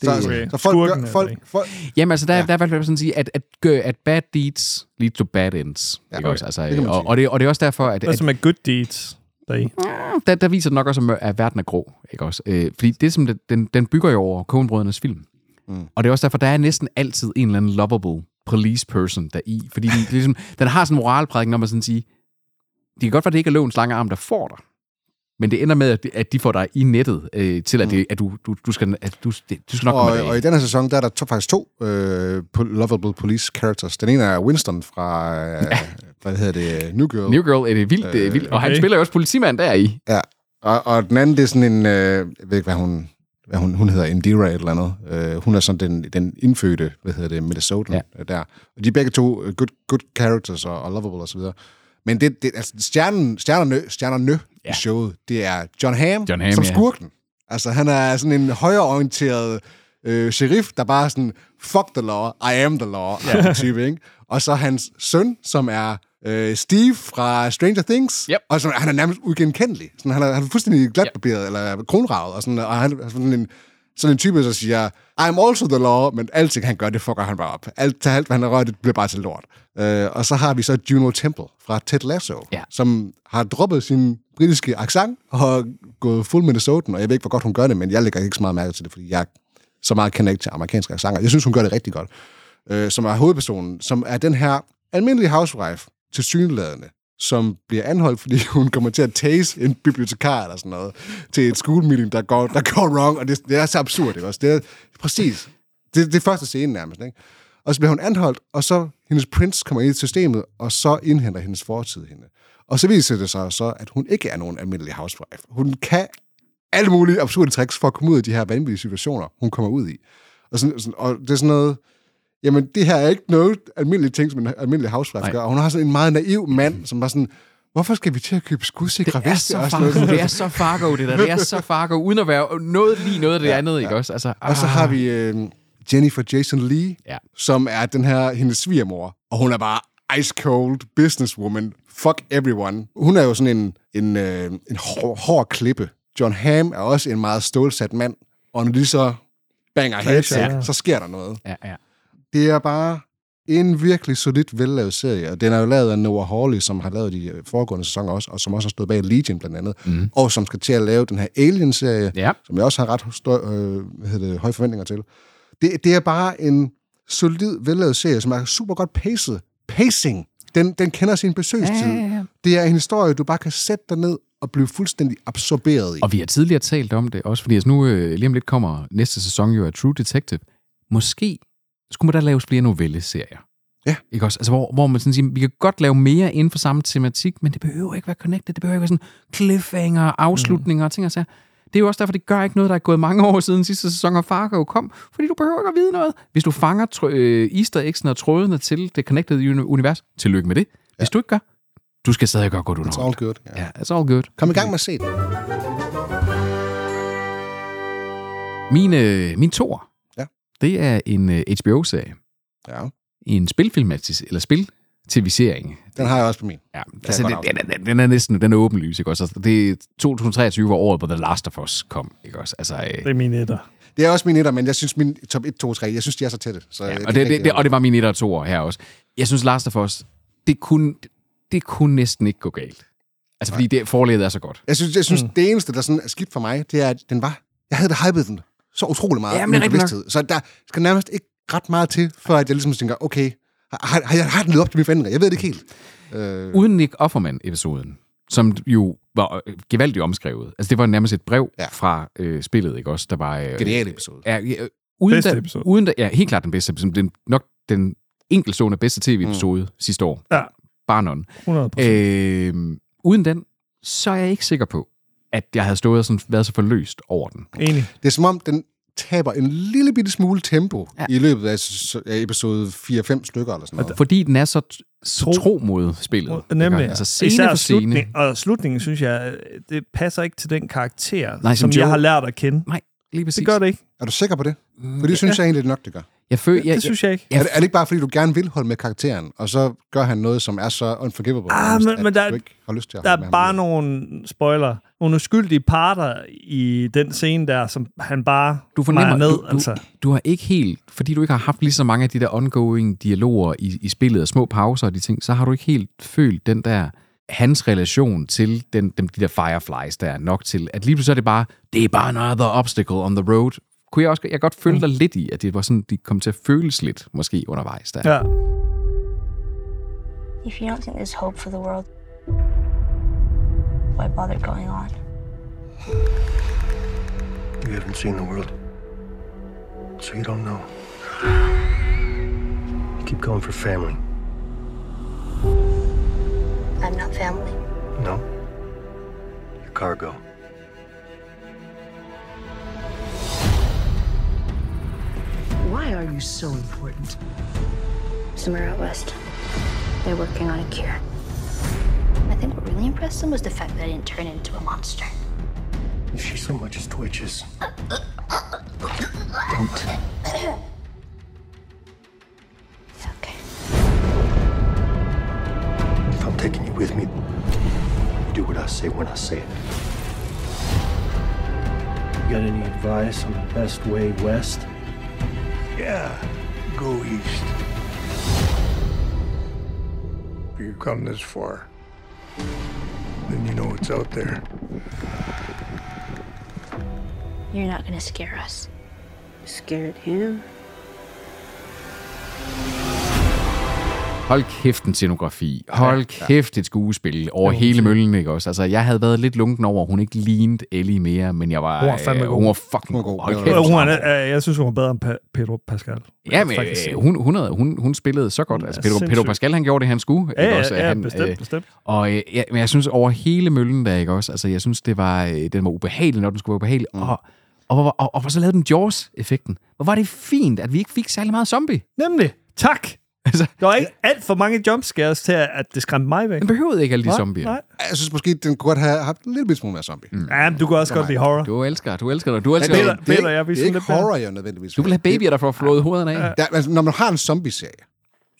C: Det,
B: Så, okay. så folk, gør, folk, folk,
C: Jamen altså, der, ja. der er i hvert fald sådan at sige, at, at, gør- at bad deeds lead to bad ends. Ja, okay. også? Altså,
A: Det kan man
C: og,
A: sige.
C: og, det, og det er også derfor, at,
A: Hvad
C: at
A: som er good deeds deri?
B: Mm.
C: der, der viser den nok også, at mør- at verden er grå. Ikke også? Øh, fordi det, som den- den, den bygger jo over Coen-brødrenes film. Mm. Og det er også derfor, der er næsten altid en eller anden lovable police person der i. Fordi den, ligesom, den har sådan en moralprædiken om at sådan sige, Det kan godt være, at det ikke er lovens lange arm, der får dig. Men det ender med, at de- at de får dig i nettet øh, til, at, det, at, du, du, du, skal, at du, det- du skal nok komme
B: Mm. og,
C: dig af.
B: og i den her sæson, der er der to, faktisk to øh, po- lovable police characters. Den ene er Winston fra, øh, hvad hedder det, New Girl.
C: New Girl er det vildt,
B: Øh,
C: det er vildt. Og han spiller jo også politimand der i.
B: Ja, og, og den anden, det er sådan en, øh, jeg ved ikke, hvad hun, hvad hun, hun hedder, Indira et eller andet. Øh, hun er sådan den, den indfødte, hvad hedder det, Minnesotan ja. der. Og de er begge to øh, good, good characters og, og lovable osv. Men det, det, altså, stjernen, stjernerne, stjernerne ja. i showet, det er John Hamm,
C: John Hamm,
B: som
C: ja.
B: skurken. Altså, han er sådan en højreorienteret øh, sheriff, der bare er sådan, fuck the law, I am the law, ja. type, ikke? Og så hans søn, som er øh, Steve fra Stranger Things, yep. og som, han er nærmest uigenkendelig. Sådan, han, er, han er fuldstændig glatbarberet, yep. eller kronravet, og, sådan, og han er sådan en, sådan en type, der siger, I'm also the law, men alting han gør, det fucker han bare op. Alt, alt hvad han har rørt, det bliver bare til lort. Øh, og så har vi så Juno Temple fra Ted Lasso, ja. som har droppet sin britiske accent og har gået fuld Minnesotan, og jeg ved ikke, hvor godt hun gør det, men jeg lægger ikke så meget mærke til det, fordi jeg så meget kender ikke til amerikanske accenter. Jeg synes, hun gør det rigtig godt. Øh, som er hovedpersonen, som er den her almindelige housewife til syneladende, som bliver anholdt, fordi hun kommer til at tase en bibliotekar eller sådan noget, til et school meeting, der går, der går wrong, og det, det er så absurd, ikke også? Det er præcis. Det, det er første scene nærmest, ikke? Og så bliver hun anholdt, og så hendes prince kommer ind i systemet, og så indhenter hendes fortid hende. Og så viser det sig så, at hun ikke er nogen almindelig housewife. Hun kan alle mulige absurde tricks for at komme ud af de her vanvittige situationer, hun kommer ud i. Og, sådan, sådan, og det er sådan noget, jamen det her er ikke noget almindeligt ting, som en almindelig housewife gør. Og hun har sådan en meget naiv mand, som var sådan, hvorfor skal vi til at købe skudsikre
C: Det er
B: veste?
C: så
B: og sådan noget?"
C: Fargo, det er så Fargo, det der. Det er så Fargo, uden at være noget lige noget af det andet, ikke også? Altså,
B: Og så har vi øh, Jennifer Jason Lee,
C: Ja.
B: som er den her, hendes svigermor, og hun er bare ice cold businesswoman. Fuck everyone. Hun er jo sådan en, en, øh, en hård, hård klippe. John Hamm er også en meget stålsat mand, og når de så banger heads,
C: Ja.
B: ja. så sker der noget.
C: Ja, ja.
B: Det er bare en virkelig solidt vellavet serie, og den er jo lavet af Noah Hawley, som har lavet de øh, foregående sæsoner også, og som også har stået bag Legion blandt andet, mm. og som skal til at lave den her Alien-serie,
C: Mhm. ja.
B: som jeg også har ret stø- øh, hvad hedder det, høje forventninger til. Det, det er bare en solid, vellavet serie, som er super godt paced. Pacing, den, den kender sin besøgstid.
C: Ja, ja, ja.
B: Det er en historie, du bare kan sætte dig ned og blive fuldstændig absorberet i.
C: Og vi har tidligere talt om det også, fordi altså nu øh, lige om lidt kommer næste sæson jo af True Detective. Måske skulle man da laves flere novelleserier.
B: Ja.
C: Ikke også? Altså, hvor, hvor man sådan siger, vi kan godt lave mere inden for samme tematik, men det behøver ikke være connected, det behøver ikke være sådan cliffhanger, afslutninger og ting og sager. Det er jo også derfor, det gør ikke noget, der er gået mange år siden sidste sæson af Fargo kom, fordi du behøver ikke at vide noget. Hvis du fanger tr- øh, easter eggsene og trådene til det connected uni- univers, tillykke med det. Hvis du ikke gør, du skal stadig gøre godt
B: It's
C: under.
B: all good. Ja.
C: Ja, it's all good.
B: Kom i gang med at se den.
C: Min, øh, min tor,
B: ja.
C: det er en øh, HBO-serie.
B: Ja.
C: En spilfilmatis, eller spil-tv-sering.
B: Den har jeg også på min.
C: Ja,
B: Kan
C: altså,
B: jeg
C: den,
B: godt
C: den, er- den, den, er næsten den er åbenlys, ikke også? Altså, det 2023 var året, hvor The Last of Us kom, ikke også? Altså, øh,
A: Det er min etter.
B: Det er også min etter, men jeg synes min top 1, 2, 3, jeg synes, de er så tætte. Så jeg
C: ja,
B: kan
C: og, det,
B: ikke øh,
C: det, det, og det var mine etter og toer her også. Jeg synes, Last of Us, det kunne, det kunne næsten ikke gå galt. Altså, fordi det forledet er så godt.
B: Jeg synes, jeg synes mm. det eneste, der sådan er skidt for mig, det er, at den var... Jeg havde da hypet den så utrolig meget.
C: Ja,
B: i
C: men
B: min
C: det er rigtigt nok.
B: bevidsthed. Så der skal nærmest ikke ret meget til, før at jeg ligesom tænker, okay, har, har, har, jeg- har den levet op til mine forventninger? Jeg ved det ikke helt. Øh,
C: Uden Nick Offerman-episoden, som jo var øh, gevaldigt omskrevet. Altså, det var nærmest et brev ja. fra øh, spillet, ikke også? Der var... Øh,
B: Genial episode.
C: Ja, ja, uden
A: Bedste
C: da,
A: episode.
C: Uden da, ja, helt klart den bedste episode. Den, nok den enkeltstående bedste tv-episode mm. sidste år.
A: Ja.
C: Bare none.
A: 100%.
C: Øh, uden den, så er jeg ikke sikker på, at jeg havde stået og sådan, været så forløst over den.
A: Enig.
B: Det er som om, den taber en lille bitte smule tempo ja. i løbet af s- af episode 4-5 stykker eller sådan noget.
C: Fordi den er så t- tro, tro mod spillet.
A: Nemlig.
C: Altså scene
A: Især
C: for scene.
A: slutning- og slutningen, synes jeg, det passer ikke til den karakter,
C: Nej,
A: Nej,
C: som
A: som, som jeg
C: Joel.
A: har lært at kende.
C: Nej, lige præcis.
A: Det gør det ikke.
B: Er du sikker på det? For det synes
A: Ja.
B: jeg egentlig nok, det gør.
C: Jeg føler, jeg,
A: Det synes jeg ikke.
B: Er, det, er det ikke bare, fordi du gerne vil holde med karakteren, og så gør han noget, som er så unforgivable,
A: Ah,
B: nærmest,
A: men, men
B: at
A: der, er-
B: du ikke har lyst til at
A: der
B: holde med
A: er bare
B: ham
A: nogle, spoiler, nogle uskyldige parter i den scene der, som han bare
C: du fornemmer,
A: mejer ned.
C: du, du,
A: altså.
C: du har ikke helt, fordi du ikke har haft lige så mange af de der ongoing dialoger i, i spillet, og små pauser og de ting, så har du ikke helt følt den der, hans relation til den, dem, de der fireflies, der er nok til, at lige pludselig er det bare, det er bare another obstacle on the road. Kunne jeg også, jeg kan godt
A: Mm.
C: føle dig lidt i, at det var sådan, de kom til at føles lidt, måske undervejs der.
L: If you don't think there's hope for the world,
U: Why bother going on?
P: You haven't seen the world, so you don't know. You keep going for family.
U: I'm not family.
P: No. Your cargo.
U: Why are you so important? Somewhere out west, they're working on a cure. I think what really impressed them was the fact that I didn't turn into a monster.
P: If she so much as twitches, don't. If I'm taking you with me, you do what I say when I say it.
V: You got any advice on the best way west?
P: Yeah, go east. If you've come this far, then you know what's out there.
U: You're not gonna scare us.
S: Scared him?
C: Hold kæft en scenografi. Hold kæft et skuespil over hele møllen, ikke også? Altså, jeg havde været lidt lunken over, at hun ikke lignede Ellie mere, men jeg var...
A: Hun var fandme
C: øh,
A: god.
C: Hun var fucking god. Hold kæft.
A: Hun er, øh, jeg synes, hun er bedre end Pa- Pedro Pascal.
C: Ja, men
A: Faktisk.
C: øh, hun, hun, havde, hun, hun spillede så godt. Altså, Pedro, Pedro
A: sindssyg.
C: Pascal, han gjorde det, han skulle.
A: Ja,
C: ikke
A: ja,
C: også? At
A: ja,
C: han,
A: bestemt, bestemt.
C: Og, øh, ja, men jeg synes, over hele møllen der, ikke også? Altså, jeg synes, det var, øh, den var ubehagelig, når den skulle være ubehagelig. Mm. Og, og, hvor- og, og, og, så lavede den Jaws-effekten. Hvor var det fint, at vi ikke fik særlig meget zombie.
A: Nemlig. Tak.
C: Altså,
A: der var ikke alt for mange jumpscares til, at det skræmte mig væk. Den
C: behøvede ikke alle
A: nej, Nej.
B: Jeg synes måske, den kunne godt have haft en lille bit smule mere zombie. Mm.
A: Ja, men du kan også godt lide horror.
C: Du elsker, du elsker det. Du
B: Men
C: elsker
B: det, er-
C: det.
B: det, er, ikke- det er ikke horror, jeg nødvendigvis
C: Du vil have babyer, der får flået hovederne af.
B: Ja, altså, når man har en zombie-serie,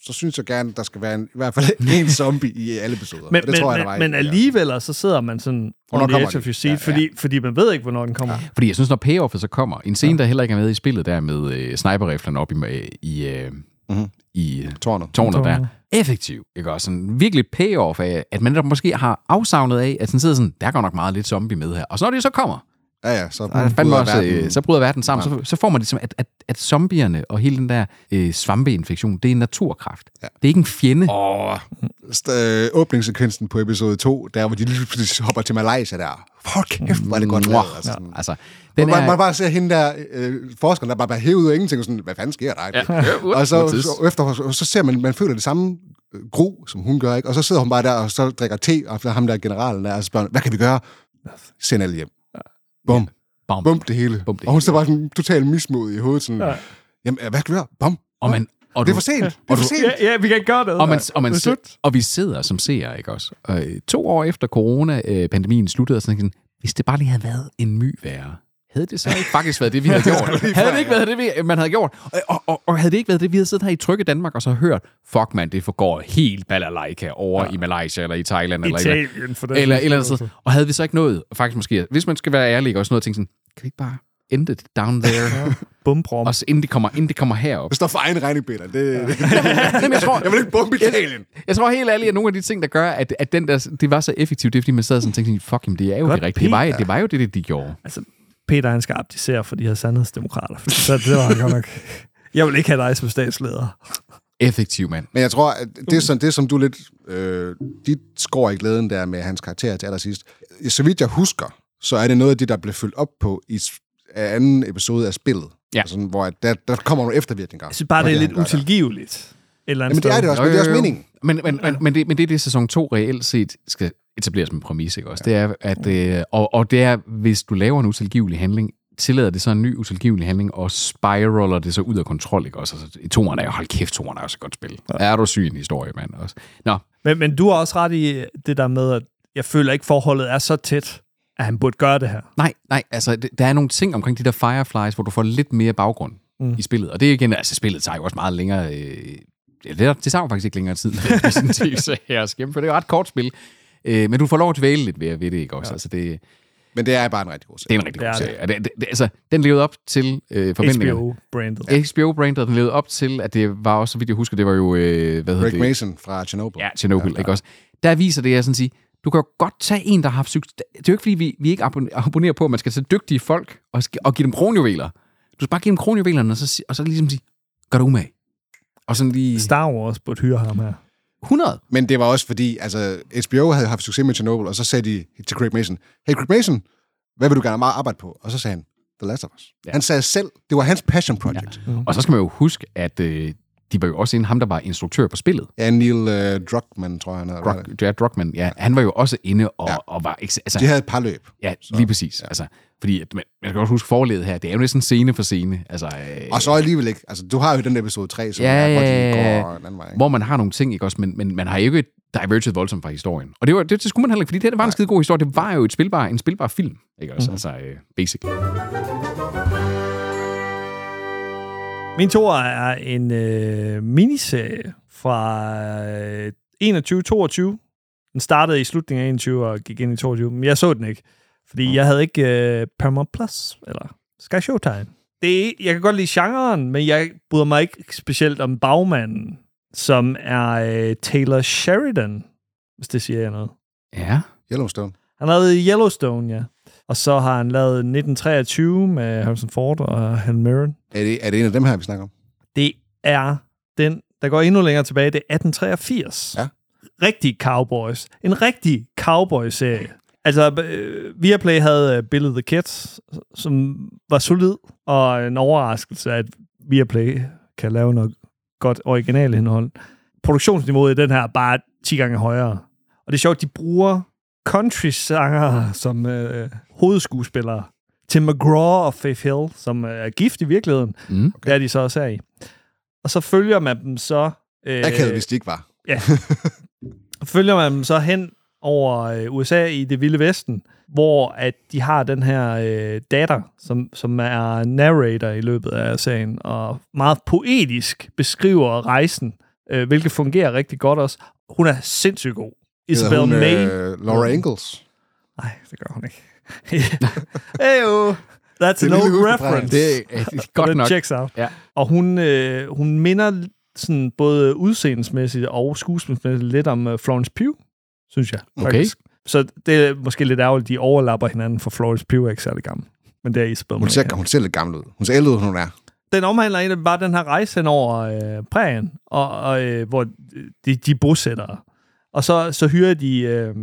B: så synes jeg gerne, der skal være en, i hvert fald en zombie i alle episoder.
A: Men,
B: Og det
A: men,
B: tror jeg, der
A: men,
B: var i-
A: men alligevel, og så sidder man sådan
B: Hvornår
A: on the
B: kommer
A: edge of
B: den?
A: your seat, fordi, fordi man ved ikke, hvornår den kommer.
C: Fordi jeg synes, når payoffet så kommer, en scene, der heller ikke er med i spillet, der med øh, sniperriflerne op i, øh, i, øh, mm-hmm. i øh,
B: tårnet.
C: tårnet der.
A: Tårnet.
C: Effektiv, ikke også? Sådan virkelig payoff af, at man netop måske har afsavnet af, at sådan sidder sådan, der går nok meget lidt zombie med her. Og så når det så kommer,
B: Ja, ja, så,
C: der er fandme
B: bryder
C: også, øh,
B: verden-
C: så bryder verden sammen. Så, så får man ligesom, at, at, at zombierne og hele den der øh, svampeinfektion, det er en naturkraft. Ja. Det er ikke en fjende.
B: Åh, st- øh, åbningssekvensen på episode 2, der hvor de lige pludselig hopper til Malaysia der. Fuck, kæft, hvor er det godt lavet. Altså, sådan.
C: Altså,
B: Den
C: den
B: man,
C: er-
B: man bare ser hende der, øh, forskeren, der bare, bare hævet ud af ingenting, og sådan, hvad fanden sker der? egentlig?
C: Ja. Ja,
B: og
C: what
B: så,
C: is?
B: så, efter, så, så ser man, man føler det samme øh, gro, som hun gør, ikke? Og så sidder hun bare der, og så drikker te, og så ham der generalen der, og så spørger, hun, hvad kan vi gøre? Send alle hjem. Bum.
C: Bum.
B: Bum det hele. Bum, det og hun står bare sådan totalt mismodig i hovedet, sådan,
A: Ja.
B: ja. jamen, øh, hvad skal vi gøre? Bum.
C: Og man, og
B: det er
C: du-
B: for sent.
C: Ja.
B: Det er for sent.
A: Ja, ja, vi kan ikke gøre noget.
C: Og, man,
A: Ja.
C: og, man,
A: Det er slut.
C: og vi sidder som seere, ikke også? Og, øh, to år efter corona-pandemien sluttede, og sådan, sådan, hvis det bare lige havde været en my værre, havde det så ikke faktisk været det, vi havde gjort? Havde det ikke været det, vi, man havde gjort? Og, og, og, og havde det ikke været det, vi havde siddet her i trygge Danmark og så hørt, fuck man, det forgår helt balalaika over ja. i Malaysia eller i Thailand. Eller, i-
A: Italien, for den
C: eller,
A: sags
C: eller, andet
A: skyld.
C: sted. Og havde vi så ikke nået, faktisk måske, hvis man skal være ærlig, ikke også noget at tænke sådan, kan vi ikke bare endte det down there?
A: Bumbrom.
C: Og så inden det kommer, inden det kommer herop.
B: Det står for egen regning, Peter. Det, ja.
C: Jamen, jeg tror,
B: jeg vil ikke bombe Italien.
C: Jeg tror helt ærligt, at nogle af de ting, der gør, at, at den der, det var så effektivt, det er, fordi man sad sådan og tænkte, sådan, fuck, jamen, det er jo det rigtige. Det var, det var jo det, de gjorde.
A: Altså, Peter, han skal abdicere for de her sandhedsdemokrater. fordi Så det var han godt nok. Jeg vil ikke have dig som statsleder.
C: Effektiv, mand.
B: Men jeg tror, at det, som, det, som du lidt... Øh, dit skår i glæden der med hans karakter til allersidst. Så vidt jeg husker, så er det noget af det, der blev fyldt op på i s- af anden episode af spillet.
C: Ja.
B: Altså, hvor at der, der kommer nogle eftervirkninger.
A: Jeg synes bare, det er lidt utilgiveligt. Et eller andet
B: Jamen, det er
A: sted.
B: det også, men det er også meningen.
C: Øh, Men, men, men, men, det, men det er det, sæson 2 reelt set skal etableres som præmis, ikke også? Det er, at, øh, og, og det er, hvis du laver en utilgivelig handling, tillader det så en ny utilgivelig handling, og spiraler det så ud af kontrol, ikke også? Altså, toren er jo, hold kæft, toren er jo så godt spil. Ja. Er du syg i en historie, mand? Også. Nå,
A: Men, men du har også ret i det der med, at jeg føler ikke, forholdet er så tæt, at han burde gøre det her.
C: Nej, nej, altså det- der er nogle ting omkring de der Fireflies, hvor du får lidt mere baggrund
A: Mm.
C: mm. i spillet. Og det er igen, altså spillet tager jo også meget længere... Øh, ja, det, det tager jo faktisk ikke længere tid, hvis en tv-serie at skæmme, for det er jo et ret kort spil. Øh, men du får lov at dvæle lidt ved, ved det, ikke også? Ja. Altså, det,
B: Men det er bare en rigtig god serie.
C: det er en rigtig
B: Det
C: god
B: er det.
C: serie. Og Det, det, det, altså, den levede op til øh, forventningerne.
A: HBO-brandet.
C: Ja. HBO-brandet, den levede op til, at det var også, så vidt jeg husker, det var jo... Øh, hvad hedder
B: Rick
C: det?
B: Mason fra Chernobyl.
C: Ja, Chernobyl, ja, ikke også? Der viser det, at jeg sådan siger, du kan jo godt tage en, der har haft succes. Det er jo ikke, fordi vi, vi ikke abon- abonnerer på, at man skal tage dygtige folk og, sk- og give dem kronjuveler. Du skal bare give dem kronjuvelerne, og så, si- og så ligesom sige, gør dig umage. Og sådan lige...
A: Star Wars burde hyre ham her.
C: 100.
B: Men det var også fordi, altså, HBO havde haft succes med Chernobyl, og så sagde de til Craig Mason, hey Craig Mason, hvad vil du gerne meget arbejde på? Og så sagde han, The Last of Us. Ja. Han sagde selv, det var hans passion project. Ja.
C: Mm-hmm. Og så skal man jo huske, at øh, de var jo også en ham, der var instruktør på spillet.
B: Ja, Neil øh, Druckmann, tror jeg, han er.
C: Druck, ja, Druckmann, ja, han var jo også inde og, ja. og var... Altså,
B: De havde et par løb.
C: Ja, lige præcis. Ja. Altså, fordi at man, man skal også huske forledet her, det er jo næsten scene for scene. Altså, øh,
B: Og så alligevel ikke. Altså, du har jo den episode 3, som
C: Ja,
B: er, hvor
C: ja,
B: de
C: ja,
B: går en anden vej. Ikke?
C: hvor man har nogle ting, ikke også, men, men man har jo ikke diverged voldsomt fra historien. Og det, var, det, det skulle man heller ikke, fordi det her det var en skide god historie. Det var jo et spilbar, en spilbar film, ikke også?
A: Mhm.
C: Altså, øh, basic.
A: Min to er en øh, miniserie fra øh, 21-22. Den startede i slutningen af 21 og gik ind i 22, men jeg så den ikke, fordi jeg havde ikke øh, Paramount Plus eller Sky Showtime. Det er, jeg kan godt lide genren, men jeg bryder mig ikke specielt om bagmanden, som er øh, Taylor Sheridan, hvis det siger jeg noget.
C: Ja.
B: Yellowstone.
A: Han har lavet Yellowstone, ja. Og så har han lavet 1923 med Harrison Ford og Helen Mirren.
B: Er det, er det en af dem her, vi snakker om?
A: Det er den, der går endnu længere tilbage. Det er 1883.
B: Ja.
A: Rigtig cowboys. En rigtig cowboy-serie. Altså, øh, Viaplay havde øh, Bill of the Kid, som var solid, og en overraskelse, at Viaplay kan lave noget godt originalindhold. Produktionsniveauet i den her er bare 10 gange højere. Og det er sjovt, de bruger country-sanger som øh, hovedskuespillere til McGraw og Faith Hill, som øh, er gift i virkeligheden.
C: Mm.
A: Okay. Der de så også er i. Og så følger man dem så... Øh,
B: Jeg kaldte, hvis de ikke var.
A: Ja. følger man dem så hen over øh, USA i det vilde vesten, hvor at de har den her øh, datter, som, som er narrator i løbet af serien, og meget poetisk beskriver rejsen, øh, hvilket fungerer rigtig godt også. Hun er sindssygt god.
B: Hedder
A: Isabel
B: hun,
A: May.
B: Øh, Laura Ingalls.
A: Nej, det gør hun ikke. Ejo, that's
B: Det
A: an
B: er lige
A: old
B: ud fra
A: reference.
C: Det er- det er Øh, godt
A: Den
C: nok.
A: checks out.
C: Ja.
A: Og hun, øh, hun minder sådan både udseendemæssigt og skuespilsmæssigt lidt om øh, Florence Pugh, synes jeg.
C: Okay.
A: Så det er måske lidt ærgerligt, de overlapper hinanden, for Florence Pugh er ikke særlig gammel. Men det er Isabel
B: Hun
A: May.
B: ser, hun ser lidt gammel ud. Hun ser ældre ud, end hun er.
A: Den omhandler egentlig bare den her rejse hen over øh, prærien, og, og, øh, hvor de, de er bosættere. Og så, så hyrer de øh,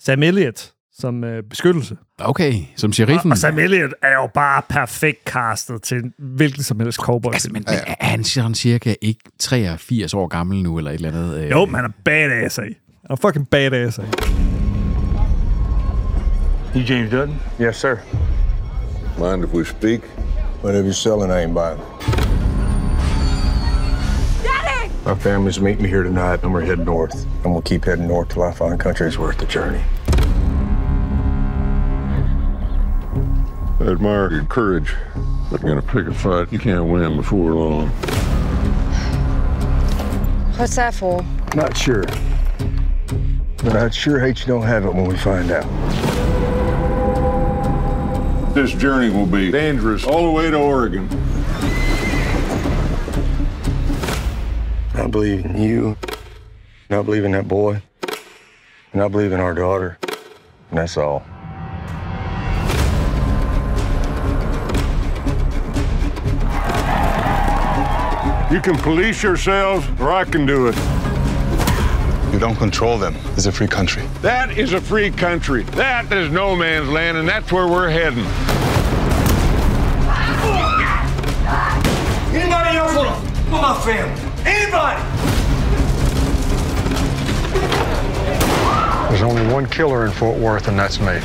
A: Sam Elliott som øh, beskyttelse.
C: Okay, som sheriffen.
A: Og, og Sam Elliott er jo bare perfekt castet til en hvilken som helst cowboy. Altså, men,
C: Men er han sådan cirka ikke 83 år gammel nu, eller et eller andet? Øh,
A: Jo, men han er badass af. Han er fucking badass af.
F: You James Dutton? Yes, sir. Mind if we speak? Whatever you're selling, I ain't buying. Daddy! My family's meeting here tonight, and we're heading north. And we'll keep heading north till I find country's worth the journey.
G: I admire your courage, but you're gonna pick a fight you can't win before long.
S: What's that for?
F: Not sure. But I'd sure hate you don't have it when we find out.
G: This journey will be dangerous all the way to Oregon.
F: I believe in you. And I believe in that boy. And I believe in our daughter. And that's all.
G: You can police yourselves, or I can do it.
W: You don't control them. It's a free country.
G: That is a free country. That is no man's land, and that's where we're heading.
F: Anybody else want to put my family? Anybody?
G: There's only one killer in Fort Worth, and that's me.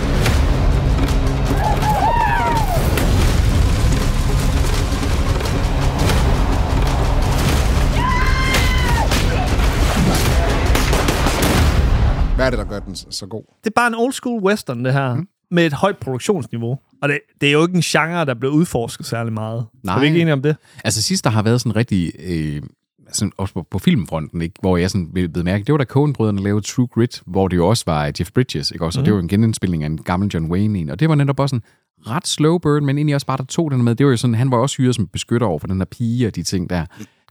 B: Hvad er det, der gør den så så god?
A: Det er bare en old school western, det her. Mm. Med et højt produktionsniveau. Og det, det er jo ikke en genre, der bliver udforsket særlig meget. Er vi ikke enige om det?
C: Altså sidst, der har været sådan rigtig... Øh, sådan, også på, på filmfronten, ikke? hvor jeg sådan blev mærke, det var da Coen-brødrene lavede True Grit, hvor det jo også var øh, Jeff Bridges, ikke? Også, mm. og det
A: Mhm.
C: var en genindspilning af en gammel John Wayne en, og det var netop også en ret slow burn, men egentlig også bare, der tog den med. Det var jo sådan, han var også hyret som beskytter over for den her pige og de ting der.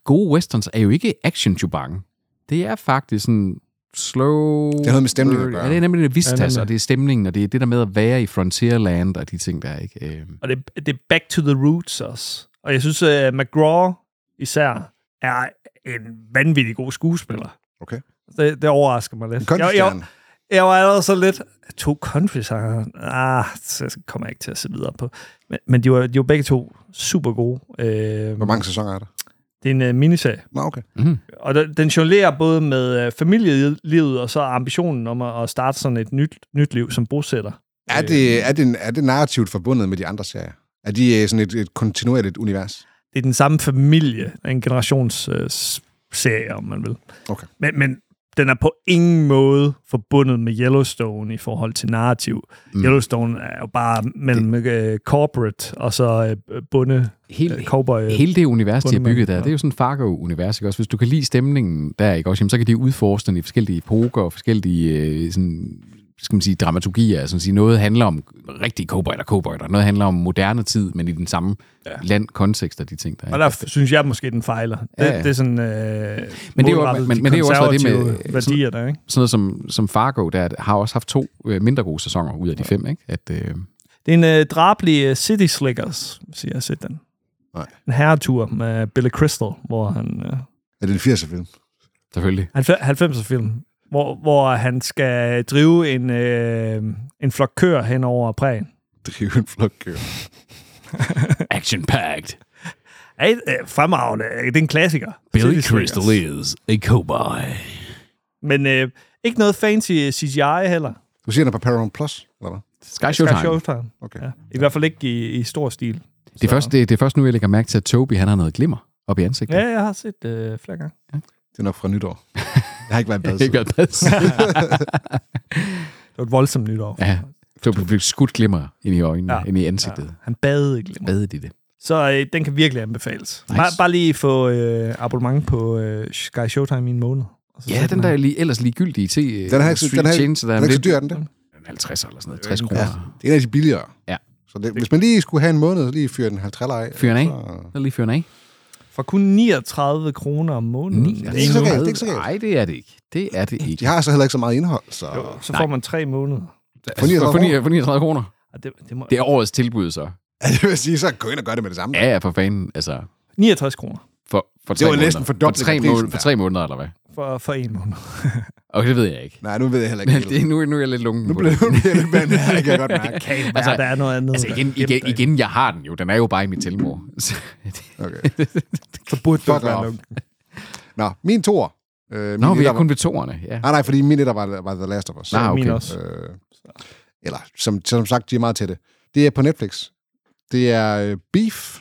C: Gode westerns er jo ikke action jubang. Det er faktisk sådan slow... Det
B: er noget med stemning at gøre.
C: Ja, det er nemlig det
A: Ja,
C: vistas,
A: nemlig.
C: og det er stemningen, og det er det der med at være i Frontierland og de ting der, ikke? Øh,
A: Og det, det er back to the roots også. Og jeg synes, øh, at McGraw især er en vanvittig god skuespiller.
B: Okay.
A: Det, det overrasker mig lidt. Jeg, jeg,
B: countrystjerne.
A: jeg var allerede så lidt... To country-sanger? Ah, så kommer jeg ikke til at se videre på. Men, men de, var, de var begge to super gode. Øh, Hvor
B: mange sæsoner er der?
A: Det er en øh, miniserie.
B: Nå, okay.
C: Mm.
A: Og den, den jonglerer både med øh, familielivet og så ambitionen om at, at starte sådan et nyt, nyt liv som bosætter.
B: Er det,
C: Øh.
B: er, det, er det narrativt forbundet med de andre serier? Er de øh, sådan et, et kontinuerligt univers?
A: Det er den samme familie, en generationsserie, om man vil.
B: Okay.
A: Men, men den er på ingen måde forbundet med Yellowstone i forhold til narrativ.
C: Mm.
A: Mm. Yellowstone er jo bare mellem øh, corporate og så øh, bunde
C: Hele-
A: øh, cowboy.
C: Hele det univers, de har
A: bundemænd.
C: bygget der, det er jo sådan et Fargo-univers, ikke også? Hvis du kan lide stemningen der, ikke også? Jamen, så kan de udforske den i forskellige epoker og forskellige øh, sådan, skal man sige, dramaturgier. Sådan at sige, noget handler om rigtige cowboy eller cowboy, og noget handler om moderne tid, men i den samme ja. land, kontekst og de ting der.
A: Og der synes jeg måske, den fejler. Det,
C: Ja,
A: ja,
C: ja.
A: ja. det er sådan øh,
C: men det er jo,
A: målrettet
C: men,
A: de
C: men det er jo også det med
A: konservative værdier der, ikke?
C: Sådan noget som, som Fargo, der har også haft to øh, mindre gode sæsoner ud af de fem, ikke? At, øh,
A: Det er en øh, drabelig uh, City Slickers, hvis jeg har set den.
B: Nej.
A: En herretur med Billy Crystal, hvor han... Øh,
B: Er det en 80'er film?
C: Selvfølgelig.
A: 90'er film, hvor, hvor han skal drive en, øh, en flok køer hen over prægen.
B: Drive en flok køer.
C: Action-packed.
A: Ej, øh, fremragende. Det er en klassiker.
C: Billy
A: City Slickers.
C: Crystal is a cowboy.
A: Men øh, ikke noget fancy øh, CGI heller.
B: Du siger den er på Paramount Plus, eller hvad?
C: Sky Showtime.
A: Sky Showtime.
B: Okay.
A: Ja. I hvert fald ikke i, i stor stil.
C: Det er, først, det, det er først nu, jeg lægger mærke til, at Toby han har noget glimmer op i ansigtet.
A: Ja, jeg har set øh, flere gange.
B: Det er nok fra nytår. Jeg har ikke været i bad
C: Jeg har ikke været i bad
B: siden.
A: Det var et voldsomt nytår.
C: Ja, Toby blev skudt glimmer ind i øjnene, ja.
A: Ja.
C: ind i ansigtet. Ja.
A: Han badede i glimmer.
C: Badede i det.
A: Så øh, den kan virkelig anbefales. Nice. Bare, bare lige få øh, abonnement på øh, Sky Showtime i en måned. Og så
C: Ja,
A: se
C: den der er lige, ellers ligegyldige til
B: Den er ikke så- den er ikke- den er ikke så dyr, er den der?
C: 50 eller sådan noget, 60
B: Ja,
C: kroner.
B: det er en af de billigere.
C: Ja.
B: Så det, hvis man lige skulle have en måned, så lige fyre den 50 af.
C: Fyr den af.
B: Så-
C: Så lige fyr den af.
A: For kun 39 kroner om måneden.
C: Det er ikke så galt, det er ikke så galt. Nej, det er det ikke. Det er det ikke.
B: De har så heller ikke så meget indhold, så...
A: Jo, så får man tre måneder.
C: altså,
B: For 39
C: For ni-
B: kroner?
C: For 39 kroner.
A: Og Det, det, må,
C: Det er årets tilbud, så.
B: Ja, det vil sige, så gå ind og gør det med det samme.
C: Ja, ja, for fanden. Altså,
A: 69 kroner
C: for, for
B: Det
C: tre
B: var
C: måneder.
B: næsten fordobling
C: for tre,
B: af prisen,
C: måneder, for
B: ja.
C: tre måneder, eller hvad?
A: for, for en måned.
C: Okay, det ved jeg ikke.
B: Nej, nu ved jeg heller ikke.
C: det, nu, nu er jeg lidt lunken nu på det.
B: bliver lidt mere, det kan jeg godt mærke.
A: Kan det være, der er noget andet.
C: Altså igen, igen, igen, jeg har den jo. Den er jo bare i mit tilmor. Så,
B: Okay.
A: Så burde
B: Fuck off. Nå, min toer. Øh,
C: Nå,
B: min
C: vi er
B: etter-
C: kun ved toerne. Ja.
B: Nej, nej, fordi min etter var, var The Last of Us.
C: Nå, Ah, okay. Min
A: også.
B: Øh, eller, som, som sagt, de er meget til det. Det er på Netflix. Det er øh, Beef.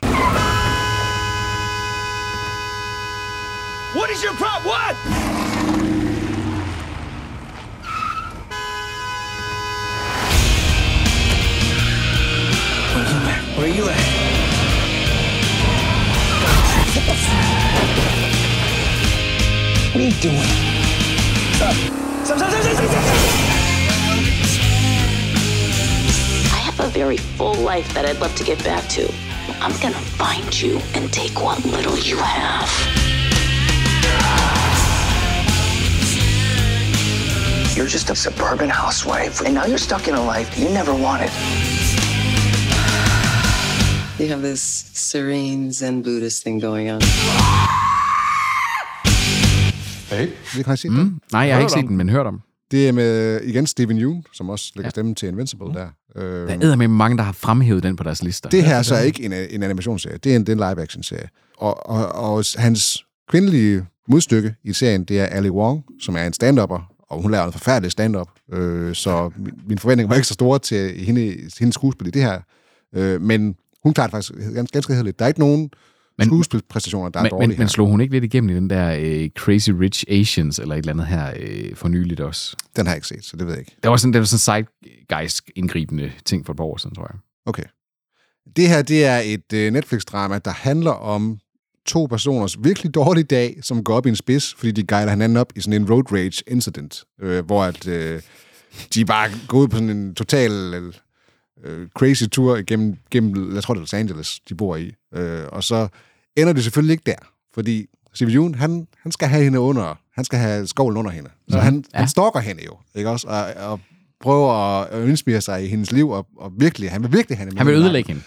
T: What is your problem? What?
P: Where you at? Where you at? What are you doing? Stop. Stop, stop, stop, stop, stop,
E: I have a very full life that I'd love to get back to. I'm gonna find you and take what little you have.
P: stop. You're just a suburban housewife, and now you're stuck in a life you never wanted.
J: You have this serene Zen Buddhist thing going on.
B: Hey. Det kan jeg se mm.
C: Nej, jeg har ikke set den, men hørt om.
B: Det er med, igen, Stephen Yeun, som også lægger ja. stemme til
C: Mm.
B: Invincible der. Øh,
C: Der er med mange, der har fremhævet den på deres lister.
B: Det her er så ikke en, en animationsserie. Det er en, det er en live-action-serie. Og, og, og hans kvindelige modstykke i serien, det er Ali Wong, som er en stand-upper, og hun laver en forfærdelig stand-up. Øh, så min, mine forventninger var ikke så store til hende, hendes skuespil i det her. Øh, men hun klarer det faktisk ganske, ganske hederligt. Der er ikke nogen men, skuespilpræstationer, der er
C: men,
B: dårlige
C: men, men slog hun ikke lidt igennem i den der øh, Crazy Rich Asians, eller et eller andet her øh, for nyligt også?
B: Den har jeg ikke set, så det ved jeg ikke.
C: Der var sådan, der var sådan zeitgeist-indgribende ting for et par år siden, tror jeg.
B: Okay. Det her, det er et øh, Netflix-drama, der handler om to personers virkelig dårlige dag, som går op i en spids, fordi de guider hinanden op i sådan en road rage incident, øh, hvor at, øh, de bare går ud på sådan en total øh, crazy tur gennem, gennem, jeg tror det er Los Angeles, de bor i. Øh, og så ender det selvfølgelig ikke der, fordi Siviljun, han, han skal have hende under, han skal have skovlen under hende. Så
G: Mhm.
B: han,
G: Ja.
B: ja. han stalker hende jo, ikke også? Og, og prøver at, at inspirere sig i hendes liv, og, og virkelig, han vil virkelig have hende med
C: Han vil
B: i nakken.
C: ødelægge hende.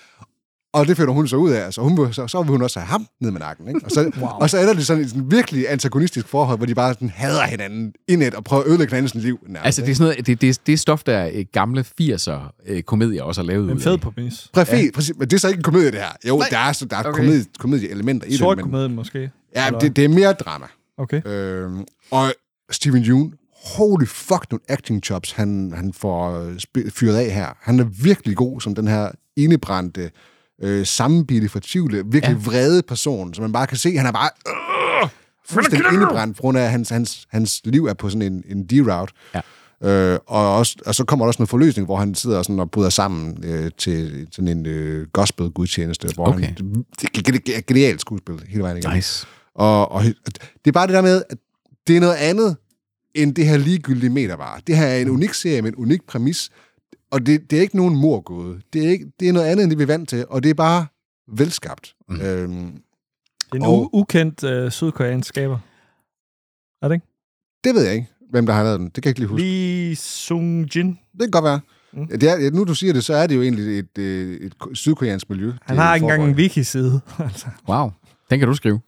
B: Og det finder hun så ud af, altså hun vil, så, så vil hun også have ham ned med nakken. Ikke? Og, så, wow. og så ender det sådan et sådan virkelig antagonistisk forhold, hvor de bare sådan hader hinanden indet og prøver at ødelægge hinandens liv. Nærmest,
C: Altså, det er, sådan noget, det, det, det er stof, der øh, gamle 80'er øh, komedier også har lavet ud
A: En
C: af.
A: fed præmis.
B: Præcis, ja. præcis, men det er så ikke en komedie, det her. Jo, Nej. der er, så- der er
A: Okay.
B: okay. komedie, komedieelementer i
A: Sort
B: det, men,
A: komedie måske.
B: Ja,
A: Eller-
B: det, det er mere drama.
A: Okay.
B: Øhm, og Steven Yeun, holy fuck nogle acting chops, han, han får øh, sp- fyret af her. Han er virkelig god som den her indebrændte, øh, sammenbidte, fortvivle, virkelig ja. vrede person, som man bare kan se, han er bare øh, fuldstændig indebrændt, på grund af, at hans, hans, hans liv er på sådan en, en D-route.
C: Ja.
B: Øh, og, også, og så kommer der også noget forløsning, hvor han sidder sådan og bryder sammen øh, til sådan en øh, gospel-gudstjeneste, hvor
C: Okay.
B: han, det, det, det, det er genialt skuespil hele vejen igennem.
C: Nice.
B: Og, og det er bare det der med, at det er noget andet end det her ligegyldige metervare. Det her er en
A: Mm.
B: unik serie med en unik præmis, og det, det er ikke nogen morgåde. Det er, ikke, det er noget andet end det, vi er vant til, og det er bare velskabt. Mm. Øhm,
A: Det er en
B: Og-
A: u- ukendt øh, sydkoreansk skaber. Er det ikke?
B: det ved jeg ikke, hvem der har lavet den. Det kan jeg ikke lige huske.
A: Lee Sung-jin.
B: Det kan godt være.
A: Mm.
B: Det er, nu du siger det, så er det jo egentlig et, øh, et, et sydkoreansk miljø.
A: Han
B: det
A: har ikke engang
B: foregår i.
A: en wiki-side. altså.
C: Wow, den kan du skrive.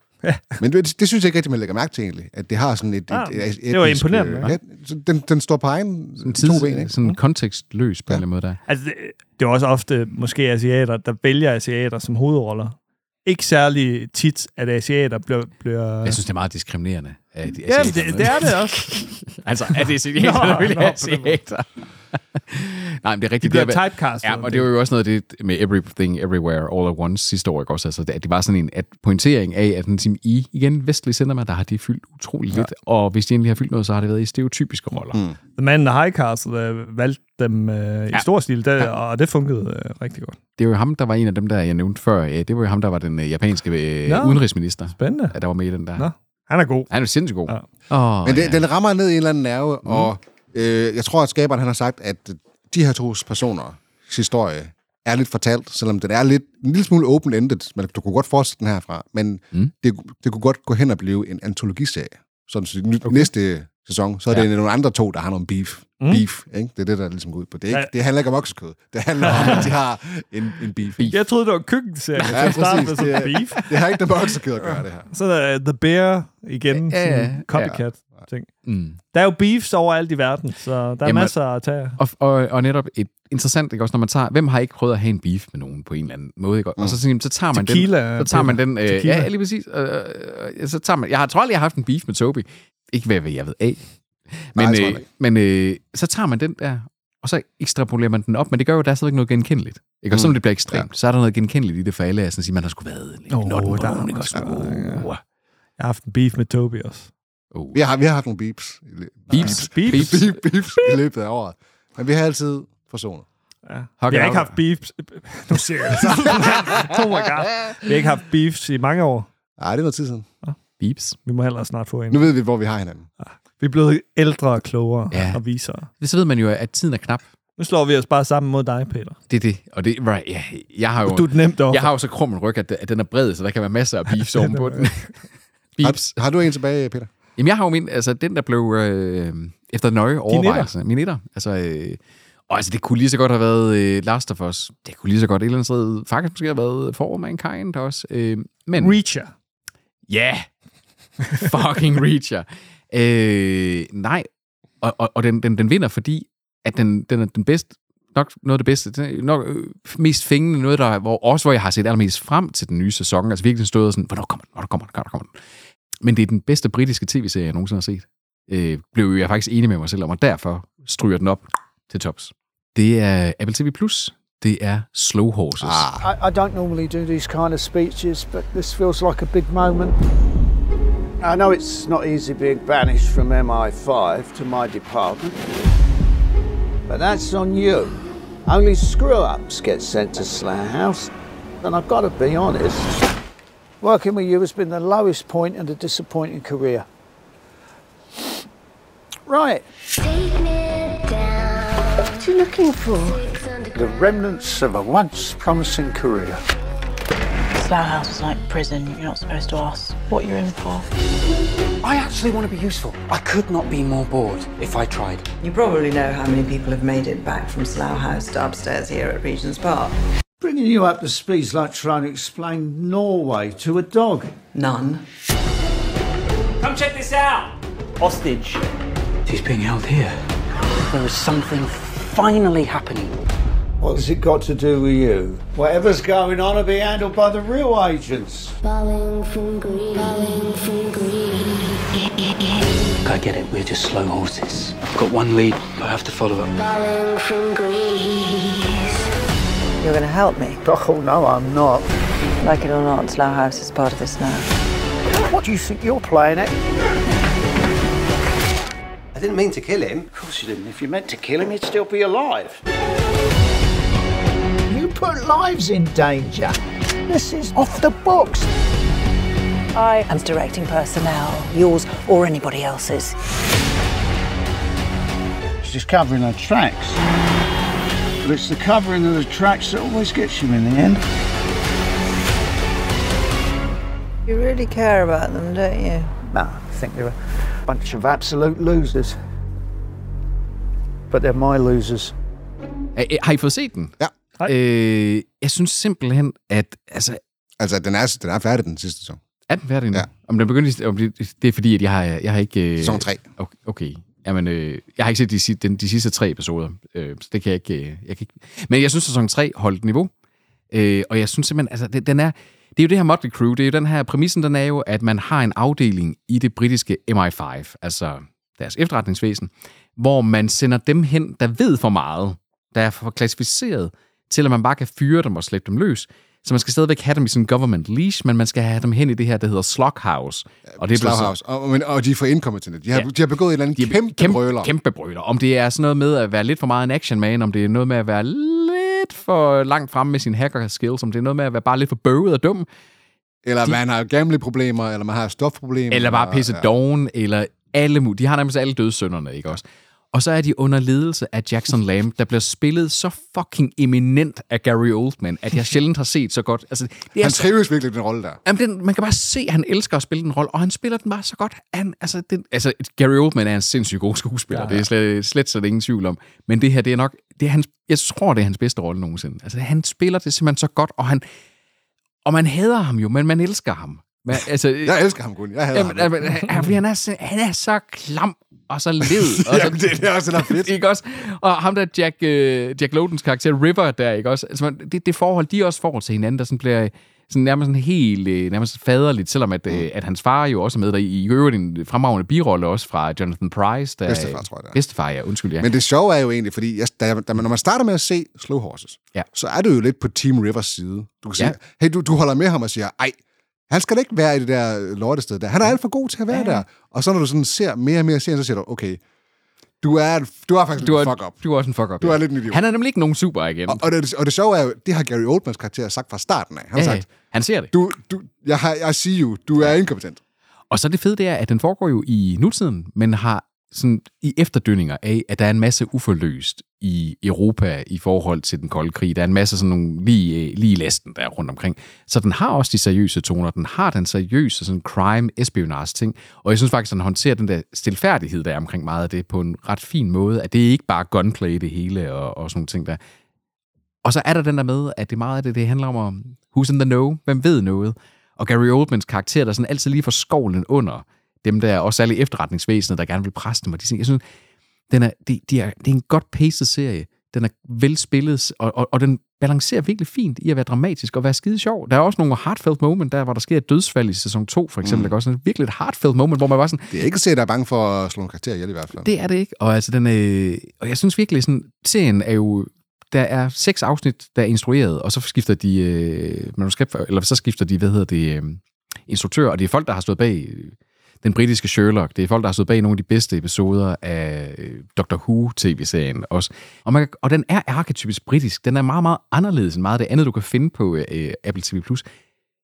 B: Men det, det synes jeg ikke rigtig, man lægger mærke til egentlig, at det har sådan et...
A: Ah,
B: et, et, et
A: det var imponerende,
B: øh,
A: ja.
B: Ja, så den, den står på egen
C: Sådan,
B: to ben, ikke? Mm.
C: tids, sådan kontekstløs på ja. en eller anden måde der.
A: Altså, det, det er også ofte måske asiater, der vælger asiater som hovedroller. Ikke særlig tit, at asiater bliver... bliver...
C: Jeg synes, det er meget diskriminerende. At
A: Ja, det, det er det også.
C: altså, er det asiater, der vil
A: Nå, nå,
C: have
A: på den måde.
C: asiater? Nej, men det er rigtigt.
A: De
C: det
A: bliver
C: har været-
A: typecastet.
C: Ja, og det var jo også noget af det med Everything, Everywhere, All at Once sidste år, ikke også? Altså, det, det var sådan en at pointering af, at den siger, i igen vestlige cinema, der har de fyldt utrolig ja. lidt, og hvis de endelig har fyldt noget, så har det været i stereotypiske roller. Mm.
A: The Man in the High Castle øh, valgte dem øh, i
C: Ja.
A: stor stil, der, og det funkede øh, rigtig godt.
C: Det var jo ham, der var en af dem, der jeg nævnte før. Øh, Det var jo ham, der var den øh, japanske øh,
A: Nå.
C: udenrigsminister,
A: Spændende.
C: øh, der var med i den der.
A: Nå. Han er god.
C: Han er jo sindssygt god. Ja.
B: Oh,
C: Oh,
B: Men det, ja. den rammer ned i en eller anden nerve, mm. og øh, jeg tror, at skaberen han har sagt, at de her to personers historie er lidt fortalt, selvom den er lidt, en lille smule open-ended. Man, du kunne godt fortsætte den herfra, men mm. det, det kunne godt gå hen og blive en antologiserie. Sådan, så ny, okay. næste sæson, så er det
C: Ja.
B: nogle andre to, der har nogle beef.
A: Mm.
B: Mm. Beef, ikke? Det er det, der ligesom går ud på. Det, er ikke,
A: Ja.
B: det handler ikke om oksekød. Det handler om, at de har en, en beef. beef.
A: Jeg troede, det var en køkkenserie,
B: Ja,
A: ja, som startede med
B: præcis. Det,
A: sådan
B: er-
A: beef.
B: det har ikke noget med oksekød at gøre, det her.
A: Så er der øh, The Bear igen,
C: Ja,
A: ja,
C: ja,
A: sådan
C: ja.
A: copycat-ting.
C: Mm.
A: Der er jo beefs overalt i verden, så der er
C: Jamen,
A: masser at tage.
C: Og, og, og netop et interessant, ikke også, når man tager, hvem har ikke prøvet at have en beef med nogen på en eller anden måde, ikke? Og så, sådan, så tager man
A: Mm. Tequila,
C: den, så tager man
A: Peter.
C: den, øh,
A: Tequila.
C: ja, lige præcis, øh, øh, så tager man, jeg har tror aldrig, jeg har haft en beef med Toby, ikke hvad jeg ved af,
B: jeg
C: men,
B: tror
C: øh,
B: det ikke.
C: men øh, så tager man den der, og så ekstrapolerer man den op, men det gør jo, at der er stadigvæk noget genkendeligt. Ikke? Og
B: Mm.
C: selvom det bliver ekstremt, ja. så er der noget genkendeligt i det for alle, at sådan at sige, man har sgu været lidt
A: Åh,
C: oh, not
A: der er
C: der ikke
A: også
C: også?
A: noget,
C: Oh,
A: Jeg har haft en beef med Toby også.
C: oh.
B: Vi har, vi har haft nogle beeps. i løbet-
C: Beeps.
A: Beeps.
B: Beep, beeps i løbet af året. Men vi har altid personer.
A: Ja.
C: Hug
A: Vi har
C: it
A: ikke
C: out.
A: haft beefs. Nu siger jeg det sammen. oh my god. Vi har ikke haft beefs i mange år.
B: Nej, det er noget tid siden.
C: Beeps.
A: Vi må hellere snart få en.
B: Nu ved vi, hvor vi har hinanden.
A: Vi er blevet ældre og klogere ja.
C: Ja.
A: og visere.
C: Så ved man jo, at tiden er knap.
A: Nu slår vi os bare sammen mod dig, Peter.
C: Det er det. Og det, right, ja, jeg har jo...
A: Du er et nemt offer.
C: Jeg har jo så krum en ryg, at, at den er bred, så der kan være masser af beefs oven på den. beefs.
B: Har du en tilbage, Peter?
C: Jamen, jeg har jo min, altså den, der blev øh, efter nøje overvejelse. Min etter. Altså, øh, og altså, det kunne lige så godt have været øh, Last of Us. Det kunne lige så godt et eller andet sted faktisk måske have været For Mankind også. Øh, men
A: Reacher.
C: Ja! Yeah. Fucking Reacher. Øh, nej, og, og, og den, den, den vinder, fordi at den, den er den bedste, nok noget af det bedste, den er nok øh, mest fængende, noget der, hvor, også hvor jeg har set allermest frem til den nye sæson, altså virkelig stået sådan, hvornår kommer den, hvornår kommer den, hvornår kommer den. Men det er den bedste britiske tv-serie, jeg nogensinde har set. Øh, blev jeg faktisk enig med mig selv om, og derfor stryger den op til tops. Det er Apple TV+, Plus. det er Slow Horses. Ah.
I: I, I don't normally do these kind of speeches, but this feels like a big moment. I know it's not easy being banished from MI5 to my department, but that's on you. Only screw ups get sent to Slough House, and I've got to be honest. Working with you has been the lowest point in a disappointing career. Right.
U: What are you looking for?
I: The remnants of a once promising career.
S: Slough House is like prison. You're not supposed to ask what you're in for.
H: I actually want to be useful. I could not be more bored if I tried.
M: You probably know how many people have made it back from Slough House to upstairs here at Regent's Park.
I: Bringing you up to speed is like trying to explain Norway to a dog. None.
M: Come check this out. Hostage.
H: He's being held here. There is something finally happening.
I: What's it got to do with you? Whatever's going on will be handled by the real agents.
U: Falling from green, falling from green.
H: I get it, we're just slow horses. I've got one lead, but I have to follow it.
U: Falling from green.
O: You're going to help me?
I: Oh, no, I'm not.
O: Like it or not, Slough House is part of this now.
I: What do you think you're playing at?
P: I didn't mean to kill him.
I: Of course you didn't. If you meant to kill him, he'd still be alive. You put lives in danger. This is off the books.
O: I am directing personnel, yours or anybody else's.
I: She's covering her tracks. But it's the covering of the tracks that always gets you in the end.
O: You really care about them, don't you?
I: No, I think they're a bunch of absolute losers. But they're my losers.
C: Æ, æ, Har I fået set den?
B: Ja.
C: Øh, jeg synes simpelthen, at... Altså,
B: altså den, er, den er færdig den sidste sæson.
C: Er den færdig nu? Ja. Om den begyndte, om det, det er fordi, at jeg har, jeg har ikke... Øh,
B: Sæson tre.
C: Okay. okay. Jamen, øh, jeg har ikke set de, si- den, de sidste tre episoder, øh, så det kan jeg ikke, øh, jeg kan ikke... Men jeg synes, sæson 3 holdt niveau. Øh, og jeg synes simpelthen, altså, det, den er... Det er jo det her Motley Crew, det er jo den her... Præmissen, den er jo, at man har en afdeling i det britiske MI5, altså deres efterretningsvæsen, hvor man sender dem hen, der ved for meget, der er for klassificeret, til at man bare kan fyre dem og slippe dem løs. Så man skal stadigvæk have dem i sådan en government leash, men man skal have dem hen i det her, der hedder Slughouse. Og det er blevet så-
B: Slaghouse. Og, men, og de er for inkompetent. De har, ja. de har begået et eller andet kæmpe, kæmpe brøler.
C: kæmpe brøler. Om det er sådan noget med at være lidt for meget en action man, om det er noget med at være lidt for langt frem med sin hacker skills, om det er noget med at være bare lidt for bøvet og dum,
B: Eller
C: de-
B: man har gambling-problemer, eller man har stofproblemer.
C: eller bare pisse
B: ja.
C: doven, eller alle mu. De har nærmest alle dødssynderne, ikke også? Og så er de under ledelse af Jackson Lamb, der bliver spillet så fucking eminent af Gary Oldman, at jeg sjældent har set så godt. Altså, det er
B: Han
C: så-
B: trives virkelig i den rolle der.
C: Jamen, den, man kan bare se, at han elsker at spille den rolle, og han spiller den bare så godt. Han, altså, den, altså, Gary Oldman er en sindssygt god skuespiller, ja,
B: Ja,
C: ja.
B: ja.
C: det er slet, slet slet ingen tvivl om. Men det her, det er nok, det er hans, jeg tror, det er hans bedste rolle nogensinde. Altså, han spiller det simpelthen så godt, og han, og man hader ham jo, men man elsker ham. Man, altså,
B: Jeg elsker ham kun. Jeg hader
C: Jamen,
B: ham.
C: jamen, han- han- fordi han er, så- han er så klam og så led. Og
B: Jamen,
C: så,
B: det- det er også det, der er fedt.
C: ikke også? Og ham der Jack, øh, Jack Lodens karakter, River, der, ikke også? Altså, man- det, det forhold, de også får til hinanden, der sådan bliver sådan nærmest sådan helt øh, nærmest faderligt, selvom at, øh, at hans far jo også er med der i, i øvrigt en fremragende birolle også fra Jonathan Price. Der,
B: Bedstefar, tror jeg, det er.
C: Bedstefar, ja. Undskyld, ja.
B: Men det sjove er jo egentlig, fordi jeg, da, da man, når man starter med at se Slow Horses,
C: ja.
B: så er du jo lidt på Team Rivers side. Du kan sige,
C: Ja.
B: hey, du, du holder med ham og siger, ej, han skal da ikke være i det der øh, lortested der. Han er alt for god til at være ja. der. Og så når du sådan ser mere og mere serien, så siger du, okay, du er, du er faktisk
C: Du
B: du
C: er-
B: en fuck-up.
C: Du er også en fuck-up.
B: Du
C: ja.
B: er lidt en idiot.
C: Han er nemlig ikke nogen super igen.
B: Og, og, det, og det sjove er jo, det har Gary Oldmans karakter sagt fra starten af. Han har
C: Ja, ja.
B: sagt,
C: han ser det.
B: Du, du, jeg, har, jeg siger jo, du er inkompetent.
C: Og så det fede, det er, at den foregår jo i nutiden, men har sådan i efterdønninger af, at der er en masse uforløst i Europa i forhold til den kolde krig. Der er en masse sådan nogle lige, øh, lige i lasten, der er rundt omkring. Så den har også de seriøse toner. Den har den seriøse sådan crime espionage ting. Og jeg synes faktisk, at den håndterer den der stilfærdighed, der er omkring meget af det på en ret fin måde. At det er ikke bare gunplay det hele og, og sådan nogle ting der. Og så er der den der med, at det meget af det, det handler om, om who's in the know, hvem ved noget. Og Gary Oldmans karakter, der sådan altid lige får skovlen under dem der, også særligt efterretningsvæsenet, der gerne vil presse dem. Og de, sådan- jeg synes, den er, de, de er, det er en godt paced serie. Den er velspillet, og, og, og den balancerer virkelig fint i at være dramatisk og være skide sjov. Der er også nogle heartfelt moment der, hvor der sker et dødsfald i sæson 2, for
B: Mm.
C: eksempel. Mm. Der er også sådan virkelig et heartfelt moment, hvor man var sådan...
B: Det er ikke set, der er bange for at slå en karakter ihjel i hvert fald.
C: Det er det ikke. Og, altså, den, øh, og jeg synes virkelig, sådan, serien er jo... Der er seks afsnit, der er instrueret, og så skifter de øh, manuskript, eller så skifter de, hvad hedder det, øh, instruktør, og det er folk, der har stået bag øh, den britiske Sherlock. Det er folk, der har stået bag nogle af de bedste episoder af øh, Doctor Who-tv-serien også. Og, man, kan- og den er arketypisk britisk. Den er meget, meget anderledes end meget af det andet, du kan finde på øh, Apple TV+.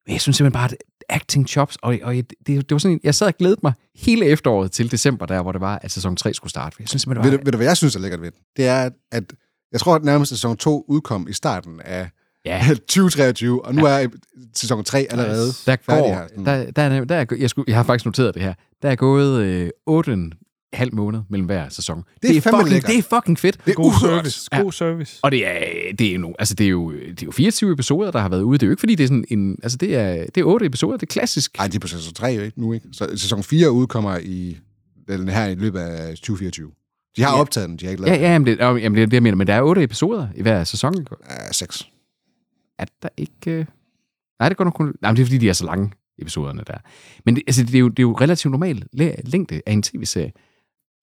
C: Men jeg synes simpelthen bare, at acting chops, og, og det, det, var sådan, en- jeg sad og glædede mig hele efteråret til december, der hvor det var, at sæson 3 skulle starte. Jeg synes simpelthen,
B: Ved,
C: det
B: du, ved du, hvad jeg synes er lækkert ved den? Det er, at jeg tror, at nærmest sæson 2 udkom i starten af
C: Ja.
B: 2023, og nu ja. er sæson 3 allerede
C: var, der
B: færdig
C: går,
B: her.
C: der, der, er, nem- der er, jeg, skulle, jeg har faktisk noteret det her, der er gået øh, 8, halv måned mellem hver sæson.
B: Det er fandme
C: fucking,
B: lækkert.
C: det er fucking fedt.
B: Det er God uhørt. service.
A: God service.
C: Og det er, det, er no, altså det, er jo, det er jo 24 episoder, der har været ude. Det er jo ikke, fordi det er sådan en... Altså det er, det er 8 episoder, det er klassisk.
B: Nej, det er på sæson 3 jo ikke nu, ikke? Så sæson 4 udkommer i den her i løbet af 2024. De har
C: Ja.
B: optaget den, de har ikke
C: Ja,
B: lavet
C: ja, jamen det, jamen det er det, jeg mener. Men der er 8 episoder i hver sæson.
B: Ja, 6.
C: Er der ikke... øh, Nej, det går nok kun... Nej, men det er, fordi de er så lange, episoderne der. Men det, altså, det, er, jo, det er jo relativt normal læ- længde af en tv-serie.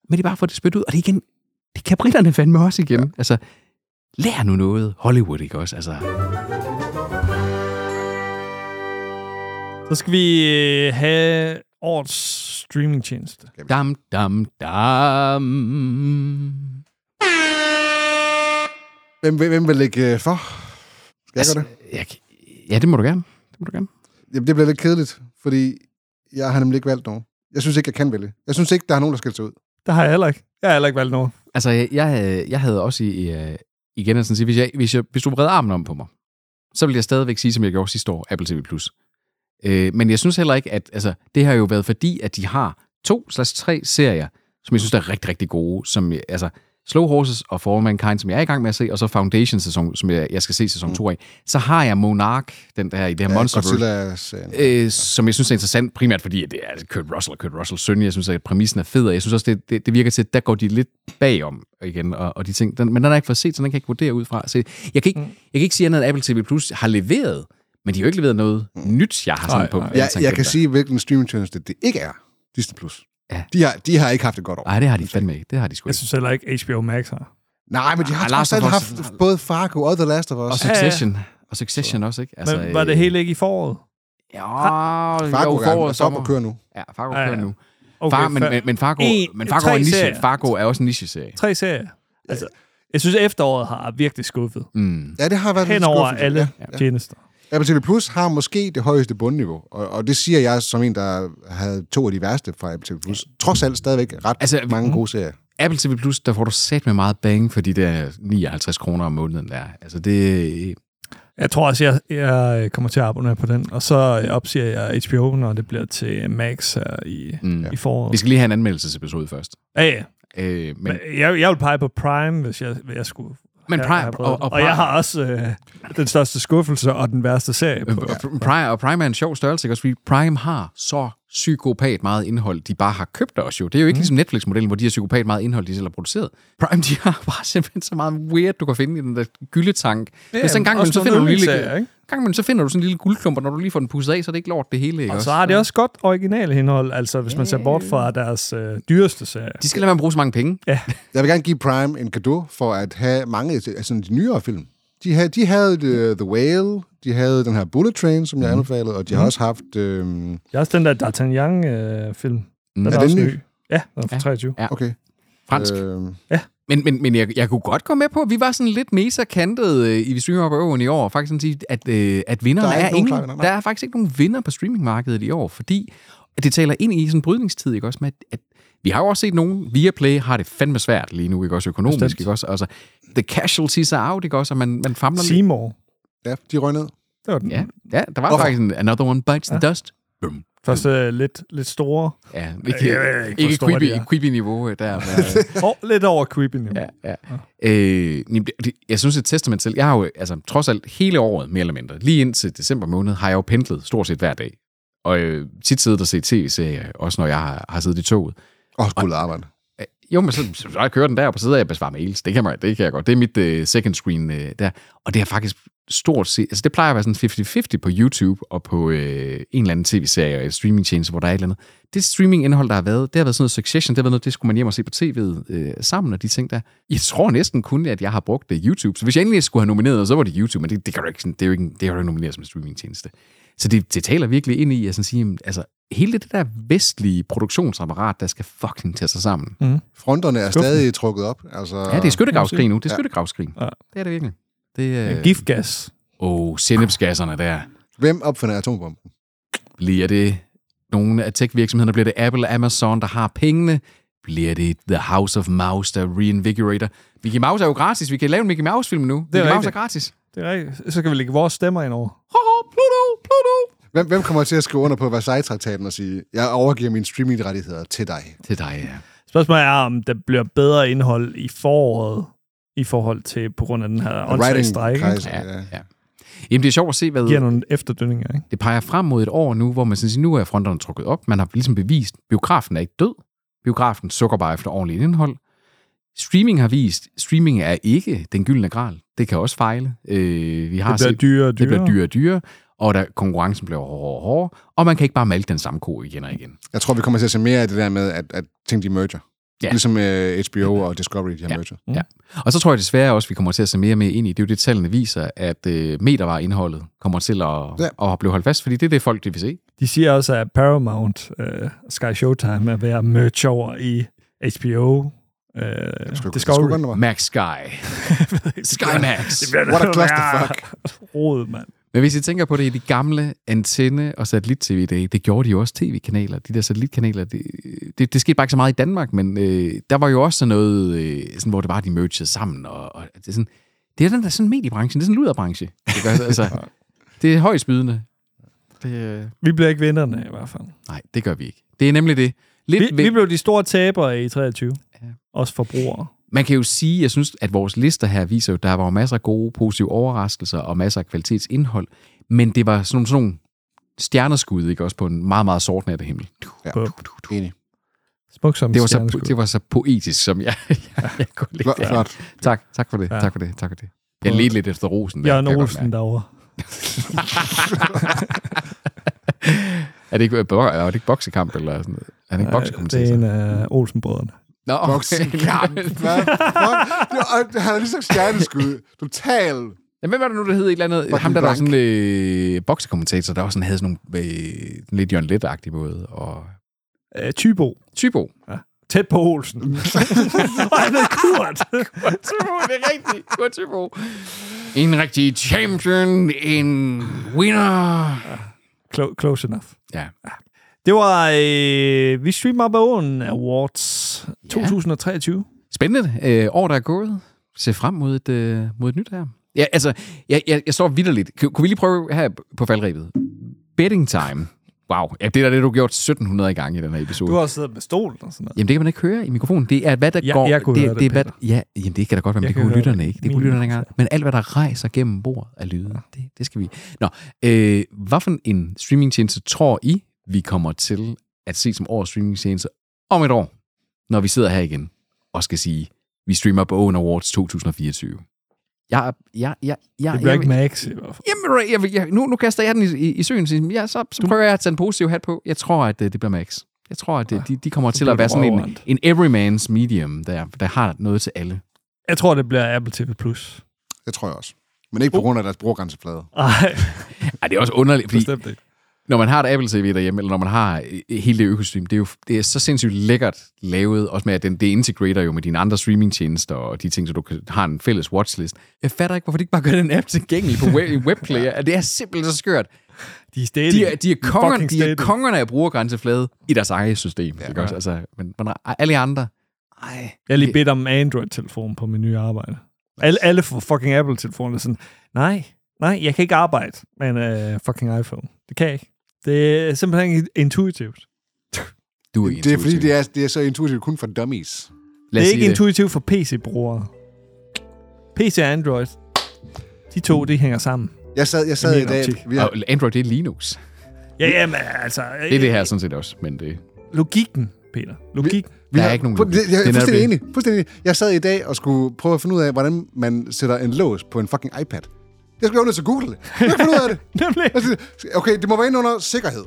C: Men det er bare for det spyttet ud. Og det er igen... Det kan britterne fandme også igen. Ja. Altså, lær nu noget. Hollywood, ikke også? Altså,
A: Så skal vi øh, have årets streamingtjeneste.
C: Dam, dam, dam.
B: Hvem, hvem, hvem vil lægge øh, for? Skal jeg gøre det?
C: Altså, Jeg, ja, det må du gerne. Det må du gerne.
B: Jamen, det bliver lidt kedeligt, fordi jeg har nemlig ikke valgt nogen. Jeg synes ikke, jeg kan vælge. Jeg synes ikke, der er nogen, der skal se ud.
A: Der har jeg heller ikke. Jeg har heller ikke valgt noget.
C: Altså, jeg, jeg, jeg havde også i, øh, igen at sådan sige, hvis, jeg, hvis, jeg, hvis du bredte armen om på mig, så ville jeg stadigvæk sige, som jeg gjorde sidste år, Apple TV+. Øh, men jeg synes heller ikke, at altså, det har jo været fordi, at de har to slags tre serier, som jeg synes er rigtig, rigtig gode, som jeg- altså Slow Horses og For All Mankind, som jeg er i gang med at se, og så Foundation sæson, som jeg, jeg skal se sæson 2 af. Så har jeg Monarch, den der i det her ja,
B: Godzilla-serien.
C: øh, som jeg synes er interessant, primært fordi at det er altså, Kurt Russell og Kurt Russell søn. Jeg synes, at præmissen er fed, og jeg synes også, det, det, det virker til, at der går de lidt bagom igen, og, og de ting. Den, men den er ikke for set, så den kan jeg ikke vurdere ud fra. Så jeg kan ikke,
A: Mm.
C: jeg kan ikke sige andet, at Apple TV Plus har leveret, men de har jo ikke leveret noget nyt, jeg har sådan på.
B: Jeg, Mm. jeg kan sige, hvilken streamingtjeneste det ikke er. Disney+. Plus. Ja. De, har, de har ikke haft et godt år.
C: Nej, det har de fandme ikke. Det har de sgu
A: Jeg
C: ikke.
A: synes heller ikke, HBO Max har.
B: Nej, men de har
C: Ah,
B: trods
C: Last of
B: alt
C: Us.
B: haft både Fargo og The Last of Us.
C: Og Succession. Og Succession også, ikke? øh,
A: Altså, men var det hele ikke i foråret?
C: Ja,
B: Fargo
C: jo,
B: er-
C: foråret,
B: er op
C: sommer.
B: og kører nu.
C: Ja, Fargo
A: Ja, ja.
C: kører nu.
A: Okay,
C: Far, men,
A: fa-
C: men, men Fargo,
A: En-
C: men Fargo, er,
A: tre
C: en niche,
A: serier.
C: Fargo er også en niche-serie.
A: Tre serier. Altså, jeg synes, efteråret har virkelig skuffet.
C: Mm.
B: Ja, det har været lidt
A: Hen over
B: skuffende,
A: alle
B: ja. Ja.
A: tjenester.
B: Apple TV Plus har måske det højeste bundniveau, og, og det siger jeg som en, der havde to af de værste fra Apple TV Plus. Trods alt stadigvæk ret altså, mange gode
C: Mm.
B: serier.
C: Apple TV Plus, der får du sat med meget bang for de der 59 kroner om måneden der. Altså det...
A: Jeg tror også, jeg, jeg kommer til at abonnere på den. Og så opsiger jeg HBO, når det bliver til Max her i, mm. i foråret.
C: Vi skal lige have en anmeldelsesepisode først.
A: Ja, ja.
C: Øh, men,
A: Men, jeg, jeg vil pege på Prime, hvis jeg, hvis jeg skulle...
C: Men
A: have-
C: Prime-
A: have prøvet
C: og-
A: det.
C: og
A: og
C: Prime-
A: jeg har også øh, den største skuffelse og den værste serie på.
C: og Prime, og Prime er en sjov størrelse, ikke? også? Fordi Prime har så psykopat meget indhold, de bare har købt af os jo. Det er
A: Mhm.
C: jo ikke mm. ligesom Netflix-modellen, hvor de har psykopat meget indhold, de selv har produceret. Prime, de har bare simpelthen så meget weird, du kan finde i den der gyldetank.
A: Ja,
C: Ja, Men så en gang
A: også
C: imellem, så
A: nogle
C: finder du en lille,
A: yndlingsserier, ikke?
C: en gang imellem, så finder du sådan en lille guldklump, og når du lige får den pusset af, så er det ikke lort det hele. Ikke
A: Og så har det også godt originale indhold, altså hvis man ser bort fra deres øh, dyreste serie.
C: De skal lade være med at bruge så mange penge.
A: Ja.
B: Jeg vil gerne give Prime en gave for at have mange af sådan de nyere film. De havde, de havde uh, The Whale, de havde den her Bullet Train,
C: Mhm.
B: som jeg anbefalede, og de har også haft... Øhm,
A: Jeg har også den der D'Artagnan-film.
B: Mm.
A: den
B: Er
A: er,
B: den
A: også
B: ny?
A: ny. Ja, den er fra 23.
C: Ja.
B: Okay.
C: Fransk.
B: Øhm,
A: Ja.
C: Men, men, men jeg, jeg kunne godt gå med på, at vi var sådan lidt meserkantet øh, i streaming på øven i år, faktisk sådan at sige, at, øh, at vinderne
B: Der
C: der
B: er ikke
C: er, er
B: nogen
C: ingen.
B: klare vinder, nej.
C: der er faktisk ikke nogen vinder på streamingmarkedet i år, fordi at det taler ind i sådan en brydningstid, ikke også? Med, at, at vi har jo også set nogen, Viaplay har det fandme svært lige nu, ikke også økonomisk,
A: Bestemt.
C: ikke også? Altså, the casualties are out, ikke også? Og man, man famler lidt.
A: Seymour.
B: ja, de røg ned.
A: Det var den.
C: Ja, ja, der var
B: Hvorfor?
C: faktisk en Another One Bites the
A: Ja.
C: Dust. Bum.
A: Først øh, lidt, lidt store.
C: Ja,
A: Jeg
C: ikke,
A: ved ikke,
C: ikke,
A: hvor
C: ikke
A: store de
C: creepy,
A: er.
C: creepy niveau øh, der. Men, øh,
A: Og lidt over creepy nu. Ja.
C: Ja. Øh, jamen, det- det- jeg synes, et testament selv... Jeg har jo altså, trods alt hele året, mere eller mindre, lige indtil december måned, har jeg jo pendlet stort set hver dag. Og øh, tit siddet og set tv-serier, også når jeg har, har siddet i toget.
B: Og skulle arbejde.
C: Jo, men så, så så kører den der, og så sidder jeg og besvarer mails. Det kan, man, det kan jeg godt. Det er mit øh, second screen øh, der. Og det er faktisk stort set... Altså, det plejer at være sådan 50-50 på YouTube og på øh, en eller anden tv-serie og en streamingtjeneste, hvor der er et eller andet. Det streaming-indhold, der har været, det har været sådan noget Succession, det har været noget, det skulle man hjem og se på tv'et øh, sammen, og de ting der. Jeg tror næsten kun, at jeg har brugt det YouTube. Så hvis jeg endelig skulle have nomineret, noget, så var det YouTube, men det, det, kan du ikke, sådan- det er jo ikke, en- det er jo ikke nomineret som en streamingtjeneste. Så det, det taler virkelig ind i, at sådan sige, jamen, altså, hele det der vestlige produktionsapparat, der skal fucking tage sig sammen.
B: Fronterne er
C: Skuffende.
B: stadig trukket op. Altså,
C: Ja, det er skyttegravskrig nu. Det er
B: Ja.
C: skyttegravskrig.
A: Ja.
C: Det er det virkelig. Det øh, er...
A: Giftgas.
C: Åh, oh, sennepsgasserne der.
B: Hvem opfinder atombomben?
C: Bliver det nogle af tech-virksomhederne? Bliver det Apple og Amazon, der har pengene? Bliver det The House of Mouse, der reinvigorator? Mickey Mouse er jo gratis. Vi kan lave en Mickey Mouse-film nu.
A: Det er
C: Mickey Mouse er
A: rigtigt.
C: gratis.
A: Det er rigtigt. Så kan vi lægge vores stemmer ind over.
B: Hvem, hvem kommer til at skrive under på Versailles-traktaten og sige, jeg overgiver mine streamingrettigheder til dig?
C: Til dig, ja.
A: Spørgsmålet er, om der bliver bedre indhold i foråret i forhold til på grund af den her åndssvage strejke.
C: Ja, ja. Jamen, det er sjovt at se, hvad...
A: Giver nogle efterdønninger, ikke?
C: Det peger frem mod et år nu, hvor man synes, nu er fronterne trukket op. Man har ligesom bevist, biografen er ikke død. Biografen sukker bare efter ordentligt indhold. Streaming har vist, streaming er ikke den gyldne gral. Det kan også fejle. Øh, vi har
A: Det bliver
C: set,
A: dyrere og
C: Det bliver
A: dyrere.
C: dyrere og dyrere, og der, konkurrencen bliver hårdere og hårdere, og man kan ikke bare malke den samme ko igen og igen.
B: Jeg tror, vi kommer til at se mere af det der med, at, at ting de merger.
C: Ja.
B: Ja. Ligesom øh, HBO og Discovery, de har ja. merger.
C: Ja. Og så tror jeg desværre også, at vi kommer til at se mere og mere ind i, det er jo det, tallene viser, at øh, metervareindholdet kommer til at, ja. at blive holdt fast, fordi det er det, folk de vil se.
A: De siger også, at Paramount, øh, Sky Showtime, er ved at merge over i HBO. Øh, Discovery.
C: Max Sky. Sky Max.
A: Det bliver- What a clusterfuck. Rod, mand.
C: Men hvis I tænker på det, de gamle antenne- og satellit-tv i dag, det gjorde de jo også tv-kanaler. De der satellitkanaler, det, det, det skete bare ikke så meget i Danmark, men øh, der var jo også sådan noget, øh, sådan, hvor det var, de mergede sammen. Og, og det, er sådan, det er den der sådan mediebranchen, det er sådan en luderbranche. Det, gør, altså, det er højst bydende. Det,
A: Vi bliver ikke vinderne i hvert fald.
C: nej, det gør vi ikke. Det er nemlig det. Lidt
A: vi, vi blev de store tabere i 23. Ja. Også forbrugere.
C: Man kan jo sige, jeg synes, at vores lister her viser jo, at der var jo masser af gode, positive overraskelser og masser af kvalitetsindhold, men det var sådan nogle, sådan nogle stjerneskud, ikke? Også på en meget, meget sort nat af himmel.
B: Ja.
C: Enig.
A: Smuk som
C: Det var, så,
A: stjerneskud.
C: det var så poetisk, som jeg, jeg, jeg kunne lide
A: Flot, flot.
C: Tak, tak for det,
A: Ja.
C: tak for det, tak for det. Jeg ledte lidt efter rosen. der,
A: Jørgen
C: kan jeg godt
A: Olsen
C: mærke.
A: derovre.
C: Er det ikke, øh, er det ikke boksekamp eller sådan noget? Er det ikke
A: Nej,
C: boksekommentator?
A: Øh, Det er en af Olsen-brødrene.
C: Nå, okay.
B: Boksekamp. Hvad? Fuck. Det var- det- Han er ligesom stjerneskud. Total.
C: Ja, hvem var det nu, der hed et eller andet?
B: Fucking
C: Ham, der, der var
B: blank.
C: sådan en øh, boksekommentator, der også sådan, havde sådan nogle øh, lidt Jørgen Let-agtig måde. Og...
A: Øh, Tybo.
C: Tybo.
A: Ja. Tæt på Olsen. Og han hed Kurt.
C: Tybo, det er rigtigt. Kurt Tybo. En rigtig champion, en winner.
A: Close, close enough.
C: Ja.
A: Det var, øh, vi streamer op ad åen Awards 2023.
C: Spændende øh, år, der er gået. Se frem mod et, øh, mod et nyt her. Ja, altså, jeg, jeg, jeg står vidderligt. Kan, kunne vi lige prøve her på faldrebet? Betting time. Wow, ja, det er da det, du har gjort 1700 gange i den her episode.
A: Du har også siddet med stolen og sådan noget.
C: Jamen, det kan man ikke høre i mikrofonen. Det er, hvad der
A: Ja,
C: går...
A: jeg kunne
C: det,
A: høre det,
C: er, hvad, Ja, jamen, det kan da godt være, men
A: Jeg
C: det
A: kan
C: kunne
A: høre
C: lytterne
A: det.
C: ikke. Det
A: Min
C: kunne lytterne ikke engang. Men alt, hvad der rejser gennem bordet af lyden, det, det skal vi... Nå, øh, hvad for en streamingtjeneste tror I, vi kommer til at se som årets streamingtjeneste om et år, når vi sidder her igen og skal sige, vi streamer på Owen Awards 2024? Jeg, er- jeg, jeg, jeg,
A: Det bliver
C: jeg,
A: ikke Max i hvert fald.
C: Jamen, Ray, jeg, vil- jeg, nu, nu kaster jeg den i, i, i søen. Så, ja, så, så prøver jeg at tage en positiv hat på. Jeg tror, at øh, det bliver Max. Jeg tror, at øh, de, de kommer til
A: bliver
C: at være
A: du
C: sådan en,
A: overrendt.
C: en everyman's medium, der, der har noget til alle.
A: Jeg tror, det bliver Apple TV+. Plus.
B: Det tror jeg også. Men ikke på grund af deres brugergrænseflade.
A: Ej,
C: Ej, det er også underligt, fordi
A: bestemt ikke.
C: når man har et Apple TV derhjemme, eller når man har øh, hele det økosystem, det er jo det er så sindssygt lækkert lavet, også med at den, det integrater jo med dine andre streamingtjenester og de ting, så du kan, har en fælles watchlist. Jeg fatter ikke, hvorfor de ikke bare gør den app tilgængelig på web, i webplayer. Det er simpelthen så skørt.
A: De er stadig.
C: De er, de er, kongerne,
A: fucking
C: de er
A: stadig.
C: kongerne af brugergrænseflade i deres eget system. Ja, ikke også?
A: Ja.
C: Altså, men, men alle andre... Ej,
A: Jeg er lige bedt om en Android-telefon på min nye arbejde. Alle, alle får fucking Apple-telefoner er sådan, nej, nej, jeg kan ikke arbejde med en øh, fucking iPhone. Det kan jeg ikke. Det er simpelthen ikke intuitivt.
C: du er
B: Det er fordi,
C: intuitiv.
B: det er, det er så intuitivt kun for dummies.
C: Lad
A: det
C: os
A: er
C: sige
A: ikke intuitivt for PC-brugere. PC og Android, de to, de hænger sammen.
B: Jeg sad, jeg sad
A: I
B: i,
A: min
B: dag...
A: optik.
B: Vi har,
C: Og Android, det er Linux.
A: Ja, jamen, altså...
C: Det er det her sådan set også, men det...
A: Logikken, Peter. Logikken.
B: vi
C: Der er
B: har-
C: ikke nogen
B: Fu-
C: logik.
B: Jeg, jeg
C: Det
B: er
C: er
B: fuldstændig
C: netop
B: enig. Fuldstændig enig. Jeg sad i dag og skulle prøve at finde ud af, hvordan man sætter en lås på en fucking iPad. Jeg skulle jo nødt til at google det. Jeg kunne ikke finde ud af det.
A: Nemlig.
B: Altså, Okay, det må være inde under sikkerhed.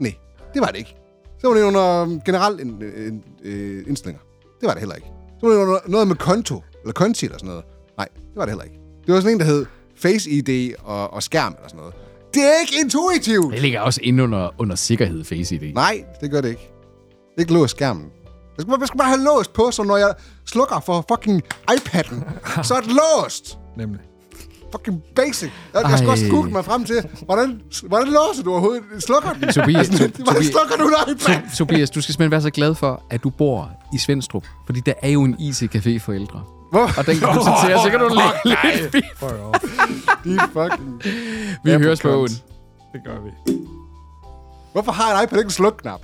B: Nej, det var det ikke. Så var det inde under um, generelt en, en, øh, indstillinger. Det var det heller ikke. Så var det under noget med konto, eller konti eller sådan noget. Nej, det var det heller ikke. Det var sådan en, der hed Face ID og, og skærm eller sådan noget. Det er ikke intuitivt!
C: Det ligger også inde under, under sikkerhed, Face ID.
B: Nej, det gør det ikke. Det er ikke låst skærmen. Jeg skal, bare, jeg skal bare have låst på, så når jeg slukker for fucking iPad'en, så er det låst!
A: Nemlig.
B: Fucking basic. Jeg, jeg skal
C: Ej.
B: også google mig frem til, hvordan, hvordan låser du overhovedet? Slukker den?
C: Tobias,
B: Altså, hvordan
C: Tobias-
B: slukker du en iPad?
C: To- Tobias, du skal simpelthen være så glad for, at du bor i Svendstrup, fordi der er jo en IC-café for ældre.
B: Hvor?
C: Og den kan du så til, og så kan du lægge lidt fif.
B: De fucking...
C: Vi høres på
B: Apple
C: ugen.
B: cunts.
A: Det gør vi.
B: Hvorfor har en iPad ikke en slukknap?